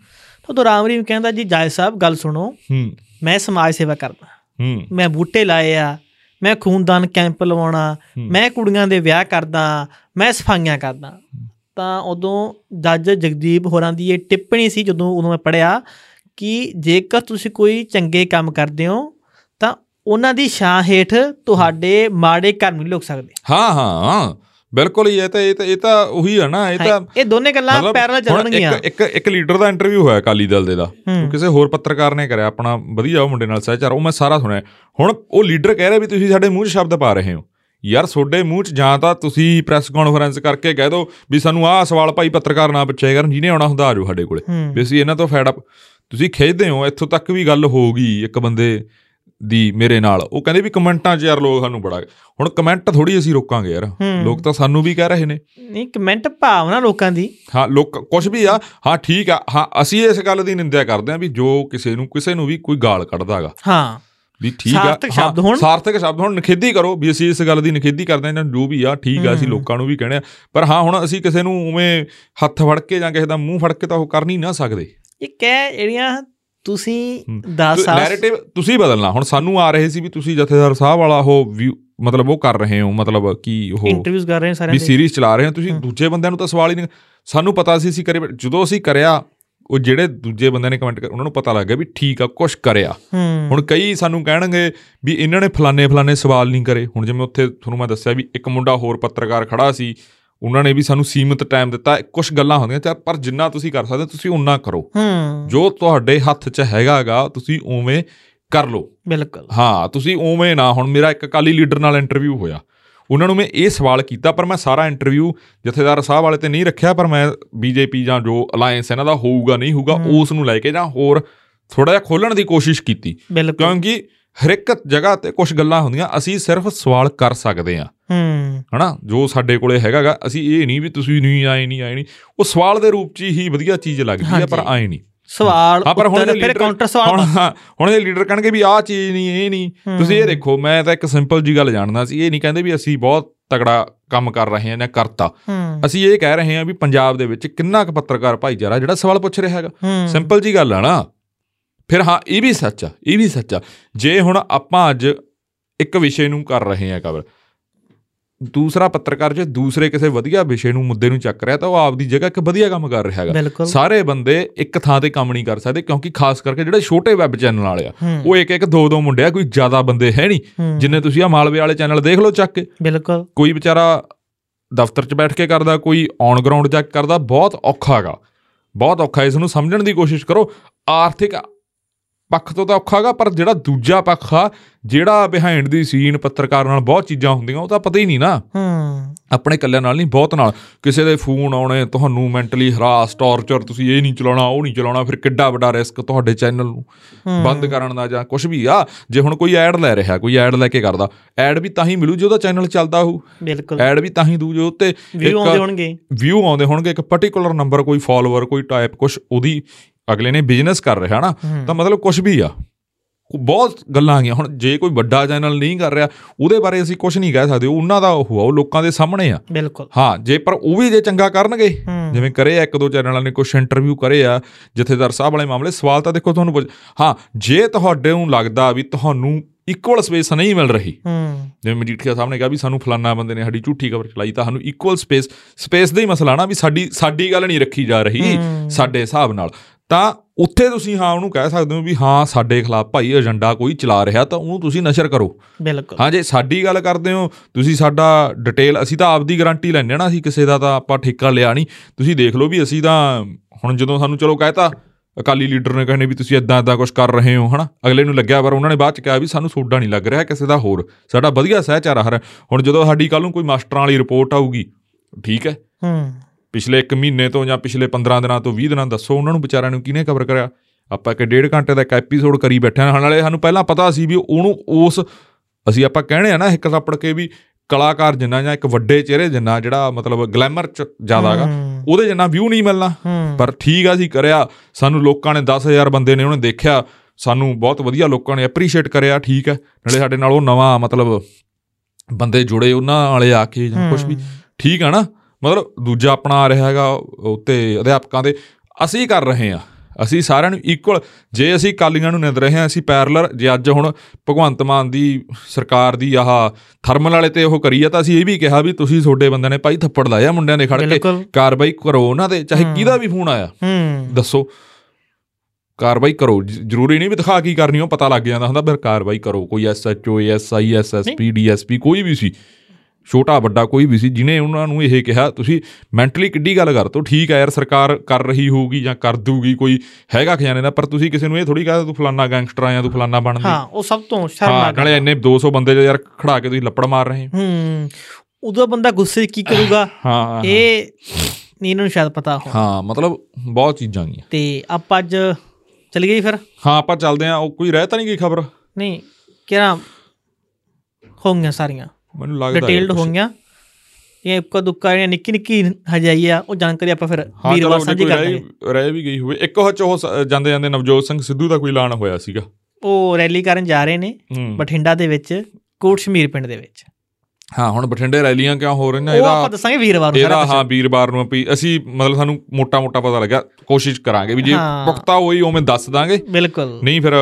ਉਦੋਂ ਰਾਮ ਰਹੀਮ ਕਹਿੰਦਾ ਜੀ ਜਾਇ ਸਾਹਿਬ ਗੱਲ ਸੁਣੋ
ਹੂੰ
ਮੈਂ ਸਮਾਜ ਸੇਵਾ ਕਰਦਾ
ਹੂੰ
ਮੈਂ ਬੂਟੇ ਲਾਏ ਆ ਮੈਂ ਖੂਨਦਾਨ ਕੈਂਪ ਲਵਾਉਣਾ ਮੈਂ ਕੁੜੀਆਂ ਦੇ ਵਿਆਹ ਕਰਦਾ ਮੈਂ ਸਫਾਈਆਂ ਕਰਦਾ ਤਾਂ ਉਦੋਂ ਜੱਜ ਜਗਦੀਪ ਹੋਰਾਂ ਦੀ ਇਹ ਟਿੱਪਣੀ ਸੀ ਜਦੋਂ ਉਦੋਂ ਮੈਂ ਪੜਿਆ ਕਿ ਜੇਕਰ ਤੁਸੀਂ ਕੋਈ ਚੰਗੇ ਕੰਮ ਕਰਦੇ ਹੋ ਤਾਂ ਉਹਨਾਂ ਦੀ ਛਾਂ ਹੇਠ ਤੁਹਾਡੇ ਮਾੜੇ ਕਰਮ ਨਹੀਂ ਲੁਕ ਸਕਦੇ
ਹਾਂ ਹਾਂ ਹਾਂ, ਬਿਲਕੁਲ ਹੀ ਇਹ ਤਾਂ ਇਹ ਤਾਂ ਇਹ ਤਾਂ ਉਹੀ ਆ ਨਾ ਇਹ ਤਾਂ
ਹਾਂ, ਇਹ ਦੋਨੇ ਗੱਲਾਂ
ਮਤਲਬ
ਪੈਰਲ
ਹੁਣ
ਚੱਲਣਗੀਆਂ
ਇੱਕ ਇੱਕ ਇੱਕ ਲੀਡਰ ਦਾ ਇੰਟਰਵਿਊ ਹੋਇਆ ਅਕਾਲੀ ਦਲ ਦੇ ਦਾ
ਹੂੰ।
ਉਹ ਕਿਸੇ ਹੋਰ ਪੱਤਰਕਾਰ ਨੇ ਕਰਿਆ ਆਪਣਾ ਵਧੀਆ ਉਹ ਮੁੰਡੇ ਨਾਲ ਸਹਿਚਾਰ ਉਹ ਮੈਂ ਸਾਰਾ ਸੁਣਿਆ ਹੁਣ ਉਹ ਲੀਡਰ ਕਹਿ ਰਿਹਾ ਵੀ ਤੁਸੀਂ ਸਾਡੇ ਮੂੰਹ 'ਚ ਸ਼ਬਦ ਪਾ ਰਹੇ ਹੋ ਯਾਰ ਤੁਹਾਡੇ ਮੂੰਹ 'ਚ ਜਾਂ ਤਾਂ ਤੁਸੀਂ ਪ੍ਰੈਸ ਕਾਨਫਰੰਸ ਕਰਕੇ ਕਹਿ ਦਿਓ ਵੀ ਸਾਨੂੰ ਆਹ ਸਵਾਲ ਭਾਈ ਪੱਤਰਕਾਰ ਨਾ ਪੁੱਛਿਆ ਕਰਨ ਜਿਹਨੇ ਆਉਣਾ ਹੁੰਦਾ ਆ ਜਾਓ ਸਾਡੇ ਕੋਲੇ
ਹੂੰ।
ਵੀ ਅਸੀਂ ਇਹਨਾਂ ਤੋਂ ਫੈਡ ਅਪ ਤੁਸੀਂ ਖਿੱਚਦੇ ਹੋ ਇੱਥੋਂ ਤੱਕ ਵੀ ਗੱਲ ਹੋਊਗੀ ਇੱਕ ਬੰਦੇ ਦੀ ਮੇਰੇ ਨਾਲ ਉਹ ਕਹਿੰਦੇ ਵੀ ਕਮੈਂਟਾਂ 'ਚ ਯਾਰ ਲੋਕ ਸਾਨੂੰ ਬੜਾ ਹੁਣ ਕਮੈਂਟ ਥੋੜੀ ਅਸੀਂ ਰੋਕਾਂਗੇ ਯਾਰ
ਹੂੰ।
ਲੋਕ ਤਾਂ ਸਾਨੂੰ ਵੀ ਕਹਿ ਰਹੇ ਨੇ
ਨਹੀਂ ਕਮੈਂਟ ਭਾਵਨਾ ਲੋਕਾਂ ਦੀ
ਹਾਂ ਲੋਕ ਕੁਝ ਵੀ ਆ ਹਾਂ ਠੀਕ ਆ ਹਾਂ ਅਸੀਂ ਇਸ ਗੱਲ ਦੀ ਨਿੰਦਿਆ ਕਰਦੇ ਆ ਵੀ ਜੋ ਕਿਸੇ ਨੂੰ ਕਿਸੇ ਨੂੰ ਵੀ ਕੋਈ ਗਾਲ ਕੱਢਦਾਗਾ
ਹਾਂ
ਵੀ ਠੀਕ ਆ
ਸਾਰਥਕ
ਹਾਂ,
ਸ਼ਬਦ ਹੋਣ।
ਸਾਰਥਕ ਸ਼ਬਦ ਹੁਣ ਨਖੇਦੀ ਕਰੋ ਵੀ ਅਸੀਂ ਇਸ ਗੱਲ ਦੀ ਨਖੇਦੀ ਕਰਦੇ ਆ ਜਾਂ ਜੋ ਵੀ ਆ ਠੀਕ ਆ ਅਸੀਂ
ਹੂੰ।
ਲੋਕਾਂ ਨੂੰ ਵੀ ਕਹਿੰਦੇ ਆ ਪਰ ਹਾਂ ਹੁਣ ਅਸੀਂ ਕਿਸੇ ਨੂੰ ਉਵੇਂ ਹੱਥ ਫੜ ਕੇ ਜਾਂ ਕਿਸੇ ਦਾ ਮੂੰਹ ਫੜ ਕੇ ਤਾਂ ਉਹ ਕਰ ਨਹੀਂ ਨਾ ਸਕਦੇ
ਇਹ ਕਹਿ ਜਿਹੜੀਆਂ ਤੁਸੀਂ
ਹੂੰ।
10 ਸਾਲ
ਨੈਰੇਟਿਵ ਤੁਸੀਂ ਬਦਲਣਾ ਹੁਣ ਸਾਨੂੰ ਆ ਰਹੇ ਸੀ ਵੀ ਤੁਸੀਂ ਜਥੇਦਾਰ ਸਾਹਿਬ ਵਾਲਾ ਉਹ view- ਮਤਲਬ ਉਹ ਕਰ ਰਹੇ ਹੋ ਮਤਲਬ ਕੀ ਉਹ
ਇੰਟਰਵਿਊਜ਼ ਕਰ ਰਹੇ ਨੇ
ਵੀ
ਸਾਰਿਆਂ ਦੇ
ਸੀਰੀਜ਼ ਚਲਾ ਰਹੇ ਹੋ ਤੁਸੀਂ
ਹਮ।
ਦੂਜੇ ਬੰਦਿਆਂ ਨੂੰ ਤਾਂ ਸਵਾਲ ਹੀ ਨਹੀਂ ਸਾਨੂੰ ਪਤਾ ਸੀ ਅਸੀਂ ਕਰੇ ਬੈਠੇ। ਜਦੋਂ ਅਸੀਂ ਕਰਿਆ ਉਹ ਜਿਹੜੇ ਦੂਜੇ ਬੰਦਿਆਂ ਨੇ ਕਮੈਂਟ ਕਰ ਉਹਨਾਂ ਨੂੰ ਪਤਾ ਲੱਗ ਗਿਆ ਵੀ ਠੀਕ ਆ ਕੁਛ ਕਰਿਆ
ਹੂੰ
ਹੁਣ ਕਈ ਸਾਨੂੰ ਕਹਿਣਗੇ ਵੀ ਇਹਨਾਂ ਨੇ ਫਲਾਣੇ ਫਲਾਣੇ ਸਵਾਲ ਨਹੀਂ ਕਰੇ ਹੁਣ ਜਿਵੇਂ ਉੱਥੇ ਤੁਹਾਨੂੰ ਮੈਂ ਦੱਸਿਆ ਵੀ ਇੱਕ ਮੁੰਡਾ ਹੋਰ ਪੱਤਰਕਾਰ ਖੜਾ ਸੀ ਉਹਨਾਂ ਨੇ ਵੀ ਸਾਨੂੰ ਸੀਮਿਤ ਟਾਈਮ ਦਿੱਤਾ ਕੁਝ ਗੱਲਾਂ ਹੁੰਦੀਆਂ ਚਾਹ ਪਰ ਜਿੰਨਾ ਤੁਸੀਂ ਕਰ ਸਕਦੇ ਹੋ, ਤੁਸੀਂ ਉਨਾ ਕਰੋ
ਹੂੰ
ਜੋ ਤੁਹਾਡੇ ਹੱਥ 'ਚ ਹੈਗਾਗਾ ਤੁਸੀਂ ਉਵੇਂ ਕਰ ਲਓ
ਬਿਲਕੁਲ
ਹਾਂ ਤੁਸੀਂ ਉਵੇਂ ਨਾ ਹੁਣ ਮੇਰਾ ਇੱਕ ਅਕਾਲੀ ਲੀਡਰ ਨਾਲ ਇੰਟਰਵਿਊ ਹੋਇਆ ਉਹਨਾਂ ਨੂੰ ਮੈਂ ਇਹ ਸਵਾਲ ਕੀਤਾ ਪਰ ਮੈਂ ਸਾਰਾ ਇੰਟਰਵਿਊ ਜਥੇਦਾਰ ਸਾਹਿਬ ਵਾਲੇ ਤੇ ਨਹੀਂ ਰੱਖਿਆ ਪਰ ਮੈਂ ਬੀਜੇਪੀ ਜਾਂ ਜੋ ਅਲਾਈਅੰਸ ਇਹਨਾਂ ਦਾ ਹੋਊਗਾ ਨਹੀਂ ਹੋਊਗਾ
ਹੂੰ।
ਉਸ ਨੂੰ ਲੈ ਕੇ ਜਾਂ ਹੋਰ ਥੋੜਾ ਜਿਹਾ ਖੋਲਣ ਦੀ ਕੋਸ਼ਿਸ਼ ਕੀਤੀ
ਬਿਲਕੁਲ
ਕਿਉਂਕਿ ਹਰ ਇੱਕ ਜਗ੍ਹਾ ਤੇ ਕੁਝ ਗੱਲਾਂ ਹੁੰਦੀਆਂ ਅਸੀਂ ਸਿਰਫ ਸਵਾਲ ਕਰ ਸਕਦੇ ਹਾਂ
ਹੂੰ
ਹਨਾ ਜੋ ਸਾਡੇ ਕੋਲੇ ਹੈਗਾਗਾ ਅਸੀਂ ਇਹ ਨਹੀਂ ਵੀ ਤੁਸੀਂ ਨਹੀਂ ਆਏ ਨਹੀਂ ਆਏ ਨਹੀਂ ਉਹ ਸਵਾਲ ਦੇ ਰੂਪ 'ਚ ਹੀ ਵਧੀਆ ਚੀਜ਼ ਲੱਗਦੀ ਹੈ ਪਰ
ਹਾਂਜੀ।
ਆਏ ਨਹੀਂ
ਸਵਾਲ
ਹਾਂ, ਪਰ ਹੁਣ
ਉੱਤਰ
ਦੇ
ਫਿਰ
leader-
ਕਾਊਂਟਰ
ਹੁਣ
ਸਵਾਲ
ਹਾਂ, ਹੁਣ ਇਹ ਲੀਡਰ ਕਹਿਣਗੇ ਵੀ ਆਹ ਚੀਜ਼ ਨਹੀਂ ਇਹ ਨਹੀਂ ਤੁਸੀਂ ਇਹ
ਹਮ।
ਦੇਖੋ ਮੈਂ ਤਾਂ ਇੱਕ ਸਿੰਪਲ ਜੀ ਗੱਲ ਜਾਣਦਾ ਸੀ ਇਹ ਨਹੀਂ ਕਹਿੰਦੇ ਵੀ ਅਸੀਂ ਬਹੁਤ ਤਕੜਾ ਕੰਮ ਕਰ ਰਹੇ ਹਾਂ ਜਾਂ ਕਰਤਾ
ਹੂੰ
ਅਸੀਂ ਇਹ ਕਹਿ ਰਹੇ ਹਾਂ ਵੀ ਪੰਜਾਬ ਦੇ ਵਿੱਚ ਕਿੰਨਾ ਕੁ ਪੱਤਰਕਾਰ ਭਾਈਚਾਰਾ ਜਿਹੜਾ ਸਵਾਲ ਪੁੱਛ ਰਿਹਾ ਹੈਗਾ
ਹੂੰ,
ਸਿੰਪਲ ਜੀ ਗੱਲ ਆ ਨਾ ਫਿਰ ਹਾਂ ਇਹ ਵੀ ਸੱਚ ਆ ਇਹ ਵੀ ਸੱਚ ਆ ਜੇ ਹੁਣ ਆਪਾਂ ਅੱਜ ਇੱਕ ਵਿਸ਼ੇ ਨੂੰ ਕਰ ਰਹੇ ਹਾਂ ਕਵਰ ਦੂਸਰਾ ਪੱਤਰਕਾਰ ਜੇ ਦੂਸਰੇ ਕਿਸੇ ਵਧੀਆ ਵਿਸ਼ੇ ਨੂੰ ਮੁੱਦੇ ਨੂੰ ਚੱਕ ਰਿਹਾ ਤਾਂ ਉਹ ਆਪਦੀ ਜਗ੍ਹਾ ਇੱਕ ਵਧੀਆ ਕੰਮ ਕਰ ਰਿਹਾ ਹੈਗਾ
ਬਿਲਕੁਲ
ਸਾਰੇ ਬੰਦੇ ਇੱਕ ਥਾਂ ਤੇ ਕੰਮ ਨਹੀਂ ਕਰ ਸਕਦੇ ਕਿਉਂਕਿ ਖਾਸ ਕਰਕੇ ਜਿਹੜੇ ਛੋਟੇ ਵੈਬ ਚੈਨਲ ਵਾਲੇ ਆ
ਹੂੰ,
ਉਹ ਇੱਕ ਇੱਕ ਦੋ ਦੋ ਮੁੰਡੇ ਆ ਕੋਈ ਜ਼ਿਆਦਾ ਬੰਦੇ ਹੈ ਨਹੀਂ
ਹੂੰ,
ਜਿੰਨੇ ਤੁਸੀਂ ਆ ਮਾਲਵੇ ਵਾਲੇ ਚੈਨਲ ਦੇਖ ਲਓ ਚੱਕ ਕੇ
ਬਿਲਕੁਲ
ਕੋਈ ਵਿਚਾਰਾ ਦਫ਼ਤਰ 'ਚ ਬੈਠ ਕੇ ਕਰਦਾ ਕੋਈ ਔਨ ਗਰਾਊਂਡ ਜਾ ਕੇ ਕਰਦਾ ਬਹੁਤ ਔਖਾ ਹੈਗਾ ਬਹੁਤ ਔਖਾ ਇਸ ਨੂੰ ਸਮਝਣ ਦੀ ਕੋਸ਼ਿਸ਼ ਕਰੋ ਆਰਥਿਕ ਪੱਖ ਤੋਂ ਤਾਂ ਔਖਾ ਹੈਗਾ ਪਰ ਜਿਹੜਾ ਦੂਜਾ ਪੱਖ ਆ ਜਿਹੜਾ ਬਿਹਾਈਂਡ ਦੀ ਸੀਨ ਪੱਤਰਕਾਰ ਨਾਲ ਬਹੁਤ ਚੀਜ਼ਾਂ ਹੁੰਦੀਆਂ ਉਹ ਤਾਂ ਪਤਾ ਹੀ ਨਹੀਂ ਨਾ
ਹੂੰ
ਆਪਣੇ ਇਕੱਲਿਆਂ ਨਾਲ ਨਹੀਂ ਬਹੁਤ ਨਾਲ ਕਿਸੇ ਦੇ ਫੋਨ ਆਉਣੇ ਤੁਹਾਨੂੰ ਮੈਂਟਲੀ ਹਰਾਸ ਟੌਰਚਰ ਤੁਸੀਂ ਇਹ ਨਹੀਂ ਚਲਾਉਣਾ ਉਹ ਨਹੀਂ ਚਲਾਉਣਾ ਫਿਰ ਕਿੱਡਾ ਵੱਡਾ ਰਿਸਕ ਤੁਹਾਡੇ ਚੈਨਲ ਨੂੰ
ਹੂੰ,
ਬੰਦ ਕਰਨ ਦਾ ਜਾਂ ਕੁਝ ਵੀ ਆ ਜੇ ਹੁਣ ਕੋਈ ਐਡ ਲੈ ਰਿਹਾ ਕੋਈ ਐਡ ਲੈ ਕੇ ਕਰਦਾ ਐਡ ਵੀ ਤਾਂ ਹੀ ਮਿਲੂ ਜੇ ਉਹਦਾ ਚੈਨਲ ਚੱਲਦਾ ਹੋਊ
ਬਿਲਕੁਲ
ਐਡ ਵੀ ਤਾਂ ਹੀ ਦੂ ਜੇ ਉੱਤੇ
ਵੀਊ ਆਉਂਦੇ ਹੋਣਗੇ
ਵਿਊ ਆਉਂਦੇ ਹੋਣਗੇ ਇੱਕ ਪਾਰਟਿਕੂਲਰ ਨੰਬਰ ਕੋਈ ਫਾਲੋਅਰ ਕੋਈ ਟਾਈਪ ਕੁਝ ਉਹਦੀ ਅਗਲੇ ਨੇ ਬਿਜ਼ਨਸ ਕਰ ਰਿਹਾ ਨਾ
ਹੂੰ,
ਤਾਂ ਮਤਲਬ ਕੁਝ ਵੀ ਆ ਉਹ ਬਹੁਤ ਗੱਲਾਂ ਆ ਗਈਆਂ ਹੁਣ ਜੇ ਕੋਈ ਵੱਡਾ ਚੈਨਲ ਨਹੀਂ ਕਰ ਰਿਹਾ ਉਹਦੇ ਬਾਰੇ ਅਸੀਂ ਕੁਝ ਨਹੀਂ ਕਹਿ ਸਕਦੇ ਉਹ ਉਹਨਾਂ ਦਾ ਉਹ ਆ ਉਹ ਲੋਕਾਂ ਦੇ ਸਾਹਮਣੇ ਆ
ਬਿਲਕੁਲ
ਹਾਂ ਜੇ ਪਰ ਉਹ ਵੀ ਜੇ ਚੰਗਾ ਕਰਨਗੇ
ਹੂੰ
ਜਿਵੇਂ ਕਰੇ ਆ ਇੱਕ ਦੋ ਚੈਨਲਾਂ ਨੇ ਕੁਝ ਇੰਟਰਵਿਊ ਕਰੇ ਆ ਜਥੇਦਾਰ ਸਾਹਿਬ ਵਾਲੇ ਮਾਮਲੇ ਸਵਾਲ ਤਾਂ ਦੇਖੋ ਤੁਹਾਨੂੰ ਪੁੱਛ ਹਾਂ ਜੇ ਤੁਹਾਡੇ ਨੂੰ ਲੱਗਦਾ ਵੀ ਤੁਹਾਨੂੰ ਇਕੁਅਲ ਸਪੇਸ ਨਹੀਂ ਮਿਲ ਰਹੀ
ਹੂੰ
ਜਿਵੇਂ ਮਜੀਠੀਆ ਸਾਹਿਬ ਨੇ ਕਿਹਾ ਵੀ ਸਾਨੂੰ ਫਲਾਨਾ ਬੰਦੇ ਨੇ ਸਾਡੀ ਝੂਠੀ ਖਬਰ ਚਲਾਈ ਤਾਂ ਸਾਨੂੰ ਇਕੁਅਲ ਸਪੇਸ ਸਪੇਸ ਦਾ ਹੀ ਮਸਲਾ ਨਾ ਵੀ ਸਾਡੀ ਸਾਡੀ ਗੱਲ ਨਹੀਂ ਰੱਖੀ ਜਾ ਰਹੀ
ਹੂੰ।
ਸਾਡੇ ਹਿਸਾਬ ਨਾਲ ਤਾਂ ਉੱਥੇ ਤੁਸੀਂ ਹਾਂ ਉਹਨੂੰ ਕਹਿ ਸਕਦੇ ਹੋ ਵੀ ਹਾਂ ਸਾਡੇ ਖਿਲਾਫ ਭਾਈ ਏਜੰਡਾ ਕੋਈ ਚਲਾ ਰਿਹਾ ਤਾਂ ਉਹਨੂੰ ਤੁਸੀਂ ਨਸ਼ਰ ਕਰੋ
ਬਿਲਕੁਲ
ਹਾਂ ਜੇ ਸਾਡੀ ਗੱਲ ਕਰਦੇ ਹੋ ਤੁਸੀਂ ਸਾਡਾ ਡਿਟੇਲ ਅਸੀਂ ਤਾਂ ਆਪਦੀ ਗਾਰੰਟੀ ਲੈਂਦੇ ਹਾਂ ਨਾ ਅਸੀਂ ਕਿਸੇ ਦਾ ਤਾਂ ਆਪਾਂ ਠੇਕਾ ਲਿਆ ਨਹੀਂ ਤੁਸੀਂ ਦੇਖ ਲਓ ਵੀ ਅਸੀਂ ਤਾਂ ਹੁਣ ਜਦੋਂ ਸਾਨੂੰ ਚਲੋ ਕਹਿਤਾ ਅਕਾਲੀ ਲੀਡਰ ਨੇ ਕਹਿੰਦੇ ਵੀ ਤੁਸੀਂ ਇਦਾਂ ਇਦਾਂ ਕੁਝ ਕਰ ਰਹੇ ਹੋ ਹਨਾ ਅਗਲੇ ਨੂੰ ਲੱਗਿਆ ਪਰ ਉਹਨਾਂ ਨੇ ਬਾਅਦ ਚ ਕਿਹਾ ਵੀ ਸਾਨੂੰ ਸੋਡਾ ਨਹੀਂ ਲੱਗ ਰਿਹਾ ਕਿਸੇ ਦਾ ਹੋਰ ਸਾਡਾ ਵਧੀਆ ਸਹਿਚਾਰਾ ਹਰ ਹੁਣ ਜਦੋਂ ਸਾਡੀ ਕੱਲ ਨੂੰ ਕੋਈ ਮਾਸਟਰਾਂ ਵਾਲੀ ਰਿਪੋਰਟ ਆਊਗੀ ਠੀਕ ਹੈ
ਹੂੰ
ਪਿਛਲੇ 1 ਮਹੀਨੇ ਤੋਂ ਜਾਂ ਪਿਛਲੇ 15 ਦਿਨਾਂ ਤੋਂ 20 ਦਿਨਾਂ ਦੱਸੋ ਉਹਨਾਂ ਨੂੰ ਵਿਚਾਰਿਆਂ ਨੂੰ ਕਿਹਨੇ ਕਵਰ ਕਰਿਆ ਆਪਾਂ ਕਿ ਡੇਢ ਘੰਟੇ ਦਾ ਇੱਕ ਐਪੀਸੋਡ ਕਰੀ ਬੈਠੇ ਹਾਂ ਨਾਲੇ ਸਾਨੂੰ ਪਹਿਲਾਂ ਪਤਾ ਸੀ ਵੀ ਉਹਨੂੰ ਉਸ ਅਸੀਂ ਆਪਾਂ ਕਹਿਣੇ ਆ ਨਾ ਇੱਕ ਥੱਪੜ ਕੇ ਵੀ ਕਲਾਕਾਰ ਜਿੰਨਾ ਜਾਂ ਇੱਕ ਵੱਡੇ ਚਿਹਰੇ ਜਿੰਨਾ ਜਿਹੜਾ ਮਤਲਬ ਗਲੈਮਰ ਚ ਜ਼ਿਆਦਾਗਾ
ਹੂੰ,
ਉਹਦੇ ਜਿੰਨਾ ਵਿਊ ਨਹੀਂ ਮਿਲਣਾ
ਹੂੰ
ਪਰ ਠੀਕ ਆ ਅਸੀਂ ਕਰਿਆ ਸਾਨੂੰ ਲੋਕਾਂ ਨੇ 10000 ਬੰਦੇ ਨੇ ਉਹਨੇ ਦੇਖਿਆ ਸਾਨੂੰ ਬਹੁਤ ਵਧੀਆ ਲੋਕਾਂ ਨੇ ਐਪਰੀਸ਼ੀਏਟ ਕਰਿਆ ਠੀਕ ਹੈ ਨਾਲੇ ਸਾਡੇ ਨਾਲ ਉਹ ਨਵਾਂ ਮਤਲਬ ਬੰਦੇ ਜੁੜੇ ਉਹਨਾਂ ਵਾਲੇ ਆ ਕੇ ਜਾਂ ਕੁਝ ਵੀ ਠੀਕ ਆ ਨਾ ਮਤਲਬ ਦੂਜਾ ਆਪਣਾ ਆ ਰਿਹਾ ਹੈਗਾ ਉੱਤੇ ਅਧਿਆਪਕਾਂ ਦੇ ਅਸੀਂ ਕਰ ਰਹੇ ਆ ਅਸੀਂ ਸਾਰਿਆਂ ਨੂੰ ਇਕੁਅਲ ਜੇ ਅਸੀਂ ਕਾਲੀਆਂ ਨੂੰ ਨਿੰਦ ਰਹੇ ਹਾਂ ਅਸੀਂ ਪੈਰਲਰ ਜੇ ਅੱਜ ਹੁਣ ਭਗਵੰਤ ਮਾਨ ਦੀ ਸਰਕਾਰ ਦੀ ਆਹ ਥਰਮਲ ਵਾਲੇ ਤੇ ਉਹ ਕਰੀ ਆ ਤਾਂ ਅਸੀਂ ਇਹ ਵੀ ਕਿਹਾ ਵੀ ਤੁਸੀਂ ਤੁਹਾਡੇ ਬੰਦਿਆਂ ਨੇ ਭਾਈ ਥੱਪੜ ਲਾਇਆ ਮੁੰਡਿਆਂ ਨੇ ਖੜ ਕੇ
ਬਿਲਕੁਲ
ਕਾਰਵਾਈ ਕਰੋ ਉਹਨਾਂ ਦੇ ਚਾਹੇ
ਹਮ।
ਕਿਹਦਾ ਵੀ ਫੋਨ ਆਇਆ
ਹੂੰ
ਦੱਸੋ ਕਾਰਵਾਈ ਕਰੋ ਜ- ਜ਼ਰੂਰੀ ਨਹੀਂ ਵੀ ਦਿਖਾ ਕੀ ਕਰਨੀ ਉਹ ਪਤਾ ਲੱਗ ਜਾਂਦਾ ਹੁੰਦਾ ਫਿਰ ਕਾਰਵਾਈ ਕਰੋ ਕੋਈ ਐਸਐਚਓ ਐਸਆਈ ਐਸਐਸਪੀ ਡੀਐਸਪੀ ਕੋਈ ਵੀ ਸੀ ਛੋਟਾ ਵੱਡਾ ਕੋਈ ਵੀ ਸੀ ਜਿਨੇ ਉਹਨਾਂ ਨੂੰ ਇਹ ਕਿਹਾ ਤੁਸੀਂ ਮੈਂਟਲੀ ਕਿੱਡੀ ਗੱਲ ਕਰ ਤੋ ਠੀਕ ਹੈ ਯਾਰ ਸਰਕਾਰ ਕਰ ਰਹੀ ਹੋਊਗੀ ਜਾਂ ਕਰ ਦੂਗੀ ਕੋਈ ਹੈਗਾ ਖਜ਼ਾਨੇ ਦਾ ਪਰ ਤੁਸੀਂ ਕਿਸੇ ਨੂੰ ਇਹ ਥੋੜੀ ਕਹਦਾ ਤੂੰ ਫਲਾਨਾ ਗੈਂਗਸਟਰ ਆ ਜਾਂ ਤੂੰ ਫਲਾਨਾ ਬਣਦੀ
ਹਾਂ ਉਹ ਸਭ ਤੋਂ
ਹਾਂ
ਸ਼ਰਮਨਾਕ
ਨਾਲੇ ਇੰਨੇ 200 ਬੰਦੇ ਜੇ ਯਾਰ ਖੜਾ ਕੇ ਤੁਸੀਂ ਲੱਪੜ ਮਾਰ ਰਹੇ ਹੋ
ਹੂੰ ਉਦੋਂ ਬੰਦਾ ਗੁੱਸੇ 'ਚ ਕੀ ਕਰੂਗਾ
ਹਾਂ, ਹਾਂ ਹਾਂ।
ਇਹ ਨਹੀਂ ਇਹਨਾਂ ਨੂੰ ਸ਼ਾਇਦ ਪਤਾ ਹੋ
ਹਾਂ ਮਤਲਬ ਬਹੁਤ ਚੀਜ਼ਾਂ ਗੀਆਂ
ਤੇ ਆਪਾਂ ਅੱਜ ਚਲੀ ਗਈ ਫਿਰ
ਹਾਂ ਆਪਾਂ ਚੱਲਦੇ ਆ ਉਹ ਕੋਈ ਰਹਿ ਤਾਂ ਨਹੀਂ ਗਈ ਖਬਰ
ਨਹੀਂ ਕਿਹੜਾ ਹੋਣਗੀਆਂ ਸਾਰੀਆਂ
ਮੈਨੂੰ ਲੱਗਦਾ ਹੈ
ਡਿਟੇਲਡ
ਕੁਛ।
ਹੋਣਗੀਆਂ ਇਹ ਇੱਕਾ ਦੁੱਕਾ ਜਿਹੜੀਆਂ ਨਿੱਕੀ ਨਿੱਕੀ ਹਜਾਈ ਆ ਉਹ ਜਾਣਕਾਰੀ ਆਪਾਂ ਫਿਰ
ਹਾਂ ਚਲੋ
ਵੀਰਵਾਰ
ਜੇ
ਸਾਂਝੀ
ਕੋਈ
ਕਰ
ਰਹਿ
ਲਾਂਗੇ
ਰਹਿ ਵੀ ਗਈ ਹੋਵੇ ਇੱਕ ਉਹ ਚ ਉਹ ਸ- ਜਾਂਦੇ ਜਾਂਦੇ ਨਵਜੋਤ ਸਿੰਘ ਸਿੱਧੂ ਦਾ ਕੋਈ ਐਲਾਨ ਹੋਇਆ ਸੀਗਾ
ਉਹ ਰੈਲੀ ਕਰਨ ਜਾ ਰਹੇ ਨੇ ਬਠਿੰਡਾ ਦੇ ਵਿੱਚ ਕੋਟ ਸ਼ਮੀਰ ਪਿੰਡ ਦੇ ਵਿੱਚ
ਹਾਂ ਹੁਣ ਬਠਿੰਡੇ ਰੈਲੀਆਂ ਕਿਉਂ ਹੋ ਰਹੀਆਂ
ਉਹ ਆਪਾਂ
ਇਹਦਾ
ਦੱਸਾਂਗੇ ਵੀਰਵਾਰ ਨੂੰ
ਇਹਦਾ
ਸਾਰਾ
ਹਾਂ ਵੀਰਵਾਰ ਨੂੰ ਵੀ ਅਸੀਂ ਮਤਲਬ ਸਾਨੂੰ ਮੋਟਾ-ਮੋਟਾ ਪਤਾ ਲੱਗਾ ਕੋਸ਼ਿਸ਼ ਕਰਾਂਗੇ ਵੀ ਜੇ
ਹਾਂ।
ਪੁਖਤਾ ਹੋਈ ਉਵੇਂ ਦੱਸ ਦਾਂਗੇ
ਕੁਛ। ਬਿਲਕੁਲ
ਨਹੀਂ ਫਿਰ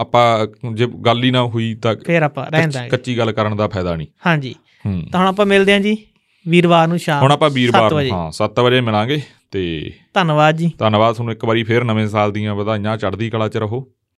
ਆਪਾਂ ਜੇ ਗੱਲ ਹੀ ਨਾ ਹੋਈ ਤਾਂ
ਫਿਰ ਆਪਾਂ ਰਹਿਣ ਦਾਂਗੇ
ਕੱਚੀ ਗੱਲ ਕਰਨ ਦਾ ਫਾਇਦਾ ਨਹੀਂ
ਹਾਂਜੀ
ਹੂੰ
ਤਾਂ ਹੁਣ ਆਪਾਂ ਮਿਲਦੇ ਹਾਂ ਜੀ ਵੀਰਵਾਰ ਨੂੰ ਸ਼ਾਮ
ਹੁਣ ਆਪਾਂ ਵੀਰਵਾਰ
ਸੱਤ
ਨੂੰ
ਵਜੇ।
ਹਾਂ 7 ਵਜੇ ਮਿਲਾਂਗੇ ਤੇ
ਧੰਨਵਾਦ ਜੀ
ਧੰਨਵਾਦ ਤੁਹਾਨੂੰ ਇੱਕ ਵਾਰੀ ਫੇਰ ਨਵੇਂ ਸਾਲ ਦੀਆਂ ਵਧਾਈਆਂ ਚੜ੍ਹਦੀ ਕਲਾ ਚ ਰਹੋ